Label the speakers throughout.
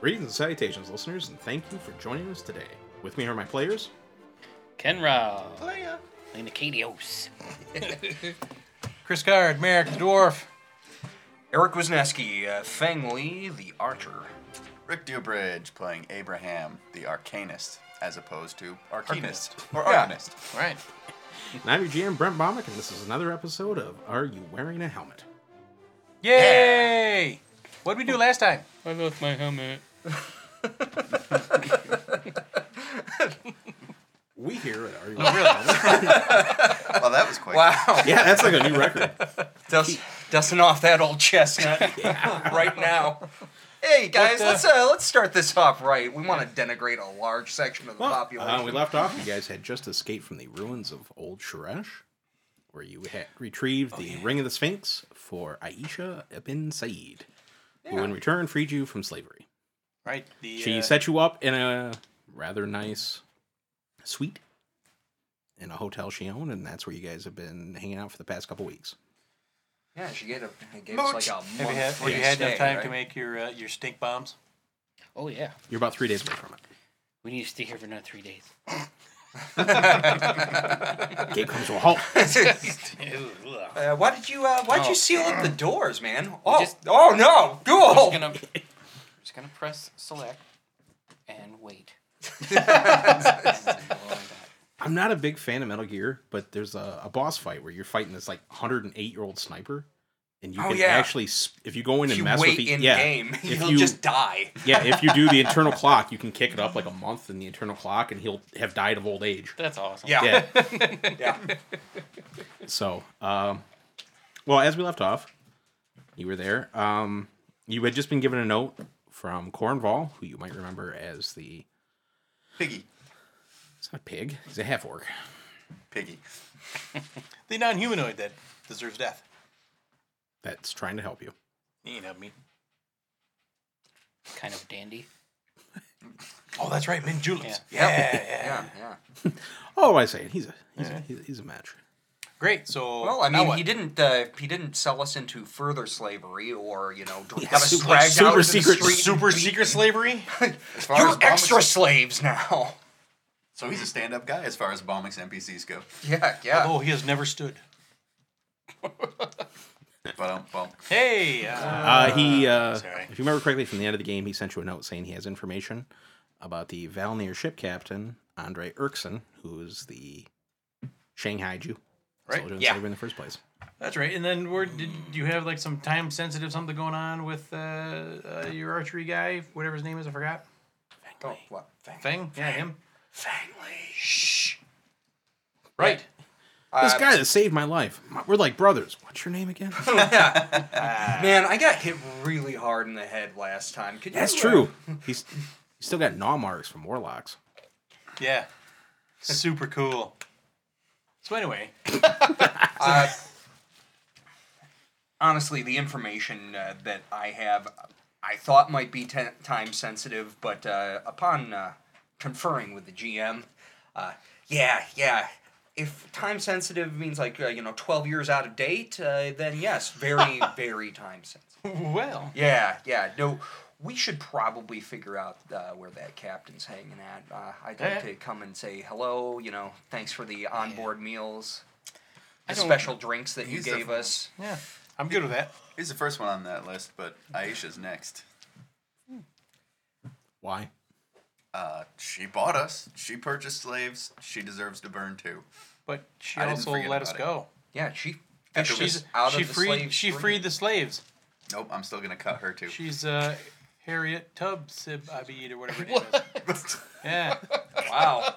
Speaker 1: Greetings and salutations, listeners, and thank you for joining us today. With me are my players.
Speaker 2: Kenra,
Speaker 3: Leia.
Speaker 2: Linacadios.
Speaker 4: Chris Card, Merrick the Dwarf.
Speaker 5: Eric Wisneski, uh, Fang Lee, the archer.
Speaker 3: Rick Dewbridge playing Abraham the Arcanist as opposed to Arcanist or
Speaker 5: Yeah.
Speaker 3: Arcanist.
Speaker 2: Right.
Speaker 1: And I'm your GM, Brent Bomick, and this is another episode of Are You Wearing a Helmet?
Speaker 4: Yay! What did we do last time?
Speaker 2: I lost my helmet.
Speaker 1: We here at Are You Wearing a Helmet?
Speaker 3: Well, that was quick.
Speaker 5: Wow.
Speaker 1: yeah, that's like a new record.
Speaker 5: Dust, dusting off that old chestnut right now. Hey guys,
Speaker 4: What, uh,
Speaker 5: let's uh, let's start this off right. We want to denigrate a large section of the
Speaker 1: Well,
Speaker 5: population.
Speaker 1: uh, we left off. You guys had just escaped from the ruins of Old Sharesh, where you had retrieved the Ring of the Sphinx for Aisha ibn Said, who in return freed you from slavery.
Speaker 4: Right. The,
Speaker 1: She
Speaker 4: uh,
Speaker 1: set you up in a rather nice suite in a hotel she owned, and that's where you guys have been hanging out for the past couple weeks.
Speaker 5: yeah, she gave, a, gave us like a month.
Speaker 4: have you had, have
Speaker 5: free
Speaker 4: you had
Speaker 5: stay,
Speaker 4: enough time
Speaker 5: right?
Speaker 4: to make your uh, your stink bombs?
Speaker 2: Oh yeah.
Speaker 1: You're about three days away from it.
Speaker 2: We need to stay here for another three days.
Speaker 1: Gate comes to a halt.
Speaker 5: Uh, why did you uh, why did
Speaker 2: Oh.
Speaker 5: you seal up the doors, man? Oh,
Speaker 2: just-
Speaker 5: oh
Speaker 2: I'm
Speaker 5: no, Ghoul!
Speaker 2: just gonna, just gonna press select and wait.
Speaker 1: I'm not a big fan of Metal Gear, but there's a, a boss fight where you're fighting this like 108 year old sniper, and you
Speaker 5: Oh,
Speaker 1: can
Speaker 5: yeah.
Speaker 1: actually sp- if you go in and
Speaker 5: If you
Speaker 1: mess
Speaker 5: wait
Speaker 1: with the
Speaker 5: in
Speaker 1: yeah
Speaker 5: game,
Speaker 1: if
Speaker 5: you'll
Speaker 1: you
Speaker 5: just die.
Speaker 1: yeah if you do the internal clock, you can kick it up like a month in the internal clock, and he'll have died of old age.
Speaker 2: That's awesome.
Speaker 5: Yeah.
Speaker 1: Yeah.
Speaker 5: yeah.
Speaker 1: So, um, well, as we left off, you were there. Um, you had just been given a note from Cornval, who you might remember as the.
Speaker 3: Piggy.
Speaker 1: It's not a pig. He's a half orc.
Speaker 3: Piggy.
Speaker 4: The non humanoid that deserves death.
Speaker 1: That's trying to help you.
Speaker 4: You know me.
Speaker 2: Kind of dandy.
Speaker 4: Oh, that's right, mint juleps.
Speaker 5: Yeah. yeah, yeah.
Speaker 1: Oh, I say it. He's a he's a, he's a, he's a match.
Speaker 4: Great. So,
Speaker 5: Well, I
Speaker 4: now
Speaker 5: mean,
Speaker 4: what?
Speaker 5: he didn't. Uh, he didn't sell us into further slavery, or you know,
Speaker 1: Yeah,
Speaker 5: have us
Speaker 1: super-
Speaker 5: dragged out
Speaker 1: super
Speaker 5: into
Speaker 1: secret-
Speaker 5: the street.
Speaker 4: super secret slavery.
Speaker 3: As far
Speaker 5: You're
Speaker 3: as Bomick's-
Speaker 5: extra slaves now.
Speaker 3: So he's a stand-up guy as far as Bomick's NPCs go.
Speaker 5: Yeah, yeah.
Speaker 4: oh, he has never stood.
Speaker 3: But um, well,
Speaker 4: Hey, uh,
Speaker 1: Uh, he, uh,
Speaker 4: sorry.
Speaker 1: if you remember correctly, from the end of the game, he sent you a note saying he has information about the Valnir ship captain Andre Erkson, who is the Shanghai Jew.
Speaker 4: Right,
Speaker 1: Soldier and
Speaker 5: yeah.
Speaker 1: slavery in the first place.
Speaker 4: that's right. And then where did you have like some time sensitive something going on with uh, uh, your archery guy, whatever his name is, I forgot.
Speaker 5: Oh, what? Thank-
Speaker 4: Thing, yeah, him.
Speaker 5: Shh.
Speaker 4: Right.
Speaker 1: This guy that saved my life. We're like brothers. What's your name again?
Speaker 5: Man, I got hit really hard in the head last time. Could you,
Speaker 1: That's
Speaker 5: uh,
Speaker 1: true. He's he's still got gnaw marks from warlocks.
Speaker 4: Yeah. Super cool. So anyway,
Speaker 5: Uh, honestly, the information uh, that I have, I thought might be ten- time sensitive, but uh, upon uh, conferring with the GM, uh, yeah, yeah. If time sensitive means like uh, you know twelve years out of date, uh, then yes, very very time sensitive.
Speaker 4: well,
Speaker 5: Yeah, yeah. No, we should probably figure out uh, where that captain's hanging at. Uh, I'd like
Speaker 4: Yeah.
Speaker 5: to come and say hello. You know, thanks for the onboard meals,
Speaker 2: I
Speaker 5: the
Speaker 2: don't-
Speaker 5: special drinks that you
Speaker 3: He's
Speaker 5: gave
Speaker 3: definitely-
Speaker 5: us.
Speaker 4: yeah, I'm good with that.
Speaker 3: he's the first one on that list, but Aisha's next.
Speaker 1: Why?
Speaker 3: Uh, she bought us. She purchased slaves. She deserves to burn too.
Speaker 4: But she
Speaker 3: I didn't
Speaker 4: also
Speaker 3: forget
Speaker 4: let us
Speaker 3: about it.
Speaker 4: go.
Speaker 5: Yeah, she
Speaker 3: After
Speaker 5: fished
Speaker 3: we-
Speaker 5: us
Speaker 4: She's
Speaker 5: out
Speaker 4: she
Speaker 5: of the
Speaker 4: freed
Speaker 5: slave
Speaker 4: she
Speaker 5: free.
Speaker 4: freed the slaves.
Speaker 3: Nope, I'm still gonna cut her too.
Speaker 4: She's uh, Harriet Tubsib Abid or whatever. Her name is. Yeah.
Speaker 5: Wow.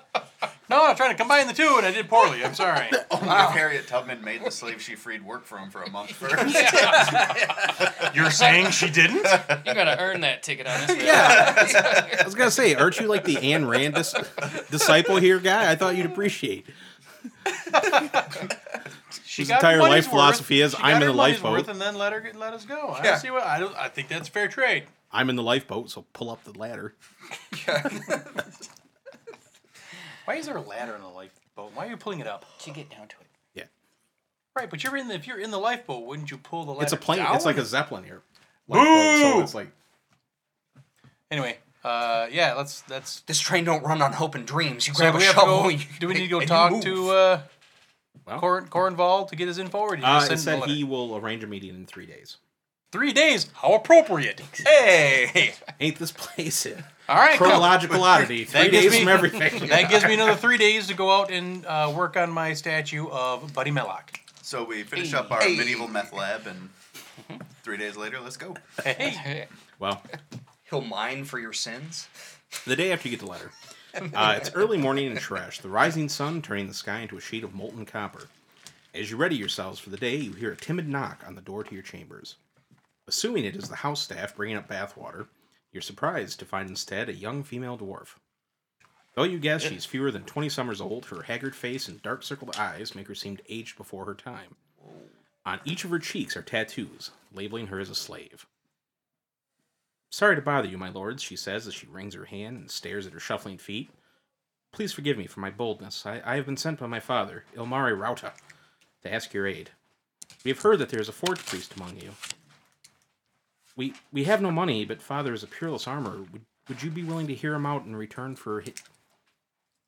Speaker 4: No, I'm trying to combine the two and I did poorly. I'm sorry.
Speaker 3: Only if Harriet Tubman made the slave she freed work for him for a month first.
Speaker 4: You're saying she didn't?
Speaker 2: You gotta earn that ticket on this.
Speaker 1: Yeah. I was gonna say, aren't you like the Anne Rand dis- disciple here guy? I thought you'd appreciate.
Speaker 4: She
Speaker 1: His
Speaker 4: got her
Speaker 1: entire
Speaker 4: money's
Speaker 1: life
Speaker 4: worth.
Speaker 1: philosophy is,
Speaker 4: She
Speaker 1: I'm
Speaker 4: got
Speaker 1: in
Speaker 4: her
Speaker 1: the
Speaker 4: money's
Speaker 1: lifeboat.
Speaker 4: worth and then let her get- let us go. I
Speaker 5: Yeah.
Speaker 4: don't see what I don't. I think that's fair trade.
Speaker 1: I'm in the lifeboat, so pull up the ladder.
Speaker 4: Why is there a ladder in the lifeboat? Why are you pulling it up?
Speaker 2: To get down to it.
Speaker 1: Yeah.
Speaker 4: Right, but you're in the if you're in the lifeboat, wouldn't you pull the ladder?
Speaker 1: It's a plane.
Speaker 4: Down?
Speaker 1: It's like a zeppelin here. Lifeboat, so
Speaker 4: Boo!
Speaker 1: it's like
Speaker 4: Anyway, uh, yeah, let's let's.
Speaker 5: This train don't run on hope and dreams. You
Speaker 4: So
Speaker 5: grab
Speaker 4: do
Speaker 5: a
Speaker 4: we have to
Speaker 5: shovel.
Speaker 4: go,
Speaker 5: and you
Speaker 4: do we need to go
Speaker 5: and you
Speaker 4: talk
Speaker 5: move.
Speaker 4: to uh,
Speaker 1: Well,
Speaker 4: Corin Corinval to get his info? Or do you
Speaker 1: uh,
Speaker 4: just
Speaker 1: it
Speaker 4: send him
Speaker 1: said
Speaker 4: a
Speaker 1: he
Speaker 4: letter?
Speaker 1: will arrange a meeting in three days.
Speaker 4: three days. How appropriate.
Speaker 5: Hey,
Speaker 1: Ain't this place it?
Speaker 4: All right, cool.
Speaker 1: Chronological oddity. Three
Speaker 4: That gives
Speaker 1: days
Speaker 4: me-
Speaker 1: from everything.
Speaker 4: That gives me another three days to go out and uh, work on my statue of Buddy Mellock.
Speaker 3: So we finish up our
Speaker 5: Hey.
Speaker 3: medieval meth lab, and three days later, let's go.
Speaker 4: Hey,
Speaker 1: well,
Speaker 5: he'll mine for your sins.
Speaker 1: the day after you get the letter. Uh, it's early morning in Trash, the rising sun turning the sky into a sheet of molten copper. As you ready yourselves for the day, you hear a timid knock on the door to your chambers. Assuming it is the house staff bringing up bathwater, you're surprised to find instead a young female dwarf. Though you guess she's fewer than 20 summers old, her haggard face and dark circled eyes make her seem aged before her time. On each of her cheeks are tattoos, labeling her as a slave. Sorry to bother you, my lords, she says as she wrings her hand and stares at her shuffling feet. Please forgive me for my boldness. I, I have been sent by my father, Ilmari Rauta, to ask your aid. We have heard that there is a forge priest among you. We we have no money, but father is a peerless armor. Would, would you be willing to hear him out in return for hi,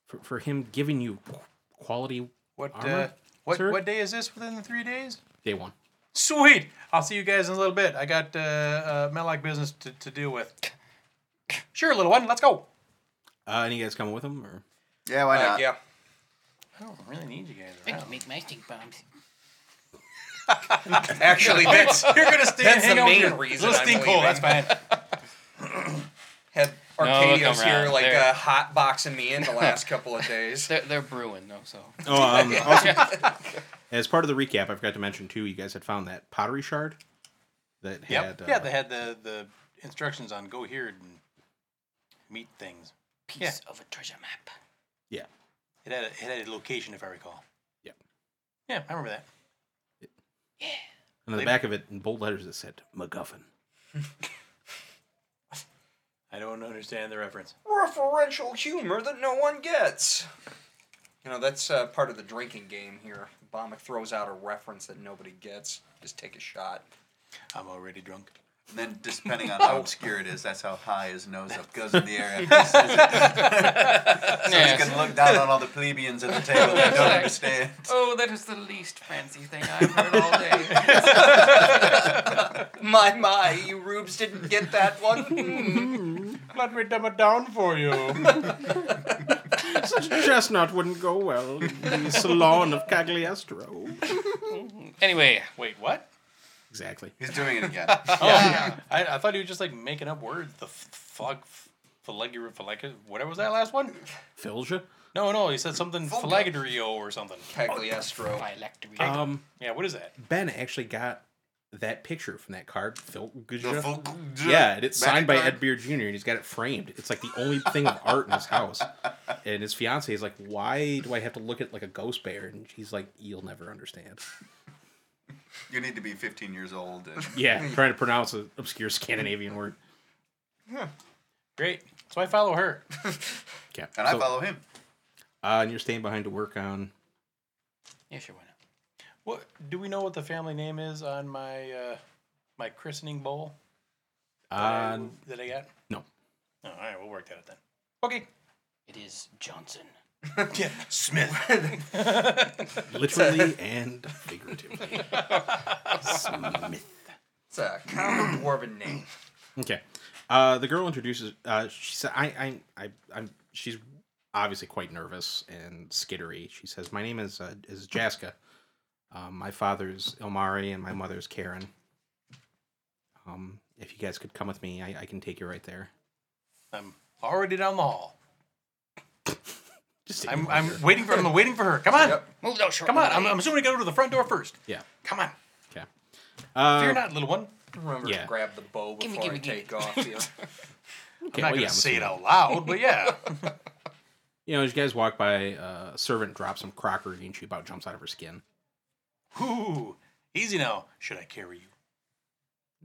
Speaker 1: for, for him giving you qu- quality
Speaker 4: what uh,
Speaker 1: Armor,
Speaker 4: what
Speaker 1: sir?
Speaker 4: what day is this within the three days?
Speaker 1: day one?
Speaker 4: Sweet. I'll see you guys in a little bit. I got uh, uh, Mellock business to, to deal with. Sure, little one. Let's go.
Speaker 1: Uh, any guys coming with him or
Speaker 3: Yeah, why
Speaker 5: Uh,
Speaker 3: not?
Speaker 5: yeah.
Speaker 4: I don't really need you guys
Speaker 6: I
Speaker 4: around.
Speaker 6: can make magic bombs.
Speaker 5: Actually, that's
Speaker 4: You're gonna stay
Speaker 5: That's
Speaker 4: and hang
Speaker 5: the
Speaker 4: out
Speaker 5: main
Speaker 4: here.
Speaker 5: reason
Speaker 4: Little
Speaker 5: I'm
Speaker 4: stinkhole. That's fine.
Speaker 5: had
Speaker 6: they'll
Speaker 5: Arcadios
Speaker 6: come
Speaker 5: here
Speaker 6: around.
Speaker 5: like
Speaker 6: They're-
Speaker 5: uh, hot boxing me in the last couple of days.
Speaker 6: They're, they're brewing though, so
Speaker 1: Oh, um, also, as part of the recap, I forgot to mention too. You guys had found that pottery shard that had uh,
Speaker 4: Yep. yeah, they had the the instructions on go here and meet things.
Speaker 6: piece
Speaker 4: Yeah.
Speaker 6: of a treasure map.
Speaker 1: yeah.
Speaker 4: It had a, it had a location, if I recall.
Speaker 1: Yep.
Speaker 4: Yeah, I remember that.
Speaker 1: And on the
Speaker 4: They-
Speaker 1: back of it, in bold letters, it said MacGuffin.
Speaker 4: I don't understand the reference.
Speaker 5: Referential humor that no one gets. You know, that's uh, part of the drinking game here. Bomic throws out a reference that nobody gets. Just take a shot.
Speaker 4: I'm already drunk.
Speaker 3: And then, just depending on how obscure it is, that's how high his nose up goes in the air. After he says it.
Speaker 6: Yeah.
Speaker 3: You can look down on all the plebeians at the table that don't understand.
Speaker 6: Oh, that is the least fancy thing I've heard all day.
Speaker 5: My, my, you rubes didn't get that one? Hmm.
Speaker 4: Let me dumb it down for you.
Speaker 1: Such chestnut wouldn't go well in the salon of Cagliostro.
Speaker 6: anyway,
Speaker 4: Wait, what? Oh,
Speaker 1: Exactly.
Speaker 3: He's doing it again.
Speaker 4: I, I thought he was just like making up words. The f- fog, f- phleggy- phleggy- whatever was that last one?
Speaker 1: Filja.
Speaker 4: No, no, he said something phlegadario or something.
Speaker 5: Cagliostro.
Speaker 6: phylactery.
Speaker 1: Um,
Speaker 4: Yeah, what is that?
Speaker 1: Ben actually got that picture from that card,
Speaker 3: The
Speaker 1: Filja.
Speaker 3: full-
Speaker 1: Yeah, and it's signed by
Speaker 3: Magic
Speaker 1: Ed Beer Jr. and he's got it framed. It's like the only thing of art in his house. And his fiance is like, "Why do I have to look at like a ghost bear?" And he's like, "You'll never understand."
Speaker 3: You need to be 15 years old. And
Speaker 1: Yeah, trying to pronounce an obscure Scandinavian word.
Speaker 4: Great. So I follow her.
Speaker 1: Yeah,
Speaker 3: And I
Speaker 1: so,
Speaker 3: follow him.
Speaker 1: uh, and you're staying behind to work on.
Speaker 6: yeah, sure, why not?
Speaker 4: What do we know what the family name is on my uh, my christening bowl
Speaker 1: Uh,
Speaker 4: that I got?
Speaker 1: no,
Speaker 4: Oh, all right, we'll work that out then. Okay.
Speaker 6: It is Johnson.
Speaker 4: Yeah, Smith.
Speaker 1: literally and figuratively.
Speaker 5: It's a common dwarven name.
Speaker 1: Okay. Uh, the girl introduces. Uh, she said, "I, I, I, I'm." She's obviously quite nervous and skittery. She says, "My name is uh, is Jaska. Um, my father's Ilmari and my mother's Karen. Um, if you guys could come with me, I, I can take you right there."
Speaker 4: I'm already down the hall.
Speaker 1: Just
Speaker 4: I'm,
Speaker 1: ignore
Speaker 4: I'm
Speaker 1: her.
Speaker 4: waiting for I'm waiting for her. Come on,
Speaker 6: Move those short.
Speaker 4: come on. I'm, I'm assuming I gotta go to the front door first.
Speaker 1: yeah.
Speaker 4: Come on,
Speaker 1: Okay. Uh,
Speaker 4: fear not, little one.
Speaker 5: Remember
Speaker 1: Yeah.
Speaker 5: to grab the bow
Speaker 6: Gimme,
Speaker 5: before I
Speaker 6: gimme, gimme.
Speaker 5: take off
Speaker 1: okay,
Speaker 5: here.
Speaker 4: I'm not
Speaker 1: well,
Speaker 4: gonna
Speaker 1: yeah, I'm
Speaker 4: say
Speaker 1: assuming-
Speaker 4: it out loud, but yeah.
Speaker 1: You know, as you guys walk by, uh, a servant drops some crockery and she about jumps out of her skin.
Speaker 4: Ooh, easy now. Should I carry you?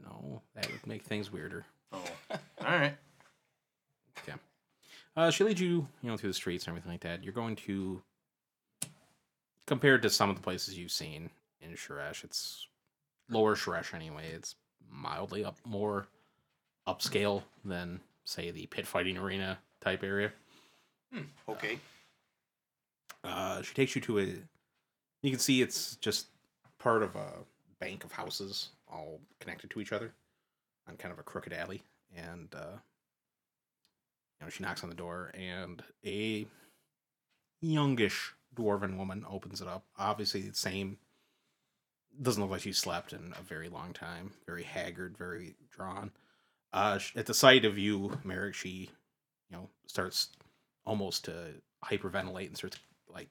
Speaker 1: No, that would make things weirder.
Speaker 4: Oh, all right.
Speaker 1: Okay. Uh, she leads you, you know, through the streets and everything like that. You're going to, compared to some of the places you've seen in Shresh, it's lower Shresh anyway. It's mildly up, more upscale than say the pit fighting arena type area.
Speaker 5: Okay.
Speaker 1: Uh, she takes you to a. You can see it's just part of a bank of houses, all connected to each other, on kind of a crooked alley. And uh, you know, she knocks on the door, and a youngish dwarven woman opens it up. Obviously, the same. Doesn't look like she slept in a very long time. Very haggard, very drawn. Uh, sh- at the sight of you, Merrick, she, you know, starts almost to hyperventilate and starts like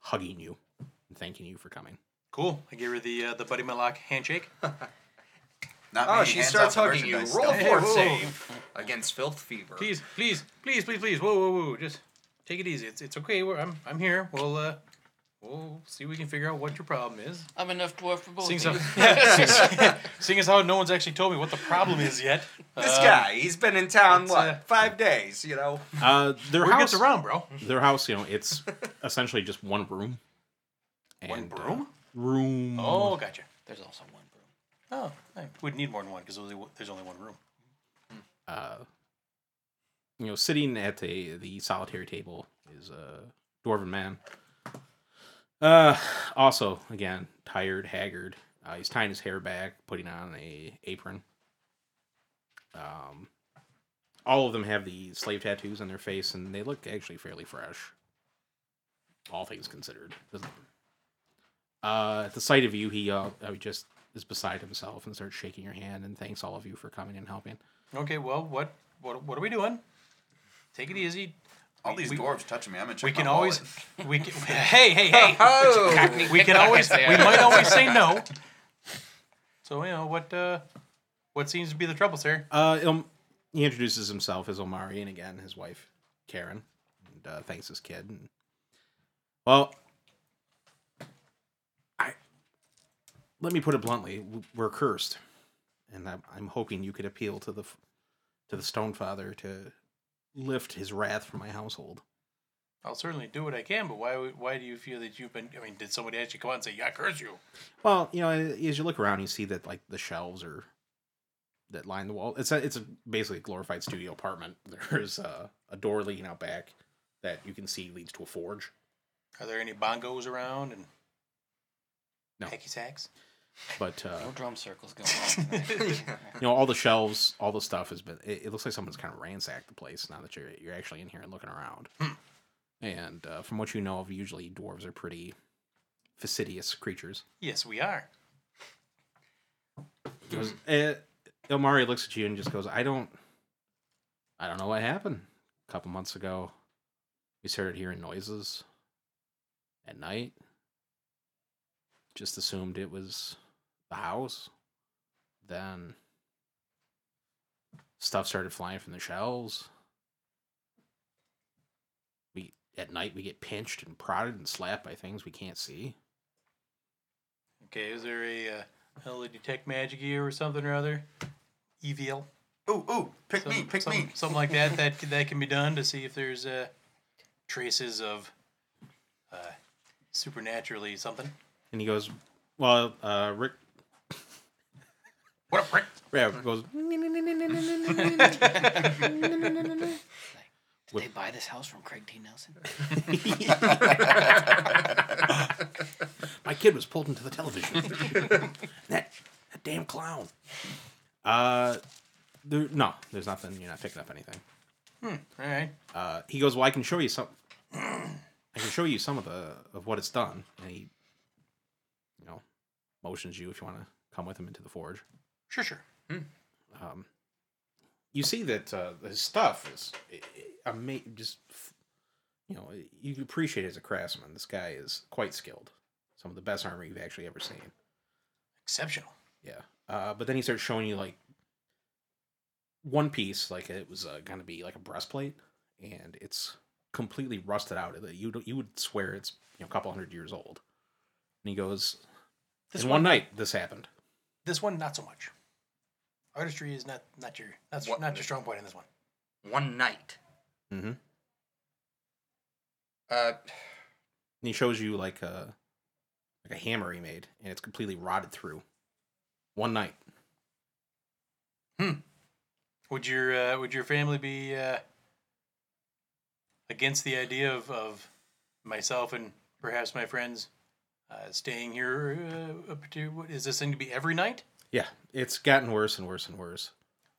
Speaker 1: hugging you and thanking you for coming.
Speaker 4: Cool. I gave her the uh, the Buddy Malak handshake.
Speaker 3: Not
Speaker 5: Oh,
Speaker 3: me,
Speaker 5: she
Speaker 3: hands
Speaker 5: starts
Speaker 3: off the
Speaker 5: hugging you.
Speaker 3: merchandise
Speaker 5: Roll a
Speaker 3: stuff.
Speaker 5: fort save against filth fever.
Speaker 4: Please, please, please, please, please. Whoa, whoa, whoa. Just take it easy. It's it's okay. We're, I'm I'm here. We'll uh, we'll see. if We can figure out what your problem is.
Speaker 6: I'm enough dwarf for
Speaker 1: Oh,
Speaker 6: both
Speaker 4: Seeing
Speaker 6: of
Speaker 4: so,
Speaker 6: you.
Speaker 4: seeing as how no one's actually told me what the problem is yet.
Speaker 5: This
Speaker 4: um,
Speaker 5: guy, he's been in town
Speaker 4: it's,
Speaker 5: what
Speaker 4: uh,
Speaker 5: five days? You know.
Speaker 1: Uh, their
Speaker 4: Word
Speaker 1: house, Mm-hmm.
Speaker 4: gets around, bro.
Speaker 1: their house, you know, it's essentially just one room.
Speaker 4: One
Speaker 1: uh,
Speaker 4: broom?
Speaker 1: room.
Speaker 4: Oh, gotcha.
Speaker 6: There's also one broom.
Speaker 4: Oh, I would need more than one because there's only one room.
Speaker 1: Uh, you know, sitting at the the solitary table is a dwarven man. Uh, also again tired, haggard. Uh, he's tying his hair back, putting on a apron. Um, all of them have the slave tattoos on their face, and they look actually fairly fresh. All things considered, Doesn't- uh, at the sight of you, he uh, uh, just is beside himself and starts shaking your hand and thanks all of you for coming and helping.
Speaker 4: Okay, well, what what what are we doing? Take it easy.
Speaker 3: All these
Speaker 4: we-
Speaker 3: dwarves touching me. I'm gonna check
Speaker 4: We
Speaker 3: my
Speaker 4: can always
Speaker 3: wallet.
Speaker 4: we can hey hey hey.
Speaker 5: Oh,
Speaker 6: Cockney
Speaker 4: We can
Speaker 6: kickback, I
Speaker 4: always
Speaker 6: say.
Speaker 4: we might always say no. So you know what uh, what seems to be the trouble, sir?
Speaker 1: Uh, um, he introduces himself as Omari and again his wife, Karen, and uh, thanks his kid. And, well, I let me put it bluntly: w- we're cursed, and I'm, I'm hoping you could appeal to the f- to the Stone Father to lift his wrath from my household.
Speaker 4: I'll certainly do what I can, but why would- why do you feel that you've been? I mean, did somebody actually come out and say, "Yeah, I curse you"?
Speaker 1: Well, you know, as you look around, you see that like the shelves are that line the wall. It's a, it's a basically a glorified studio apartment. There's a, a door leading out back that you can see leads to a forge.
Speaker 4: Are there any bongos around and
Speaker 1: No.
Speaker 4: hacky sacks?
Speaker 1: But
Speaker 6: No
Speaker 1: uh,
Speaker 6: drum circles going on tonight.
Speaker 1: you know, all the shelves, all the stuff has been. It, it looks like someone's kind of ransacked the place now that you're you're actually in here and looking around. And uh, from what you know of, usually dwarves are pretty fastidious creatures.
Speaker 4: Yes, we are.
Speaker 1: goes, eh, Ilmari looks at you and just goes, I don't, I don't know what happened. A couple months ago, we started hearing noises at night. Just assumed it was the house. Then stuff started flying from the shelves. We at night we get pinched and prodded and slapped by things we can't see.
Speaker 4: Okay, is there a uh, hello detect magic here or something or other? EVL.
Speaker 3: Ooh, ooh, pick me,
Speaker 4: Some-
Speaker 3: pick
Speaker 4: some-
Speaker 3: me.
Speaker 4: Something like that that c- that can be done to see if there's uh, traces of uh, supernaturally something.
Speaker 1: And he goes, "Well, uh, Rick
Speaker 4: What up, Rick?
Speaker 1: Yeah, it goes.
Speaker 6: Did they buy this house from Craig T. Nelson?
Speaker 1: My kid was pulled into the television. that that damn clown. Uh, there, no, there's nothing. You're not picking up anything.
Speaker 4: All right.
Speaker 1: Uh, he goes. Well, I can show you some. I can show you some of the of what it's done. And he, you know, motions you if you want to come with him into the forge.
Speaker 4: Sure, sure.
Speaker 1: um, you see that uh, his stuff is ama- just f- you know you can appreciate it as a craftsman this guy is quite skilled some of the best armor you've actually ever seen
Speaker 4: Exceptional.
Speaker 1: yeah uh, but then he starts showing you like one piece like it was uh, gonna be like a breastplate and it's completely rusted out you don't- you would swear it's you know a couple hundred years old and he goes
Speaker 4: This
Speaker 1: in one night this happened
Speaker 4: This one, not so much. Artistry is not not your that's
Speaker 5: What-
Speaker 4: not your strong point in this one.
Speaker 5: One night.
Speaker 1: mm-hmm
Speaker 5: Uh,
Speaker 1: and he shows you like a like a hammer he made, and it's completely rotted through. One night.
Speaker 4: Would your uh, would your family be uh, against the idea of, of myself and perhaps my friends uh, staying here? Uh, up to what is this thing to be every night?
Speaker 1: Yeah, it's gotten worse and worse and worse.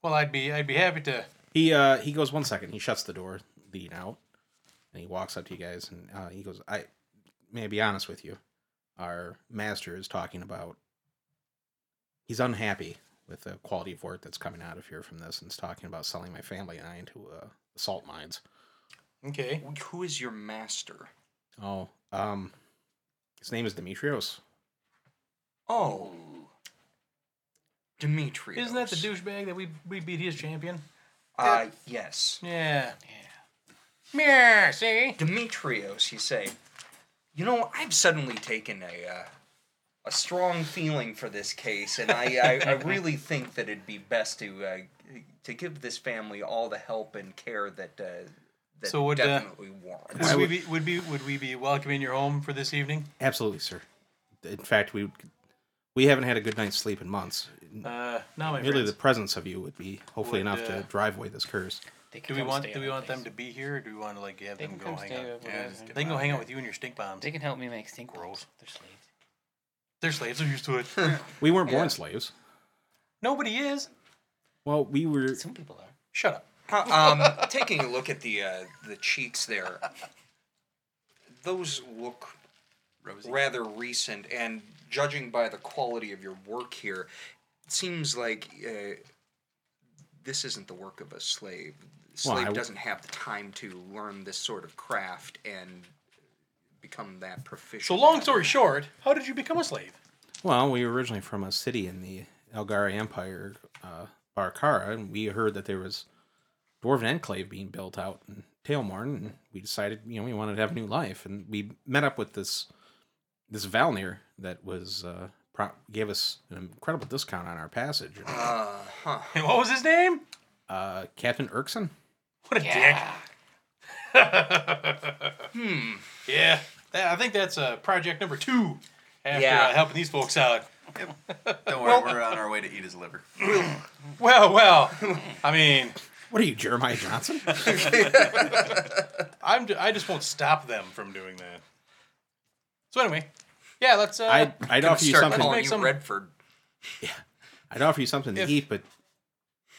Speaker 4: Well, I'd be I'd be happy to.
Speaker 1: He uh he goes one second. He shuts the door, leading out, and he walks up to you guys and uh, he goes, "I may I be honest with you. Our master is talking about. He's unhappy with the quality of work that's coming out of here from this, and is talking about selling my family and I into uh, the salt mines.
Speaker 4: Okay.
Speaker 5: Who is your master?
Speaker 1: Oh, um, his name is Demetrios.
Speaker 5: Oh, Demetrius.
Speaker 4: Isn't that the douchebag that we we beat his champion?
Speaker 5: Uh, yes.
Speaker 4: Yeah. Yeah. Yeah. See.
Speaker 5: Demetrios, you say. You know, I've suddenly taken a uh, a strong feeling for this case, and I, I, I really think that it'd be best to uh, to give this family all the help and care that uh, that
Speaker 4: So would, uh,
Speaker 5: definitely warrants.
Speaker 4: Would we be would be would we be welcoming your home for this evening?
Speaker 1: Absolutely, sir. In fact, we we haven't had a good night's sleep in months.
Speaker 4: Uh, no, my
Speaker 1: Merely
Speaker 4: friends.
Speaker 1: the presence of you would be hopefully
Speaker 4: Would,
Speaker 1: enough
Speaker 4: uh,
Speaker 1: to drive away this curse.
Speaker 6: They can
Speaker 4: Do we
Speaker 6: come
Speaker 4: want
Speaker 6: stay
Speaker 4: do
Speaker 6: at
Speaker 4: we
Speaker 6: my
Speaker 4: want them
Speaker 6: place.
Speaker 4: to be here, or do we want to like have
Speaker 6: They can
Speaker 4: them go
Speaker 6: come
Speaker 4: hang
Speaker 6: stay
Speaker 4: out?
Speaker 6: over
Speaker 3: Yeah,
Speaker 6: there.
Speaker 3: just get
Speaker 4: They can go
Speaker 3: out
Speaker 4: hang out
Speaker 3: here.
Speaker 4: with you and your stink bombs.
Speaker 6: They can help me make stink
Speaker 4: Gross.
Speaker 6: bombs. They're slaves.
Speaker 4: Their slaves are used to it.
Speaker 1: We weren't born
Speaker 5: Yeah.
Speaker 1: slaves.
Speaker 4: Nobody is.
Speaker 1: Well, we were.
Speaker 6: Some people are.
Speaker 4: Shut up.
Speaker 5: Uh, um, taking a look at the uh, the cheeks there, those look
Speaker 3: Rosie.
Speaker 5: rather recent, and judging by the quality of your work here, it seems like uh, this isn't the work of a slave.
Speaker 1: Well,
Speaker 5: Slave
Speaker 1: I-
Speaker 5: doesn't have the time to learn this sort of craft and become that proficient.
Speaker 4: So long story short, how did you become a slave?
Speaker 1: Well, we were originally from a city in the Elgari Empire, uh, Barkara, and we heard that there was dwarven enclave being built out in Tailmorn, and we decided, you know, we wanted to have a new life, and we met up with this this Valnir that was uh, pro- gave us an incredible discount on our passage.
Speaker 5: Uh huh.
Speaker 4: And what was his name?
Speaker 1: Uh, Captain Irkson.
Speaker 4: What a
Speaker 6: Yeah.
Speaker 4: dick. hmm. Yeah. That- I think that's uh, project number two. After
Speaker 5: Yeah.
Speaker 4: uh, helping these folks out.
Speaker 3: Don't worry, we're on our way to eat his liver.
Speaker 4: Well, well. I mean,
Speaker 1: What are you, Jeremiah Johnson?
Speaker 4: I'm. ju- I just won't stop them from doing that. So anyway, yeah. Let's. Uh,
Speaker 1: I'd, I'd offer you
Speaker 5: Start
Speaker 1: something.
Speaker 5: calling
Speaker 4: make
Speaker 5: you
Speaker 4: some-
Speaker 5: Redford.
Speaker 1: I'd offer you something to
Speaker 4: If-
Speaker 1: eat, but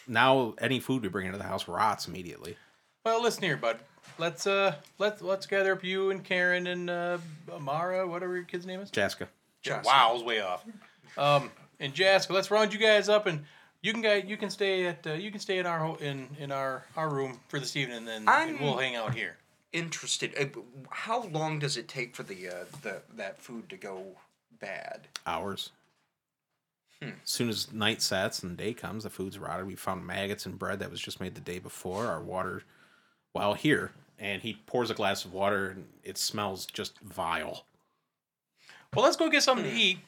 Speaker 1: now any food we bring into the house rots immediately.
Speaker 4: Well, listen here, bud. Let's uh let's let's gather up you and Karen and uh Amara, whatever your kid's name is.
Speaker 1: Jaska.
Speaker 5: Johnson.
Speaker 4: Wow, I was way off. Um, and Jaska, let's round you guys up, and you can guy you can stay at uh, you can stay in our ho- in in our our room for this evening, and, then and
Speaker 5: I'm-
Speaker 4: we'll hang out here.
Speaker 5: Interested. Uh, how long does it take for the uh, the that food to go bad?
Speaker 1: hours.
Speaker 5: Hmm.
Speaker 1: As soon as night sets and day comes, the food's rotted. We found maggots and bread that was just made the day before. Our water, while here, and he pours a glass of water, and it smells just vile.
Speaker 4: Well, let's go get something to eat.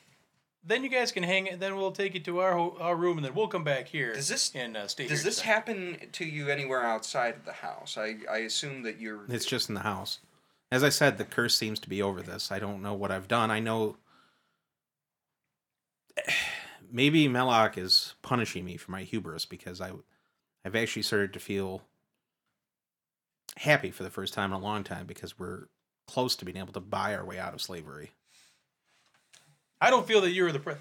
Speaker 4: Then you guys can hang, and then we'll take you to our ho- our room, and then we'll come back here.
Speaker 5: Does this-
Speaker 4: and uh, stay here?
Speaker 5: Does this
Speaker 4: tonight.
Speaker 5: happen to you anywhere outside of the house? I, I assume that you're.
Speaker 1: It's just in the house. As I said, the curse seems to be over this. I don't know what I've done. I know. Maybe Melok is punishing me for my hubris because I, I've actually started to feel happy for the first time in a long time because we're close to being able to buy our way out of slavery.
Speaker 4: I don't feel that you're the. Pre-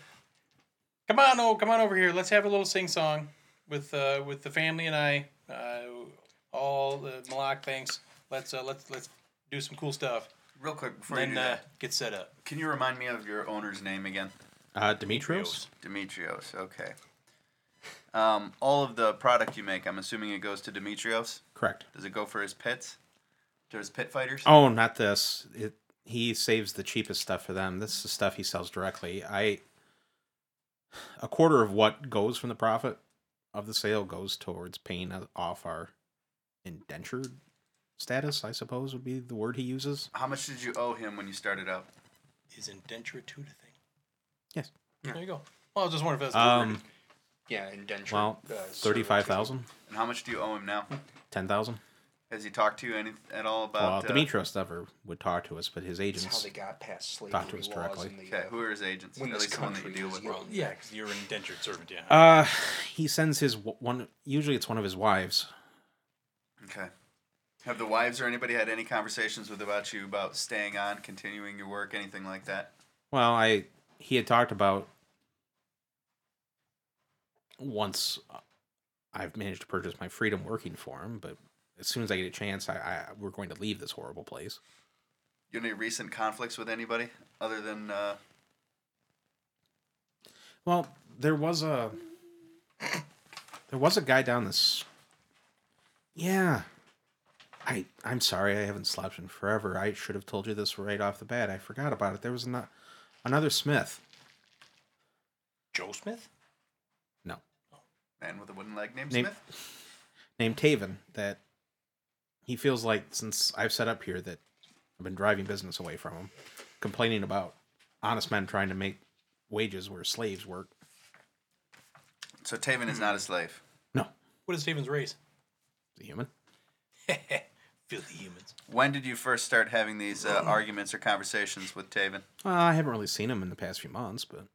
Speaker 4: come on, oh, come on over here. Let's have a little sing song with uh, with the family and I. Uh, all the Malak thanks. Let's uh, let's let's do some cool stuff.
Speaker 3: Real quick before you
Speaker 4: Then
Speaker 3: do
Speaker 4: uh,
Speaker 3: that,
Speaker 4: get set up.
Speaker 3: can you remind me of your owner's name again?
Speaker 1: Uh, Demetrios?
Speaker 3: Demetrios. Okay. Um, all of the product you make, I'm assuming it goes to Demetrios.
Speaker 1: Correct.
Speaker 3: Does it go for his pits? To his pit fighters?
Speaker 1: Oh, not this. It, he saves the cheapest stuff for them. This is stuff he sells directly. I a quarter of what goes from the profit of the sale goes towards paying off our indentured status. I suppose would be the word he uses.
Speaker 3: How much did you owe him when you started up?
Speaker 4: Is indenture to the thing?
Speaker 1: Yes.
Speaker 4: There you go. Well, I was just wondering if that's the word.
Speaker 1: Um.
Speaker 5: yeah, indentured.
Speaker 1: Well,
Speaker 5: uh,
Speaker 1: thirty-five thousand,
Speaker 3: And how much do you owe him now?
Speaker 1: ten thousand.
Speaker 3: Has he talked to you any at all
Speaker 1: Well,
Speaker 3: about? uh,
Speaker 1: Demetrios never would talk to us, but his
Speaker 5: That's how
Speaker 1: agents.
Speaker 5: they got past slavery
Speaker 1: Talk to us
Speaker 5: laws
Speaker 1: directly.
Speaker 5: in the,
Speaker 3: Okay,
Speaker 5: uh,
Speaker 3: who are his agents?
Speaker 5: when
Speaker 3: at
Speaker 5: this
Speaker 3: least the one that
Speaker 5: country
Speaker 3: you deal
Speaker 5: was
Speaker 3: with.
Speaker 5: young.
Speaker 4: Yeah, because you're an indentured servant. Yeah.
Speaker 1: Uh, he sends his w- one. Usually, it's one of his wives.
Speaker 3: Okay. Have the wives or anybody had any conversations with about you about staying on, continuing your work, anything like that?
Speaker 1: Well, I he had talked about once uh, I've managed to purchase my freedom working for him, but as soon as I get a chance, I, I we're going to leave this horrible place.
Speaker 3: You any recent conflicts with anybody other than uh,
Speaker 1: Well, there was a there was a guy down this. Yeah, I I'm sorry I haven't slept in forever. I should have told you this right off the bat. I forgot about it. There was not another Smith.
Speaker 4: Joe Smith?
Speaker 1: No,
Speaker 3: man with a wooden leg named
Speaker 1: Name-
Speaker 3: Smith?
Speaker 1: named Taven that he feels like since I've set up here that I've been driving business away from him, complaining about honest men trying to make wages where slaves work.
Speaker 3: So Taven is not a slave.
Speaker 1: No,
Speaker 4: What is Steven's race?
Speaker 1: the human.
Speaker 4: Filthy humans.
Speaker 3: When did you first start having these uh, arguments or conversations with Taven?
Speaker 1: Uh, I haven't really seen him in the past few months, but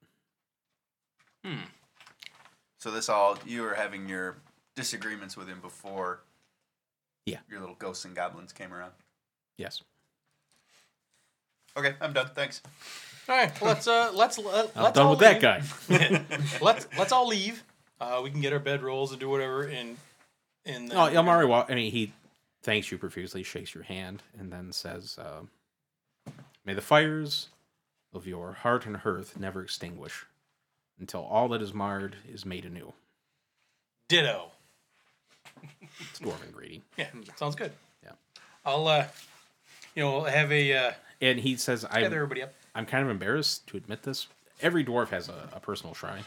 Speaker 3: So this all you were having your disagreements with him before.
Speaker 1: Yeah.
Speaker 3: Your little ghosts and goblins came around.
Speaker 1: yes.
Speaker 3: Okay, I'm done. Thanks.
Speaker 4: All right, well, let's uh, let's let,
Speaker 1: I'm
Speaker 4: let's
Speaker 1: done
Speaker 4: all
Speaker 1: with that
Speaker 4: leave.
Speaker 1: guy.
Speaker 4: let's let's all leave. Uh, we can get our bedrolls and do whatever. And and
Speaker 1: No, Ilmari, Oh, wa- I mean, he thanks you profusely, shakes your hand, and then says, uh, May the fires of your heart and hearth never extinguish until all that is marred is made anew.
Speaker 4: ditto.
Speaker 1: It's dwarven greeting.
Speaker 4: Hmm. Yeah, sounds good.
Speaker 1: Yeah.
Speaker 4: I'll uh, you know, have a uh,
Speaker 1: And he says, I,
Speaker 4: gather everybody up.
Speaker 1: I'm kind of embarrassed to admit this. Every dwarf has a, a personal shrine.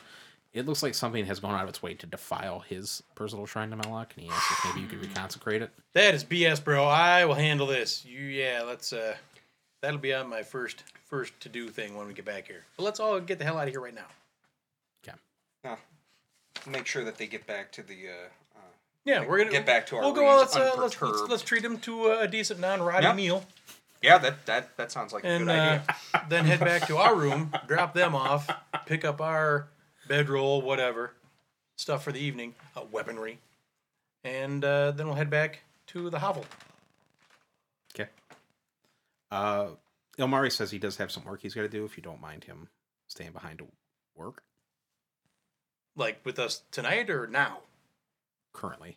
Speaker 1: It looks like something has gone out of its way to defile his personal shrine to Malak, and he asks if maybe you could reconsecrate it.
Speaker 4: That is BS, bro. I will handle this. You, yeah, let's. uh That'll be on my first first to do thing when we get back here. But let's all get the hell out of here right now.
Speaker 1: Okay.
Speaker 5: Make sure that they get back to the. Uh, uh,
Speaker 4: Yeah, we're gonna
Speaker 5: Get back to our
Speaker 4: We'll go.
Speaker 5: rooms
Speaker 4: Let's, uh, let's let's
Speaker 5: unperturbed.
Speaker 4: let's treat them to uh, a decent non-rotty
Speaker 5: Yep.
Speaker 4: meal.
Speaker 5: yeah, that that that sounds like a
Speaker 4: and
Speaker 5: good idea.
Speaker 4: uh, then head back to our room, drop them off, pick up our bedroll, whatever stuff for the evening, uh, weaponry, and uh, then we'll head back to the hovel.
Speaker 1: Okay. Uh, Ilmari says he does have some work he's got to do if you don't mind him staying behind to work
Speaker 4: Like with us tonight or now?
Speaker 1: currently.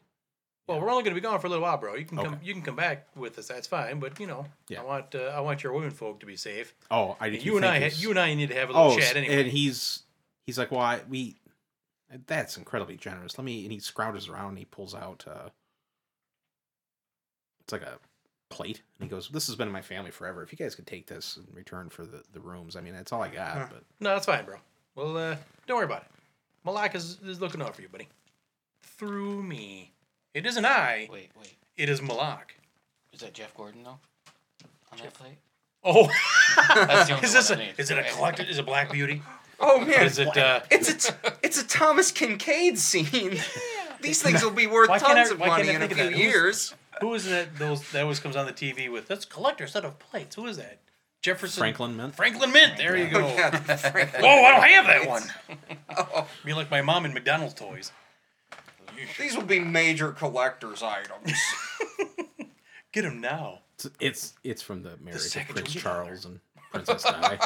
Speaker 4: Well, we're only going to be gone for a little while, bro. You can come.
Speaker 1: Okay.
Speaker 4: You can come back with us. That's fine. But you know,
Speaker 1: Yeah.
Speaker 4: I want uh, I want your women folk to be safe.
Speaker 1: Oh, I
Speaker 4: And
Speaker 1: did.
Speaker 4: you and I, ha- you and I need to have a little
Speaker 1: oh,
Speaker 4: chat anyway.
Speaker 1: and he's he's like, "Why well, I- we?" That's incredibly generous. Let me. And he scrounges around and he pulls out. uh It's like a plate, and he goes, "This has been in my family forever. If you guys could take this in return for the the rooms, I mean, that's all I got." But
Speaker 4: No, that's fine, bro. Well, uh, don't worry about it. Malak is, is looking out for you, buddy. Through me. It isn't I.
Speaker 2: Wait, wait.
Speaker 4: It is Malak.
Speaker 2: Is that Jeff Gordon though? On that plate?
Speaker 4: Oh,
Speaker 2: That's the only
Speaker 4: is this
Speaker 2: one I
Speaker 4: a
Speaker 2: need.
Speaker 4: is it a collector? Is it Black Beauty?
Speaker 5: oh man,
Speaker 4: Is it? Uh,
Speaker 5: it's a t- it's a Thomas Kincaid scene. These things will be worth
Speaker 4: Why can't I-
Speaker 5: tons of
Speaker 4: why can't
Speaker 5: money
Speaker 4: I
Speaker 5: in a
Speaker 4: think of
Speaker 5: few
Speaker 4: that? Who's-
Speaker 5: years.
Speaker 4: uh, who is that? Those that always comes on the TV with that's a collector set of plates. Who is that? Jefferson
Speaker 1: Franklin meant
Speaker 4: Franklin Mint. There you go.
Speaker 5: Yeah, the Franklin-
Speaker 4: Whoa, Oh, I don't have that one. Be like my mom and McDonald's toys.
Speaker 5: These will be major collector's items.
Speaker 4: Get them now.
Speaker 1: it's it's, it's from the marriage of
Speaker 4: second
Speaker 1: Prince
Speaker 4: you'll get
Speaker 1: Charles and Princess Di.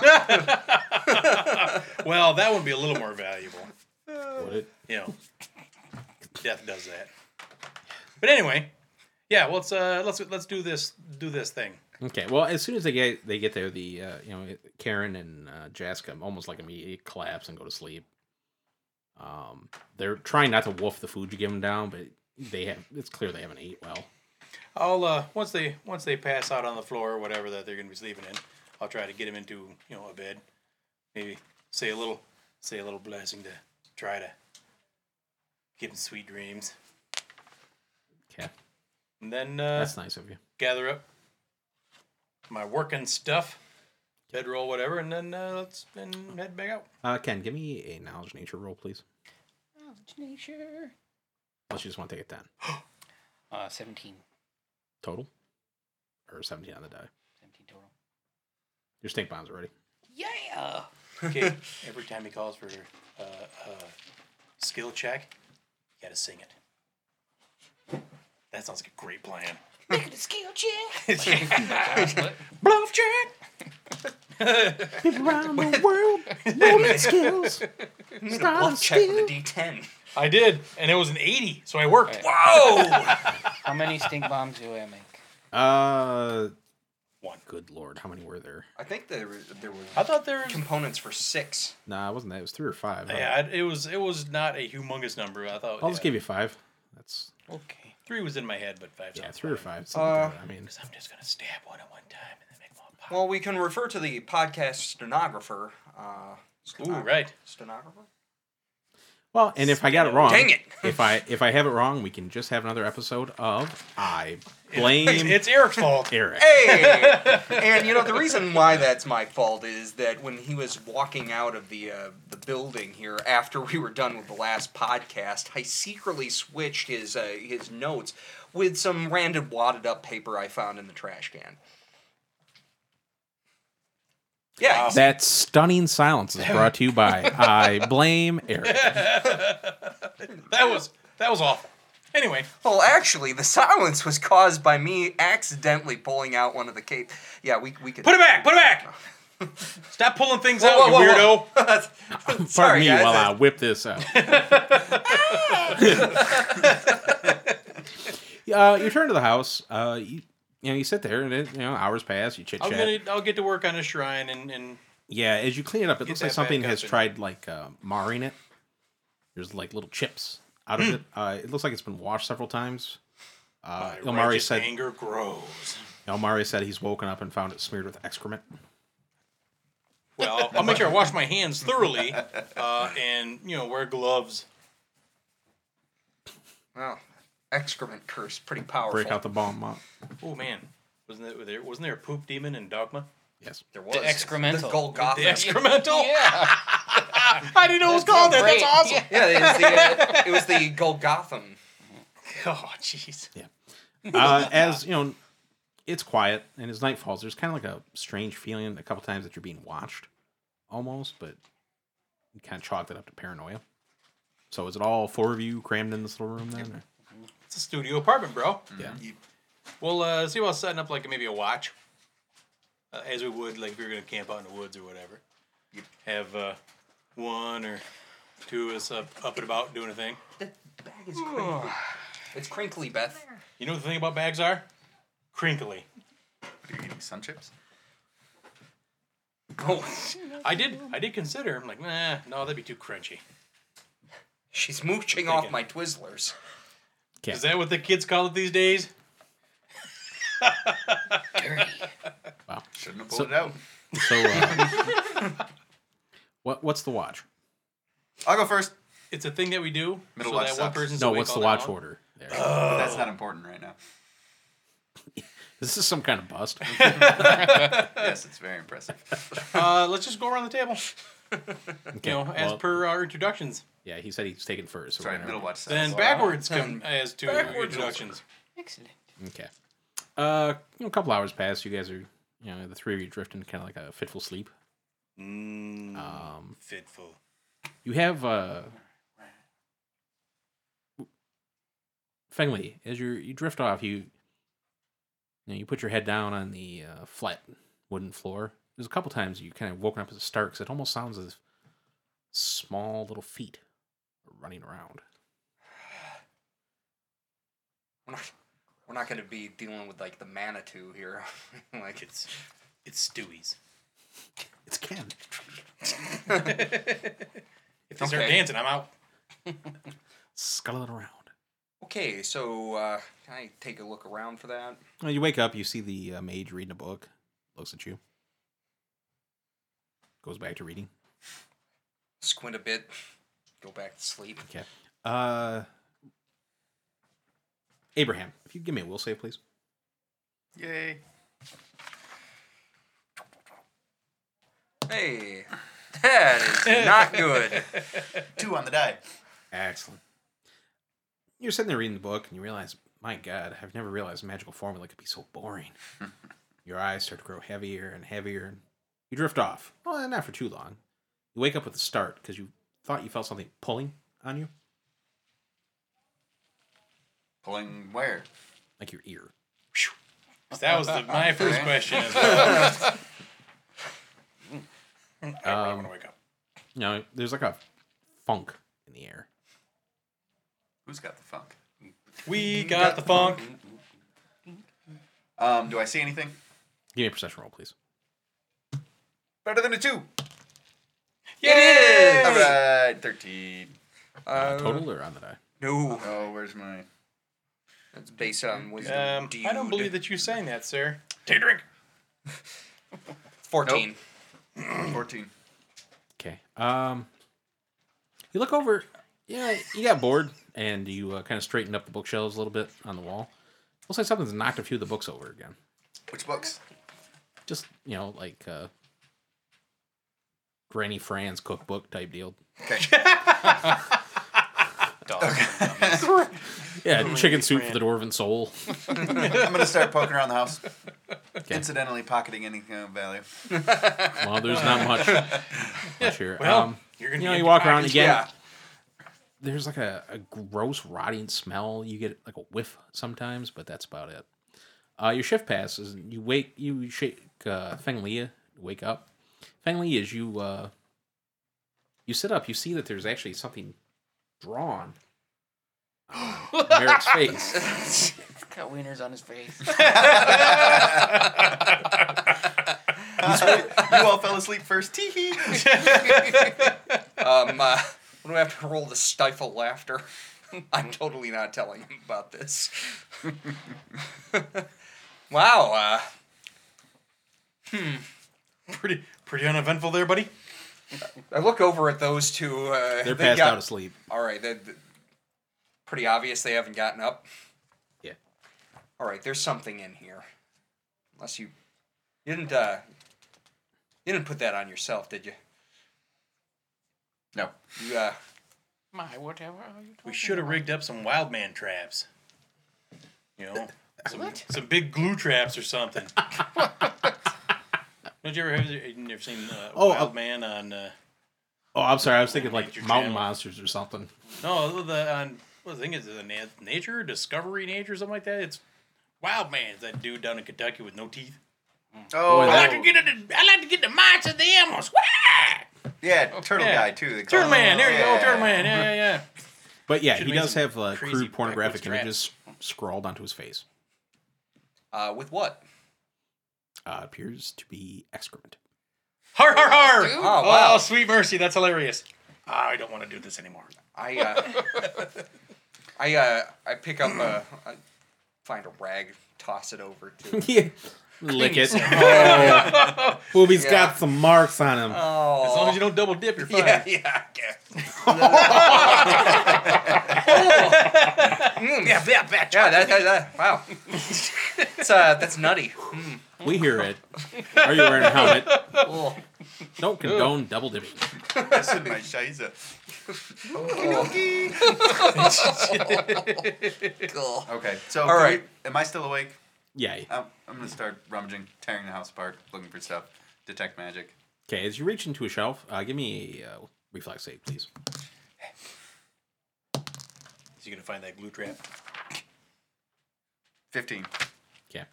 Speaker 4: Well, that would be a little more valuable.
Speaker 1: Would it?
Speaker 4: you know, death does that. But anyway, yeah, well, let's uh, let's let's do this do this thing.
Speaker 1: Okay. Well, as soon as they get they get there, the uh, you know Karen and uh, Jaska almost like immediately collapse and go to sleep. Um, they're trying not to wolf the food you give them down, but they have it's clear they haven't ate well.
Speaker 4: I'll uh, once they once they pass out on the floor or whatever that they're gonna be sleeping in, I'll try to get them into you know a bed, maybe say a little say a little blessing to try to give them sweet dreams,
Speaker 1: Okay,
Speaker 4: and then uh,
Speaker 1: that's nice of you.
Speaker 4: gather up my working stuff, bedroll whatever, and then uh, let's and head back out.
Speaker 1: Uh, Ken, give me a knowledge nature roll, please. Knowledge nature. Unless you just want to take a ten.
Speaker 2: Uh, 17.
Speaker 1: total, or seventeen on the die.
Speaker 2: 17 total.
Speaker 1: Your stink bombs are ready.
Speaker 2: Yeah.
Speaker 4: Okay. Every time he calls for a uh, uh, skill check, you gotta sing it. That sounds like a great plan.
Speaker 2: Making a skill check. What?
Speaker 4: Bluff check.
Speaker 1: Around the world, woman skills.
Speaker 5: Bluff check with a D10.
Speaker 4: I did, and it was an 80, so I worked.
Speaker 2: Right.
Speaker 5: Whoa!
Speaker 2: How many stink bombs do I make?
Speaker 1: Uh, one. Good lord, how many were there?
Speaker 5: I think there were, there
Speaker 4: I
Speaker 5: were
Speaker 4: thought there was.
Speaker 5: components for six.
Speaker 1: Nah, it wasn't that. It was three or five. huh?
Speaker 4: Yeah, I- it was it was not a humongous number. I thought
Speaker 1: I'll just
Speaker 4: yeah.
Speaker 1: give you five. That's
Speaker 2: Okay.
Speaker 4: three was in my head, but five.
Speaker 1: yeah,
Speaker 4: sounds
Speaker 1: three or
Speaker 4: fine.
Speaker 1: five. something like
Speaker 5: Uh,
Speaker 1: that. I mean,
Speaker 4: 'Cause I'm just gonna stab one at one time and then make one pop.
Speaker 5: Well, we can refer to the podcast stenographer. Uh,
Speaker 4: Ooh,
Speaker 5: stenographer.
Speaker 4: right.
Speaker 5: Stenographer?
Speaker 1: well, and if I got it wrong,
Speaker 5: Dang it.
Speaker 1: if I if I have it wrong, we can just have another episode of I blame
Speaker 4: It's Eric's fault.
Speaker 1: Eric.
Speaker 5: Hey! and you know the reason why that's my fault is that when he was walking out of the uh, the building here after we were done with the last podcast, I secretly switched his uh, his notes with some random wadded up paper I found in the trash can. Yeah, he's-
Speaker 1: That stunning silence is brought to you by I blame Eric.
Speaker 4: That was that was awful. Anyway,
Speaker 5: well, actually, the silence was caused by me accidentally pulling out one of the cape. Yeah, we we could
Speaker 4: put it back. Put it back. Stop pulling things out,
Speaker 5: Whoa,
Speaker 4: you
Speaker 5: whoa,
Speaker 4: weirdo.
Speaker 5: Pardon
Speaker 1: Pardon me while I whip this out. uh, you turn to the house. Uh, you, you know, you sit there, and it, you know, hours pass. You chit
Speaker 4: I'm
Speaker 1: chat.
Speaker 4: gonna I'll get to work on a shrine and and
Speaker 1: Yeah, as you clean it up, it
Speaker 4: Get
Speaker 1: looks like
Speaker 4: that
Speaker 1: something
Speaker 4: back
Speaker 1: has
Speaker 4: up and-
Speaker 1: tried like uh, marring it. There's like little chips out
Speaker 4: Hmm.
Speaker 1: of it. Uh, it looks like it's been washed several times. Uh,
Speaker 4: my
Speaker 1: Elmari
Speaker 4: righteous
Speaker 1: said.
Speaker 4: anger grows.
Speaker 1: Elmari said he's woken up and found it smeared with excrement.
Speaker 4: Well, I'll, I'll make sure I wash my hands thoroughly uh, and you know wear gloves.
Speaker 5: Wow, excrement curse, pretty powerful.
Speaker 1: Break out the bomb. Mop.
Speaker 4: Oh man, wasn't there- there wasn't there a poop demon in Dogma?
Speaker 1: Yes.
Speaker 5: There was
Speaker 2: excremental.
Speaker 5: The Golgotha.
Speaker 4: The excremental.
Speaker 2: Yeah.
Speaker 4: I didn't know it was called that. That's
Speaker 2: great.
Speaker 4: awesome.
Speaker 5: Yeah, it was the, uh, it was the Golgotham.
Speaker 4: Oh jeez.
Speaker 1: uh, as you know, it's quiet, and as night falls, there's kind of like a strange feeling a couple times that you're being watched, almost. But you kind of chalked it up to paranoia. So is it all four of you crammed in this little room then? or-
Speaker 4: It's a studio apartment, bro. Mm-hmm.
Speaker 1: Yeah.
Speaker 4: We'll uh, see about setting up like maybe a watch, uh, as we would like if we were gonna camp out in the woods or whatever. Have uh, one or two of us up up and about doing a thing.
Speaker 5: Bag is crinkly. It's crinkly, Beth.
Speaker 4: You know what the thing about bags are? Crinkly.
Speaker 3: What are you eating? Sun chips?
Speaker 5: Oh,
Speaker 4: I did I did consider. I'm like, nah, no, that'd be too crunchy.
Speaker 5: she's mooching off my Twizzlers.
Speaker 1: Yeah.
Speaker 4: Is that what the kids call it these days?
Speaker 3: Shouldn't have pulled it out.
Speaker 1: So uh, what what's the watch?
Speaker 3: I'll go first.
Speaker 4: It's a thing that we do.
Speaker 3: Middle
Speaker 4: so
Speaker 3: life
Speaker 4: that one
Speaker 3: sucks.
Speaker 4: person's
Speaker 1: No,
Speaker 4: awake
Speaker 1: what's
Speaker 4: all
Speaker 1: the
Speaker 4: night
Speaker 1: watch
Speaker 4: long.
Speaker 1: order? There.
Speaker 3: But That's not important right now.
Speaker 1: this is some kind of bust.
Speaker 3: Yes, it's very impressive.
Speaker 4: Uh, let's just go around the table.
Speaker 1: Okay,
Speaker 4: You know, as
Speaker 1: well,
Speaker 4: per our introductions.
Speaker 1: Yeah, he said he's taken first. so
Speaker 3: Sorry,
Speaker 1: whatever.
Speaker 3: middle watch. says.
Speaker 4: Then backwards come as to introductions.
Speaker 2: Excellent.
Speaker 1: Okay. Uh, you know, a couple hours pass. You guys are, you know, the three of you drifting kind of like a fitful sleep. Um,
Speaker 4: Fitful.
Speaker 1: You have uh Fengli, as you you drift off, you you, know, you put your head down on the uh, flat wooden floor. There's a couple times you kind of woken up as a start because it almost sounds as if small little feet are running around.
Speaker 5: We're not, we're not going to be dealing with like the Manitou here. like it's
Speaker 4: It's Stewie's.
Speaker 1: It's Ken.
Speaker 4: If they start
Speaker 5: Okay.
Speaker 4: dancing, I'm out.
Speaker 1: Scuttling around.
Speaker 5: okay. So uh, can I take a look around for that?
Speaker 1: Well, you wake up, you see the uh, mage reading a book, looks at you, goes back to reading.
Speaker 5: Squint a bit. Go back to sleep.
Speaker 1: Okay. Uh, Abraham, if you give me a will save, please.
Speaker 3: Yay.
Speaker 5: Hey, that is not good.
Speaker 3: Two on the die.
Speaker 1: Excellent. You're sitting there reading the book, and you realize, My God, I've never realized magical formula could be so boring. Your eyes start to grow heavier and heavier. and You drift off. Well, not for too long. You wake up with a start because you thought you felt something pulling on you,
Speaker 3: Pulling where?
Speaker 1: like your ear.
Speaker 4: 'Cause That was the, my first
Speaker 3: Okay.
Speaker 4: question. uh, as well. I don't
Speaker 1: Um,
Speaker 4: want to wake up.
Speaker 1: You know, there's like a funk in the air.
Speaker 3: Who's got the funk?
Speaker 4: We got the funk.
Speaker 3: Um, do I see anything?
Speaker 1: Give me a perception roll, please.
Speaker 3: Better than a two.
Speaker 4: Yay!
Speaker 3: All right, thirteen.
Speaker 1: Uh,
Speaker 5: Uh,
Speaker 1: total or on the die?
Speaker 5: No,
Speaker 3: Oh, where's my?
Speaker 5: that's based on wisdom.
Speaker 4: Um, I don't
Speaker 5: dude.
Speaker 4: believe that you sang that, sir. Take a drink.
Speaker 5: Fourteen.
Speaker 3: Fourteen.
Speaker 1: Okay. Um, you look over. Yeah, you got bored and you uh, kind of straightened up the bookshelves a little bit on the wall. Looks like something's knocked a few of the books over again.
Speaker 3: Which books?
Speaker 1: Just you know, like uh, Granny Fran's cookbook type deal.
Speaker 2: Dogs.
Speaker 1: Yeah, chicken soup for the dwarven soul.
Speaker 3: I'm gonna start poking around the house.
Speaker 1: Okay.
Speaker 3: Incidentally, pocketing anything of value.
Speaker 1: Well, there's not much, much here.
Speaker 4: Well,
Speaker 1: um,
Speaker 4: you're
Speaker 1: you
Speaker 4: gonna.
Speaker 1: know,
Speaker 4: be
Speaker 1: you
Speaker 4: in
Speaker 1: walk around
Speaker 4: pockets.
Speaker 1: again.
Speaker 5: Yeah.
Speaker 1: There's like a, a gross rotting smell. You get like a whiff sometimes, but that's about it. Uh, your shift passes. You wake. You shake uh, Feng Lia. Wake up. Feng Lia, as you uh, you sit up, you see that there's actually something drawn on Merrick's face.
Speaker 6: He's got wieners on his face.
Speaker 3: you all fell asleep first. Tee hee.
Speaker 5: Um, uh, what do I have to roll to stifle laughter? I'm totally not telling him about this. wow. Uh,
Speaker 4: Pretty, pretty uneventful there, buddy.
Speaker 5: I look over at those two. Uh,
Speaker 1: They're
Speaker 5: they
Speaker 1: passed
Speaker 5: got-
Speaker 1: out asleep.
Speaker 5: All right. They're, they're pretty obvious they haven't gotten up.
Speaker 1: Yeah.
Speaker 5: All right. There's something in here. Unless you, you didn't. Uh, you didn't put that on yourself, did you?
Speaker 3: No.
Speaker 5: You. Uh,
Speaker 6: My, whatever are you talking
Speaker 4: We should have
Speaker 6: about?
Speaker 4: rigged up some wild man traps. You know, some, some big glue traps or something. Don't you ever have you never seen uh,
Speaker 1: Oh,
Speaker 4: Wild
Speaker 1: uh,
Speaker 4: Man on uh,
Speaker 1: Oh, I'm sorry. I was thinking like
Speaker 4: Nature
Speaker 1: mountain
Speaker 4: Channel.
Speaker 1: monsters or something.
Speaker 4: no the on what the thing is the na- nature Discovery Nature something like that. It's Wild Man. It's that dude down in Kentucky with no teeth.
Speaker 3: Oh,
Speaker 1: Boy,
Speaker 4: I like
Speaker 1: that-
Speaker 4: to get the I like to get the minds of the animals. Wah!
Speaker 3: yeah, turtle
Speaker 4: Yeah.
Speaker 3: guy too. they call
Speaker 4: Turtle
Speaker 3: him.
Speaker 4: Man. There you
Speaker 3: Oh, Yeah.
Speaker 4: go, Turtle Man. Yeah, yeah, yeah.
Speaker 1: But yeah,
Speaker 4: Should've
Speaker 1: he
Speaker 4: made
Speaker 1: does
Speaker 4: some
Speaker 1: have uh,
Speaker 4: crazy
Speaker 1: crude pornographic
Speaker 4: backwards
Speaker 1: images scrawled onto his face.
Speaker 5: uh, with what?
Speaker 1: Uh, appears to be excrement.
Speaker 4: Har har har!
Speaker 6: Dude.
Speaker 5: Oh,
Speaker 4: Oh,
Speaker 5: wow.
Speaker 4: sweet mercy, that's hilarious. I don't want to do this anymore.
Speaker 5: I uh, I uh, I pick up a, I find a rag, toss it over to.
Speaker 1: yeah. Lick it. Booby's
Speaker 5: Yeah.
Speaker 1: got some marks on him.
Speaker 5: Oh.
Speaker 4: As long as you don't double dip, you're fine.
Speaker 5: yeah, yeah, I guess.
Speaker 4: yeah, yeah, yeah.
Speaker 5: yeah. That, that, that, wow, that's uh, that's nutty.
Speaker 1: we hear it. Are you wearing a helmet?
Speaker 5: Cool.
Speaker 1: Don't condone double dipping.
Speaker 3: That's in my shiza.
Speaker 6: Cool.
Speaker 3: Okay, so
Speaker 5: All
Speaker 3: can
Speaker 5: right.
Speaker 3: we- am I still awake?
Speaker 1: Yeah.
Speaker 3: I'm, I'm gonna start rummaging, tearing the house apart, looking for stuff, detect magic.
Speaker 1: Okay, as you reach into a shelf, uh, give me a uh, reflex save, please.
Speaker 4: Is he gonna find that glue trap?
Speaker 3: Fifteen.
Speaker 1: Okay.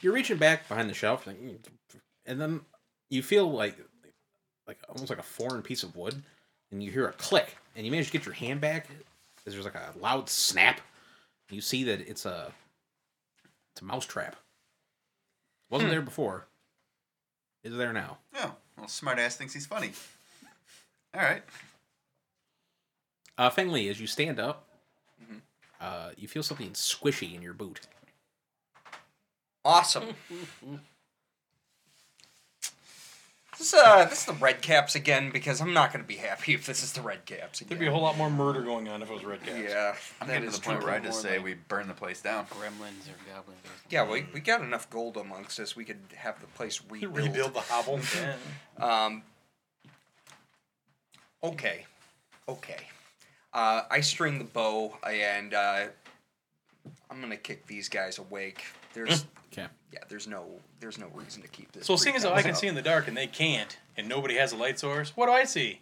Speaker 1: You're reaching back behind the shelf, like, mm, and then you feel like, like almost like a foreign piece of wood, and you hear a click, and you manage to get your hand back. As there's like a loud snap, you see that it's a, it's a mouse trap. Wasn't
Speaker 3: Hmm.
Speaker 1: there before. Is there now?
Speaker 3: Oh, well, smartass thinks he's funny. All right.
Speaker 1: Uh, Feng Li, as you stand up,
Speaker 3: Mm-hmm.
Speaker 1: uh, you feel something squishy in your boot.
Speaker 5: Awesome. This uh, this is the red caps again because I'm not gonna be happy if this is the red caps again.
Speaker 4: There'd be a whole lot more murder going on if it was red caps.
Speaker 5: yeah,
Speaker 3: I'm
Speaker 5: that
Speaker 3: getting to
Speaker 5: is
Speaker 3: the point
Speaker 5: true.
Speaker 3: where I
Speaker 6: more
Speaker 3: just say
Speaker 6: like-
Speaker 3: we burn the place down.
Speaker 6: Gremlins or goblins. Or something.
Speaker 5: Yeah, we, we got enough gold amongst us. We could have the place rebuilt.
Speaker 4: Rebuild the hovel.
Speaker 5: Um, okay, okay. Uh, I string the bow and uh, I'm gonna kick these guys awake. There's
Speaker 1: Okay.
Speaker 5: yeah, there's no there's no reason to keep this.
Speaker 4: So seeing as though I can
Speaker 5: pretense
Speaker 4: see
Speaker 5: up.
Speaker 4: in the dark and they can't, and nobody has a light source, what do I see?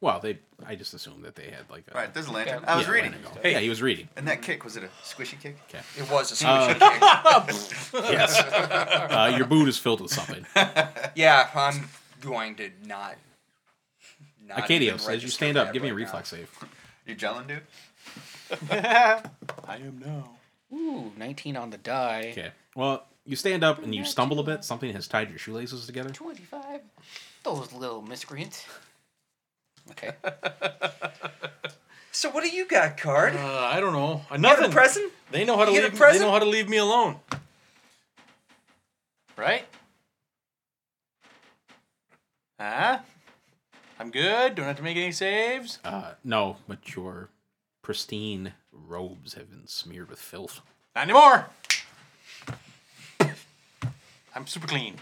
Speaker 1: Well, they. I just assumed that they had like a.
Speaker 3: Right, there's a lantern.
Speaker 2: Yeah.
Speaker 3: I was
Speaker 1: yeah,
Speaker 3: reading.
Speaker 1: like a-
Speaker 4: Hey.
Speaker 1: Yeah, he was reading.
Speaker 3: And that kick, was it a squishy kick?
Speaker 5: it was a
Speaker 1: Uh.
Speaker 5: squishy
Speaker 1: Yes. uh, your boot is filled with something.
Speaker 5: kick. Yeah, I'm going to not. not even
Speaker 1: Acadios, as
Speaker 5: register
Speaker 1: you stand up,
Speaker 5: that
Speaker 1: give me a
Speaker 4: uh,
Speaker 5: right now.
Speaker 1: reflex save.
Speaker 3: You gelling, dude?
Speaker 4: I am now.
Speaker 2: Ooh, 19 on the die.
Speaker 1: Okay. Well, you stand up and you stumble a bit. Something has tied your shoelaces together.
Speaker 2: 25. Those little miscreants. Okay.
Speaker 5: So what do you got, card?
Speaker 4: Uh, I don't know. Uh,
Speaker 5: you got a
Speaker 4: Nothing.
Speaker 5: present?
Speaker 4: They know how to
Speaker 5: You get a
Speaker 4: leave. They
Speaker 5: present?
Speaker 4: know how to leave me alone.
Speaker 2: right?
Speaker 4: Huh? I'm good. Don't have to make any saves.
Speaker 1: Uh, no, but your pristine robes have been smeared with filth.
Speaker 4: Not anymore. I'm super clean.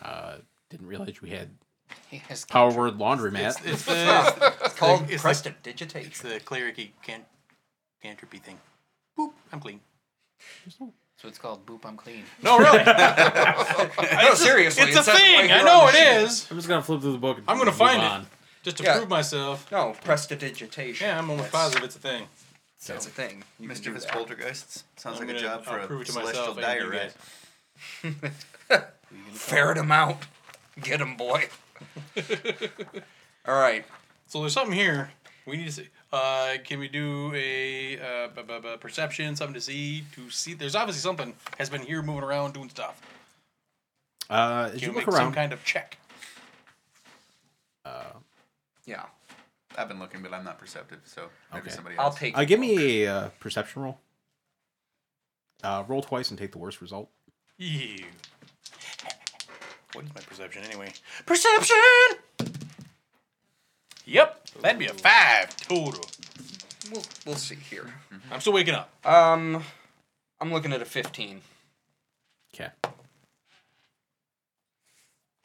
Speaker 1: Uh, didn't realize we had
Speaker 2: He has
Speaker 1: power word laundromat.
Speaker 4: It's the
Speaker 5: It's called
Speaker 4: it's like- it's
Speaker 5: prestidigitation.
Speaker 4: the cleric can cantripy thing. Boop. I'm clean.
Speaker 2: That's what it's called. Boop, I'm clean.
Speaker 4: No, really.
Speaker 5: No, seriously,
Speaker 4: it's a
Speaker 5: says right
Speaker 4: thing.
Speaker 5: here
Speaker 4: I
Speaker 5: on
Speaker 4: know
Speaker 5: the
Speaker 4: it
Speaker 5: sheet.
Speaker 4: is.
Speaker 1: I'm just gonna flip through the book. And
Speaker 4: I'm gonna
Speaker 1: move
Speaker 4: find
Speaker 1: on.
Speaker 4: it just to
Speaker 5: Yeah.
Speaker 4: prove mystiff.
Speaker 5: No, prestidigitation.
Speaker 4: Yeah, I'm almost
Speaker 5: That's-
Speaker 4: positive it's a thing.
Speaker 5: That's a thing. You can do
Speaker 3: Mischievous
Speaker 5: that.
Speaker 3: poltergeists? Sounds
Speaker 4: I'm
Speaker 3: like a
Speaker 4: gonna-
Speaker 3: job for
Speaker 4: I'll prove
Speaker 3: a
Speaker 4: it to
Speaker 3: celestial
Speaker 4: myself and you
Speaker 3: diorite.
Speaker 4: guys.
Speaker 5: Ferret him out. Get him, boy. All right.
Speaker 4: So there's something here. We need to see. Uh, can we do a uh, b- b- b- perception, something to see, to see? There's obviously something has been here moving around doing stuff.
Speaker 1: Uh, as
Speaker 4: Can
Speaker 1: you
Speaker 4: we make
Speaker 1: look around,
Speaker 4: some kind of check?
Speaker 5: Yeah.
Speaker 3: I've been looking, but I'm not perceptive, so maybe
Speaker 1: Okay.
Speaker 3: somebody
Speaker 5: I'll
Speaker 3: else.
Speaker 5: take
Speaker 1: uh,
Speaker 5: the
Speaker 1: give
Speaker 5: book.
Speaker 1: me a uh, perception roll. Uh, roll twice and take the worst result.
Speaker 4: Ew. What is my perception anyway? Perception! Yep, that'd be a five total.
Speaker 5: We'll, we'll see here.
Speaker 4: I'm still waking up.
Speaker 5: Um, I'm looking at a 15.
Speaker 1: Okay.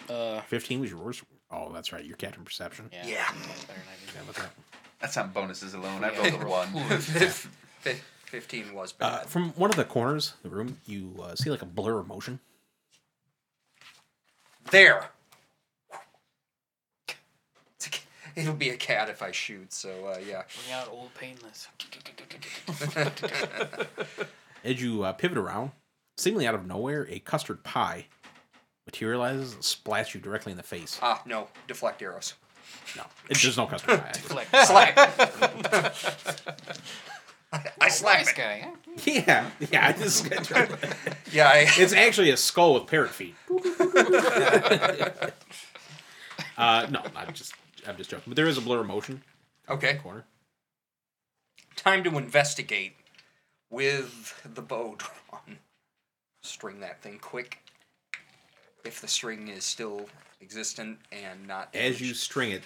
Speaker 2: Uh,
Speaker 1: 15 was your worst. Oh, that's right. Your captain perception.
Speaker 2: yeah.
Speaker 5: Yeah.
Speaker 2: that's better than I did.
Speaker 1: Yeah, what's that?
Speaker 3: That's on bonuses alone.
Speaker 2: Yeah,
Speaker 3: I rolled a
Speaker 2: we're
Speaker 3: one.
Speaker 2: fools.
Speaker 5: Fif- fif- 15 was
Speaker 1: Uh,
Speaker 5: bad.
Speaker 1: from one of the corners of the room, you uh, see like a blur of motion.
Speaker 5: there. It's a ca- It'll be a cat if I shoot, so uh, yeah.
Speaker 2: Bring out old painless.
Speaker 1: As you uh, pivot around, seemingly out of nowhere, a custard pie materializes and splats you directly in the face.
Speaker 5: Ah, no. Deflect arrows.
Speaker 1: No, it, there's no custard pie. actually.
Speaker 2: Like, Oh,
Speaker 5: Slap. I- I slap
Speaker 2: nice
Speaker 5: it.
Speaker 2: guy. huh?
Speaker 1: yeah, yeah. I just, it's
Speaker 5: Yeah, I,
Speaker 1: actually a skull with parrot feet. uh, no, I'm just, I'm just joking. But there is a blur of motion in
Speaker 5: okay.
Speaker 1: the corner.
Speaker 5: Time to investigate with the bow drawn. String that thing quick. If the string is still existent and not
Speaker 1: As
Speaker 5: damaged,
Speaker 1: you string it,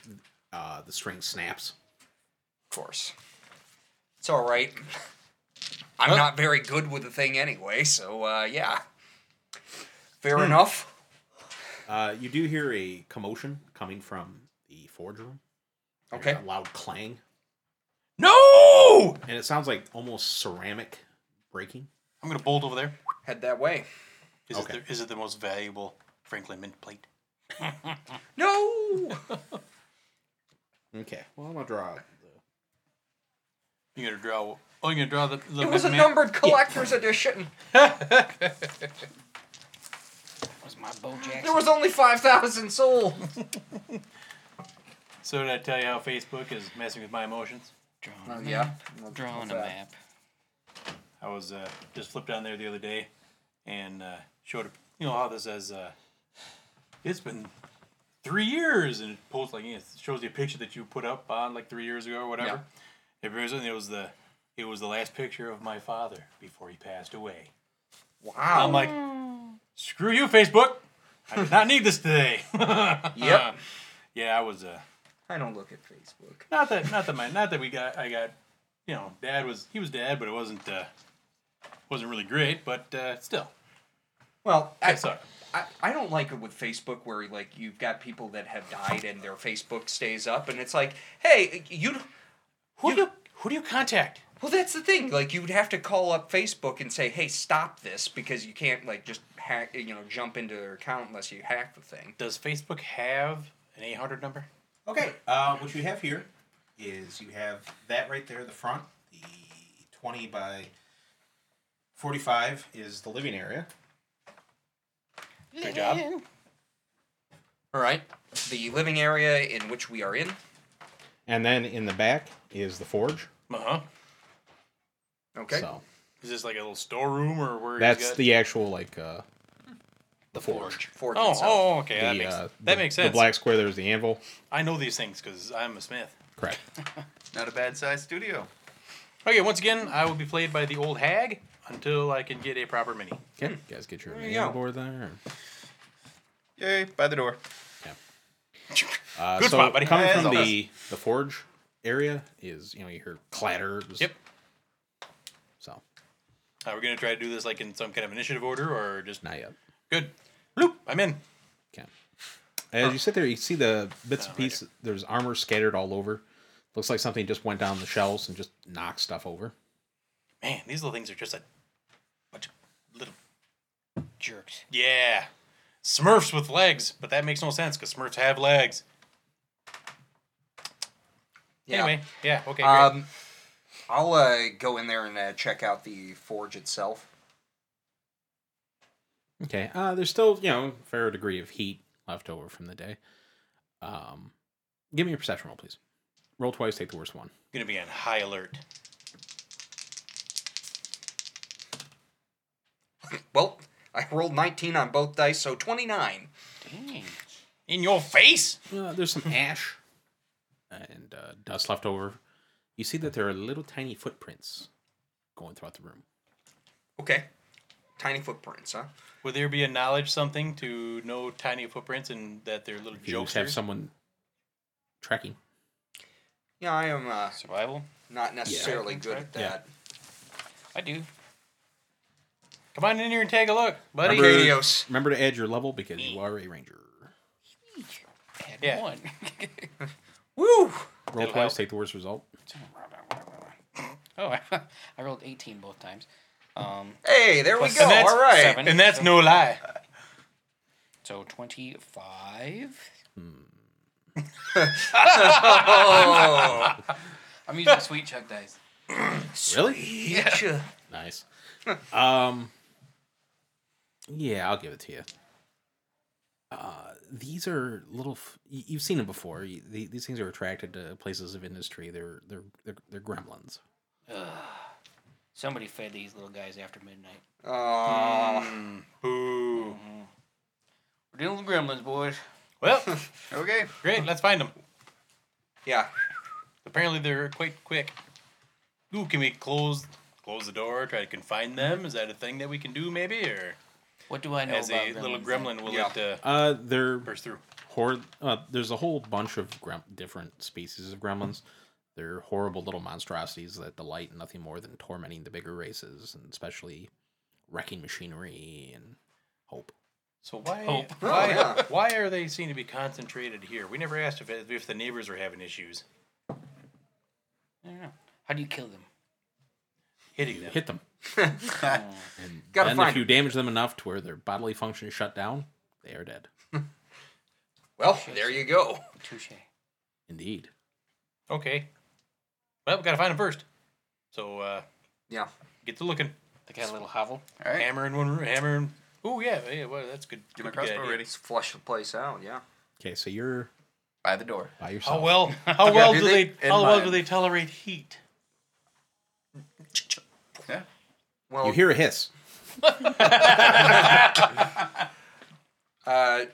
Speaker 1: uh, the string snaps.
Speaker 5: of course. It's all right. I'm not very good with the thing anyway, so uh, yeah. Fair enough.
Speaker 1: Uh, you do hear a commotion coming from the forge room. There's
Speaker 5: Okay.
Speaker 1: A loud clang,
Speaker 4: No!
Speaker 1: and it sounds like almost ceramic breaking.
Speaker 4: I'm gonna bolt over there.
Speaker 5: Head that way.
Speaker 4: Is,
Speaker 1: Okay.
Speaker 4: it, the, is it the most valuable Franklin mint plate?
Speaker 5: No.
Speaker 1: Okay. Well, I'm gonna draw.
Speaker 4: You're gonna draw. Oh, you're gonna draw the. the
Speaker 5: it was a
Speaker 4: mint-
Speaker 5: numbered collector's edition.
Speaker 2: Was my Bo Jackson?
Speaker 5: There was only five thousand sold.
Speaker 4: So did I tell you how Facebook is messing with my emotions?
Speaker 2: drawing. a
Speaker 5: yeah.
Speaker 2: map. Drawing a map.
Speaker 4: I was uh, just flipped down there the other day and uh, showed it. You know how this says, uh, it's been three years, and it posts like it shows you a picture that you put up on like three years ago or whatever. It was- It was the it was the last picture of my father before he passed away.
Speaker 5: Wow.
Speaker 4: I'm like, screw you, Facebook. I did not need this today.
Speaker 5: Yep.
Speaker 4: yeah, I was. Uh,
Speaker 5: I don't look at Facebook.
Speaker 4: not that not that my not that we got I got you know dad was he was dad but it wasn't uh wasn't really great but uh still
Speaker 5: Well,
Speaker 4: I
Speaker 5: I,
Speaker 4: suck.
Speaker 5: I, I don't like it with Facebook where like you've got people that have died and their Facebook stays up and it's like, hey, you,
Speaker 4: Who do you who do you contact?
Speaker 5: Well, that's the thing. Like, you would have to call up Facebook and say, "Hey, stop this," because you can't like just hack, you know, jump into their account unless you hack the thing.
Speaker 4: Does Facebook have an 800 number?
Speaker 1: Okay, uh, what you have here is you have that right there, the front, the 20 by 45 is the living area.
Speaker 4: Good job.
Speaker 5: All right, the living area in which we are in.
Speaker 1: And then in the back is the forge.
Speaker 4: Uh huh.
Speaker 5: Okay.
Speaker 1: So
Speaker 4: Is this like a little storeroom or where? he's
Speaker 1: that's
Speaker 4: got-
Speaker 1: the actual, like, uh, the forge.
Speaker 5: Forge
Speaker 4: Oh,
Speaker 5: itself.
Speaker 4: oh, okay. that
Speaker 1: The,
Speaker 4: makes
Speaker 1: uh,
Speaker 4: that
Speaker 1: the-
Speaker 4: makes sense.
Speaker 1: The black square there is the anvil.
Speaker 4: I know these things because I'm a smith.
Speaker 1: Correct.
Speaker 3: Not a bad sized studio.
Speaker 4: Okay, once again, I will be played by the old hag until I can get a proper mini.
Speaker 1: Okay, you guys get your
Speaker 5: There you
Speaker 1: man
Speaker 5: go.
Speaker 1: board there.
Speaker 3: Yay, by the door.
Speaker 1: Uh,
Speaker 4: Good
Speaker 1: so
Speaker 4: spot, buddy.
Speaker 1: Coming
Speaker 3: Yeah,
Speaker 1: from
Speaker 3: that's
Speaker 1: the the forge area is you know you hear clatters.
Speaker 4: Yep.
Speaker 1: So
Speaker 4: Are we gonna try to do this like in some kind of initiative order or just
Speaker 1: not yet.
Speaker 4: good? Bloop, I'm in.
Speaker 1: Okay. As you sit there, you see the bits
Speaker 4: Oh,
Speaker 1: and
Speaker 4: right
Speaker 1: pieces. There's armor scattered all over. Looks like something just went down the shelves and just knocked stuff over.
Speaker 4: Man, these little things are just a bunch of little
Speaker 5: jerks.
Speaker 4: yeah Smurfs with legs, but that makes no sense because Smurfs have legs.
Speaker 5: Yeah.
Speaker 4: Anyway, yeah, okay, great.
Speaker 5: Um, I'll uh, go in there and uh, check out the forge itself.
Speaker 1: Okay. Uh, there's still you know a fair degree of heat left over from the day. Um, give me your perception roll, please. Roll twice, take the worst one.
Speaker 4: gonna be on high alert.
Speaker 5: Well, I rolled 19 on both dice, so 29.
Speaker 2: Dang.
Speaker 4: In your face.
Speaker 1: Uh, there's some ash and uh, dust left over. You see that there are little tiny footprints going throughout the room.
Speaker 5: Okay. Tiny footprints, huh?
Speaker 4: Would there be a knowledge something to know tiny footprints and that they're little
Speaker 1: You just
Speaker 4: jokes?
Speaker 1: have someone tracking.
Speaker 5: Yeah, I am uh,
Speaker 4: survival?
Speaker 5: not necessarily
Speaker 2: Yeah.
Speaker 5: good at
Speaker 1: Yeah.
Speaker 5: that.
Speaker 2: I do.
Speaker 4: Come on in here and take a look, buddy.
Speaker 1: Remember-
Speaker 5: Adios.
Speaker 1: Remember to add your level because you are a ranger.
Speaker 2: I had
Speaker 4: Yeah.
Speaker 2: one.
Speaker 5: Woo!
Speaker 1: Roll
Speaker 4: It'll
Speaker 1: twice,
Speaker 4: help.
Speaker 1: take the worst result.
Speaker 2: oh, I, I rolled 18 both times. Um,
Speaker 5: Hey, there we
Speaker 2: Plus-
Speaker 5: go.
Speaker 4: And that's
Speaker 5: All right.
Speaker 2: seven.
Speaker 4: And that's no lie.
Speaker 2: so 25.
Speaker 5: Oh,
Speaker 6: I'm using sweet chuck dice.
Speaker 1: Really?
Speaker 5: getcha.
Speaker 1: Nice. um. Yeah, I'll give it to you. Uh, these are little. F- y- you've seen them before. You, the- these things are attracted to places of industry. They're they're they're, they're gremlins.
Speaker 2: Somebody fed these little guys after midnight.
Speaker 5: Oh.
Speaker 1: Hmm.
Speaker 4: Boo.
Speaker 2: We're dealing with gremlins, boys.
Speaker 4: Well,
Speaker 3: Okay.
Speaker 4: great. Let's find them.
Speaker 5: Yeah.
Speaker 4: Apparently they're quite quick. Ooh, can we close close the door? Try to confine them. Is that a thing that we can do? Maybe or
Speaker 2: What do I know
Speaker 4: as
Speaker 2: about
Speaker 4: a little
Speaker 2: gremlins
Speaker 4: gremlin,
Speaker 2: then?
Speaker 4: will
Speaker 5: Yeah.
Speaker 4: it uh,
Speaker 1: Uh, they're
Speaker 4: burst through?
Speaker 1: hor- uh, there's a whole bunch of grem- different species of gremlins. They're horrible little monstrosities that delight in nothing more than tormenting the bigger races, and especially wrecking machinery and hope.
Speaker 4: So why
Speaker 2: Oh.
Speaker 4: why,
Speaker 5: Oh, yeah.
Speaker 4: why are they seem to be concentrated here? We never asked if if the neighbors are having issues
Speaker 2: I don't know. How do you kill them?
Speaker 4: hitting
Speaker 1: You
Speaker 4: them.
Speaker 1: hit them,
Speaker 2: Oh,
Speaker 1: and
Speaker 5: Gotta
Speaker 1: then
Speaker 5: find
Speaker 1: if you
Speaker 5: 'em.
Speaker 1: damage them enough to where their bodily function is shut down, they are dead.
Speaker 5: Well, there you go.
Speaker 2: Touche.
Speaker 1: Indeed.
Speaker 4: Okay. Well, we gotta find them first. So uh,
Speaker 5: Yeah.
Speaker 4: get to looking.
Speaker 2: They got a little hovel.
Speaker 3: All right.
Speaker 4: Hammer in one room. Hammer. In... Oh yeah, yeah. Well, that's good.
Speaker 3: Get my
Speaker 4: good idea.
Speaker 3: crossbow ready.
Speaker 5: Let's flush the place out, yeah.
Speaker 1: Okay, so you're
Speaker 3: By the door.
Speaker 1: by
Speaker 4: How
Speaker 1: yourself.
Speaker 4: well? How well
Speaker 3: do
Speaker 4: do they?
Speaker 3: they-
Speaker 4: How
Speaker 3: in
Speaker 4: well
Speaker 3: my-
Speaker 4: do they tolerate heat?
Speaker 3: Yeah.
Speaker 5: Well,
Speaker 1: You hear a hiss.
Speaker 5: Uh,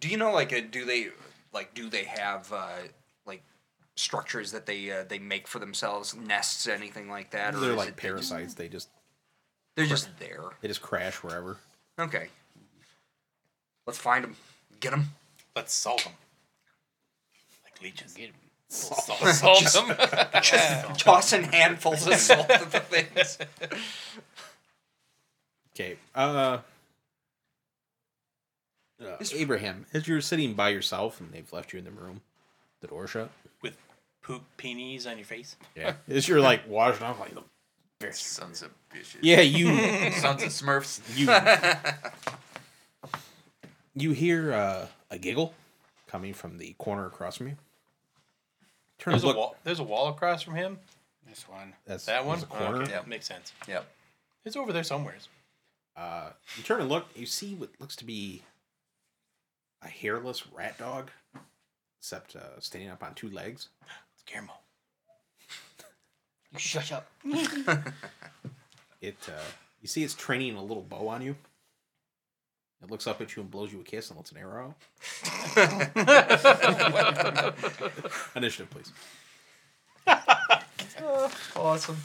Speaker 5: do you know like uh, do they like do they have uh, like structures that they uh, they make for themselves nests anything like that
Speaker 1: They're
Speaker 5: is
Speaker 1: like
Speaker 5: it they just-
Speaker 1: parasites. They just
Speaker 5: they're just there
Speaker 1: they just crash wherever.
Speaker 5: okay let's find them get them
Speaker 4: Let's salt them. Like leeches.
Speaker 2: Get 'em.
Speaker 4: Salt, salt 'em.
Speaker 5: tossing handfuls of salt at the things
Speaker 1: Okay. Uh, uh, Abraham, as you're sitting by yourself and they've left you in the room, the door shut.
Speaker 4: With poop peonies on your face.
Speaker 1: Yeah. It's you're like washing off like the
Speaker 3: Sons of bitches.
Speaker 1: Yeah, you
Speaker 3: Sons of Smurfs.
Speaker 1: you you hear uh, a giggle coming from the corner across from you. Turn
Speaker 4: There's
Speaker 1: and
Speaker 4: a
Speaker 1: look.
Speaker 4: wall. There's a wall across from him.
Speaker 2: This one.
Speaker 1: That's
Speaker 4: That one.
Speaker 1: there's a corner.
Speaker 4: Okay,
Speaker 3: Yep.
Speaker 4: makes sense.
Speaker 3: Yep.
Speaker 4: It's over there somewhere.
Speaker 1: Uh, you turn and look. You see what looks to be a hairless rat dog, except uh, standing up on two legs.
Speaker 4: It's Guillermo.
Speaker 2: You shut up.
Speaker 1: It uh, you see it's training a little bow on you. It looks up at you and blows you a kiss and lets an arrow. out. Initiative, please.
Speaker 5: Awesome.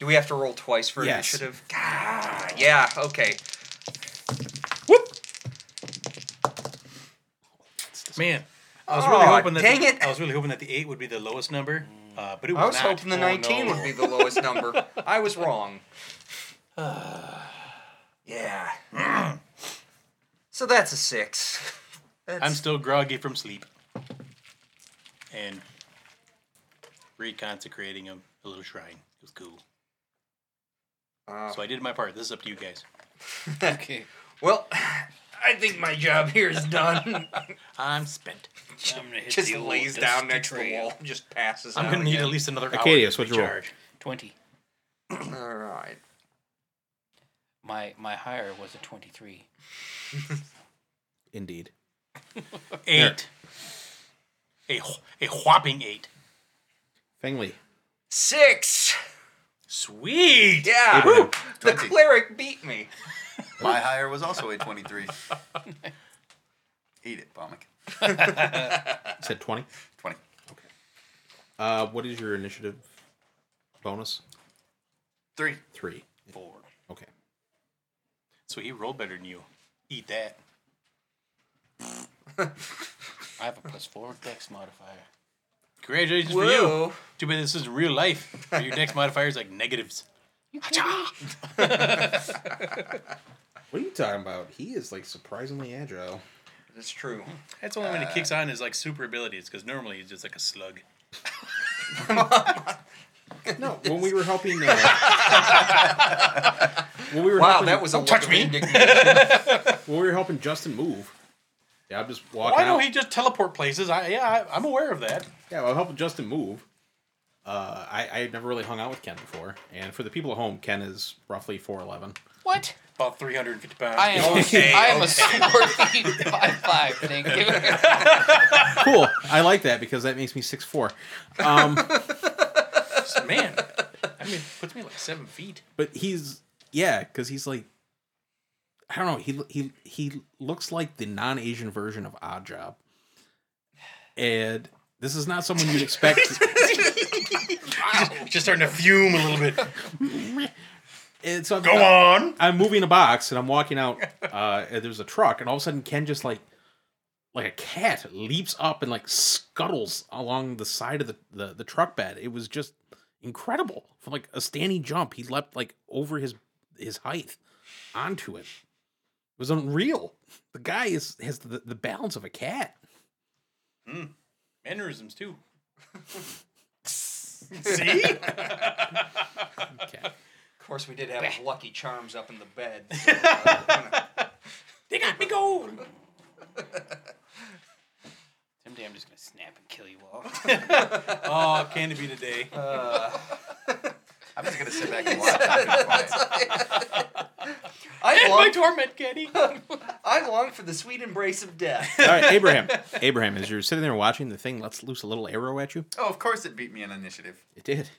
Speaker 5: Do we have to roll twice for
Speaker 1: Yes.
Speaker 5: initiative? God, yeah, okay.
Speaker 4: Man, Oh, I was
Speaker 5: Aw,
Speaker 4: really hoping that.
Speaker 5: dang
Speaker 4: the-
Speaker 5: it.
Speaker 4: I was really hoping that the eight would be the lowest number, uh, but it was
Speaker 5: I was
Speaker 4: not.
Speaker 5: hoping the 19 would be the lowest number. I was wrong. yeah. so that's a six. That's,
Speaker 4: I'm still groggy from sleep, and reconsecrating a, a little shrine. It was cool.
Speaker 5: Uh,
Speaker 4: So I did my part. This is up to you guys.
Speaker 2: Okay.
Speaker 5: well, I think my job here is done.
Speaker 4: I'm spent.
Speaker 2: I'm gonna hit
Speaker 5: just
Speaker 2: the old
Speaker 5: lays down
Speaker 2: dusty
Speaker 5: next to the
Speaker 2: trail.
Speaker 5: wall, just passes
Speaker 4: I'm
Speaker 5: out
Speaker 4: gonna need
Speaker 5: again.
Speaker 4: at least another hour
Speaker 1: Acadius,
Speaker 4: to
Speaker 1: what'd you roll?
Speaker 4: recharge.
Speaker 2: Twenty.
Speaker 5: All right.
Speaker 2: My my higher was a twenty-three.
Speaker 1: Indeed.
Speaker 4: Eight. A, wh- a whopping eight.
Speaker 1: Fengli,
Speaker 5: Six.
Speaker 4: Sweet.
Speaker 5: Yeah.
Speaker 1: Abraham.
Speaker 5: The
Speaker 3: 20.
Speaker 5: cleric beat me.
Speaker 3: My hire was also a 23. Eat it, Bombic.
Speaker 1: said twenty.
Speaker 3: 20.
Speaker 1: Uh, what is your initiative bonus?
Speaker 3: Three.
Speaker 1: Three.
Speaker 4: Four.
Speaker 1: Okay.
Speaker 4: So he rolled better than you. Eat that.
Speaker 2: I have a plus four dex modifier.
Speaker 4: Congratulations for you.
Speaker 5: Whoa.
Speaker 4: Too bad this is real life. where Your dex modifier is like negatives.
Speaker 1: What are you talking about? He is like surprisingly agile.
Speaker 5: That's true.
Speaker 4: That's only when he kicks on his like super abilities, because normally he's just like a slug.
Speaker 1: No, when we were helping. Uh, when we were
Speaker 5: Wow,
Speaker 1: helping,
Speaker 5: that was a
Speaker 4: touch
Speaker 5: look of
Speaker 4: me.
Speaker 5: indignation.
Speaker 1: when we were helping Justin move. Yeah, I'm just walking.
Speaker 4: Why
Speaker 1: out.
Speaker 4: don't he just teleport places? I yeah, I, I'm aware of that.
Speaker 1: Yeah, well, helping Justin move. Uh, I I had never really hung out with Ken before, and for the people at home, Ken is roughly four eleven.
Speaker 2: What?
Speaker 4: About 350 pounds.
Speaker 2: I am.
Speaker 5: Okay,
Speaker 2: I am a swarthy five five. Thank you.
Speaker 1: Cool, I like that because that makes me six four. Um,
Speaker 4: man. I mean, puts me like seven feet.
Speaker 1: but he's yeah, because he's like, I don't know. He he he looks like the non Asian version of Odd Job, and this is not someone you'd expect.
Speaker 4: Just starting to fume a little bit.
Speaker 1: and so I'm,
Speaker 4: Go on.
Speaker 1: I'm moving a box and I'm walking out. Uh, and there's a truck, and all of a sudden Ken just like, like a cat, leaps up and like scuttles along the side of the the, the truck bed. It was just incredible. From like a standing jump, he leapt like over his his height onto it. It was unreal. The guy is has the, the balance of a cat.
Speaker 4: Mannerisms too.
Speaker 1: Okay.
Speaker 5: Of course, we did have Lucky Charms up in the bed. so, uh, kinda-
Speaker 4: They got me gold.
Speaker 2: Someday I'm just gonna snap and kill you all.
Speaker 4: Oh, can it be today?
Speaker 3: I'm just going to sit back and watch. and be quiet.
Speaker 5: I, long,
Speaker 4: torment, Kenny.
Speaker 5: I long for the sweet embrace of death.
Speaker 1: All right, Abraham. Abraham, as you're sitting there watching the thing, lets loose a little arrow at you.
Speaker 3: Oh, of course it beat me in initiative.
Speaker 1: It did.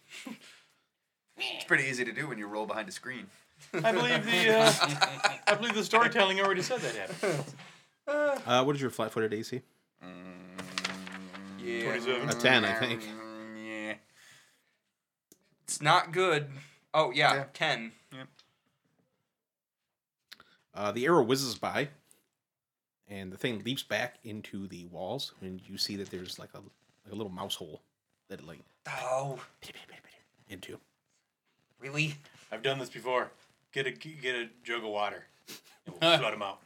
Speaker 3: It's pretty easy to do when you roll behind a screen.
Speaker 4: I believe the uh, I believe the storytelling already said that happened.
Speaker 1: Uh, what is your flat-footed AC?
Speaker 5: Yeah.
Speaker 1: A ten, I think.
Speaker 3: Mm, yeah.
Speaker 5: It's not good. Oh, yeah,
Speaker 3: Yeah.
Speaker 5: 10.
Speaker 1: Uh, the arrow whizzes by, and the thing leaps back into the walls, and you see that there's like a like a little mouse hole that it like
Speaker 5: Oh,
Speaker 1: into.
Speaker 5: really?
Speaker 4: I've done this before. Get a get a jug of water. And we'll flood them out.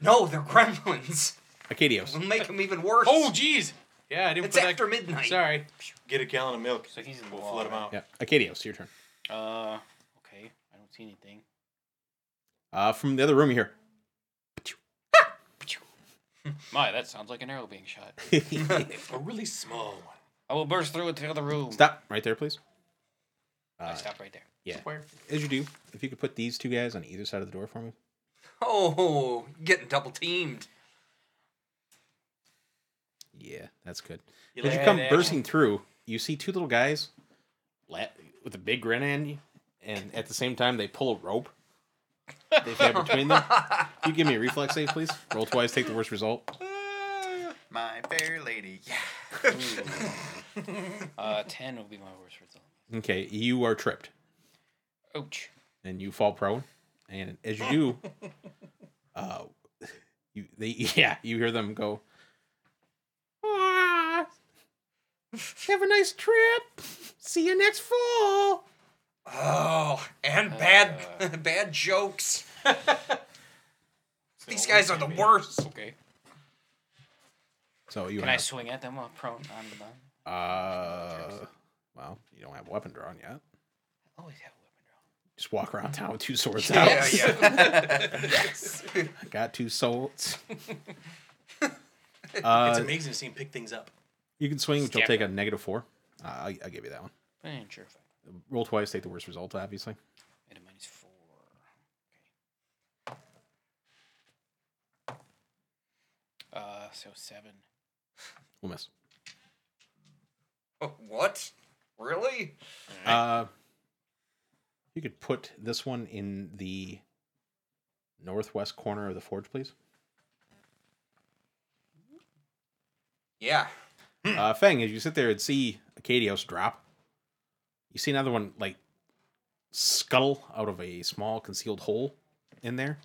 Speaker 5: No, they're gremlins.
Speaker 1: Acadios.
Speaker 5: We'll make them even worse.
Speaker 4: Oh, jeez.
Speaker 7: Yeah, I didn't
Speaker 5: It's
Speaker 7: put that-
Speaker 5: after midnight.
Speaker 7: Sorry.
Speaker 4: Get a gallon of milk.
Speaker 2: So he's in the
Speaker 4: We'll
Speaker 2: wall,
Speaker 4: flood them
Speaker 2: right?
Speaker 4: out.
Speaker 1: Yeah. Acadios, your turn.
Speaker 2: Uh, okay. I don't see anything.
Speaker 1: Uh, from the other room, you hear.
Speaker 2: My, that sounds like an arrow being shot.
Speaker 4: A really small one.
Speaker 2: I will burst through into the other room.
Speaker 1: Stop right there, please.
Speaker 2: I stop right there.
Speaker 1: Yeah. As you do, if you could put these two guys on either side of the door for me.
Speaker 5: Oh, getting double teamed.
Speaker 1: Yeah, that's good.
Speaker 7: You
Speaker 1: As you
Speaker 7: like
Speaker 1: come
Speaker 7: that?
Speaker 1: bursting through, you see two little guys la- with a big grin on you, and at the same time, they pull a rope they've had between them. You give me a reflex save, please. Roll twice, take the worst result.
Speaker 3: My fair lady. Yeah.
Speaker 2: Uh, ten will be my worst result.
Speaker 1: Okay, you are tripped,
Speaker 2: Ouch.
Speaker 1: and you fall prone. And as you do, uh, you they yeah, you hear them go. "Ah, have a nice trip. See you next fall.
Speaker 5: Oh, and
Speaker 4: Uh,
Speaker 5: bad bad jokes. These guys are the worst.
Speaker 2: Okay.
Speaker 1: So you
Speaker 2: Can I
Speaker 1: have
Speaker 2: swing at them while prone on the bottom?
Speaker 1: Uh, well, you don't have a weapon drawn yet.
Speaker 2: Always have a
Speaker 1: Just walk around town with two swords
Speaker 5: Yeah,
Speaker 1: out.
Speaker 5: yeah.
Speaker 1: I got two swords.
Speaker 4: It's
Speaker 1: uh,
Speaker 4: amazing to see him pick things up.
Speaker 1: you can swing, which will
Speaker 2: Stab
Speaker 1: take a negative four. Uh, I'll, I'll give you that one.
Speaker 2: weapon drawn. Eh, sure. Fine.
Speaker 1: Roll twice, take the worst result, obviously.
Speaker 2: At a minus four. Okay. Uh, so seven.
Speaker 1: We'll miss.
Speaker 5: Oh, what? Really?
Speaker 1: Uh, you could put this one in the northwest corner of the forge, please.
Speaker 5: Yeah.
Speaker 1: Uh, Fang, as you sit there and see Acadios drop, you see another one like scuttle out of a small concealed hole in there,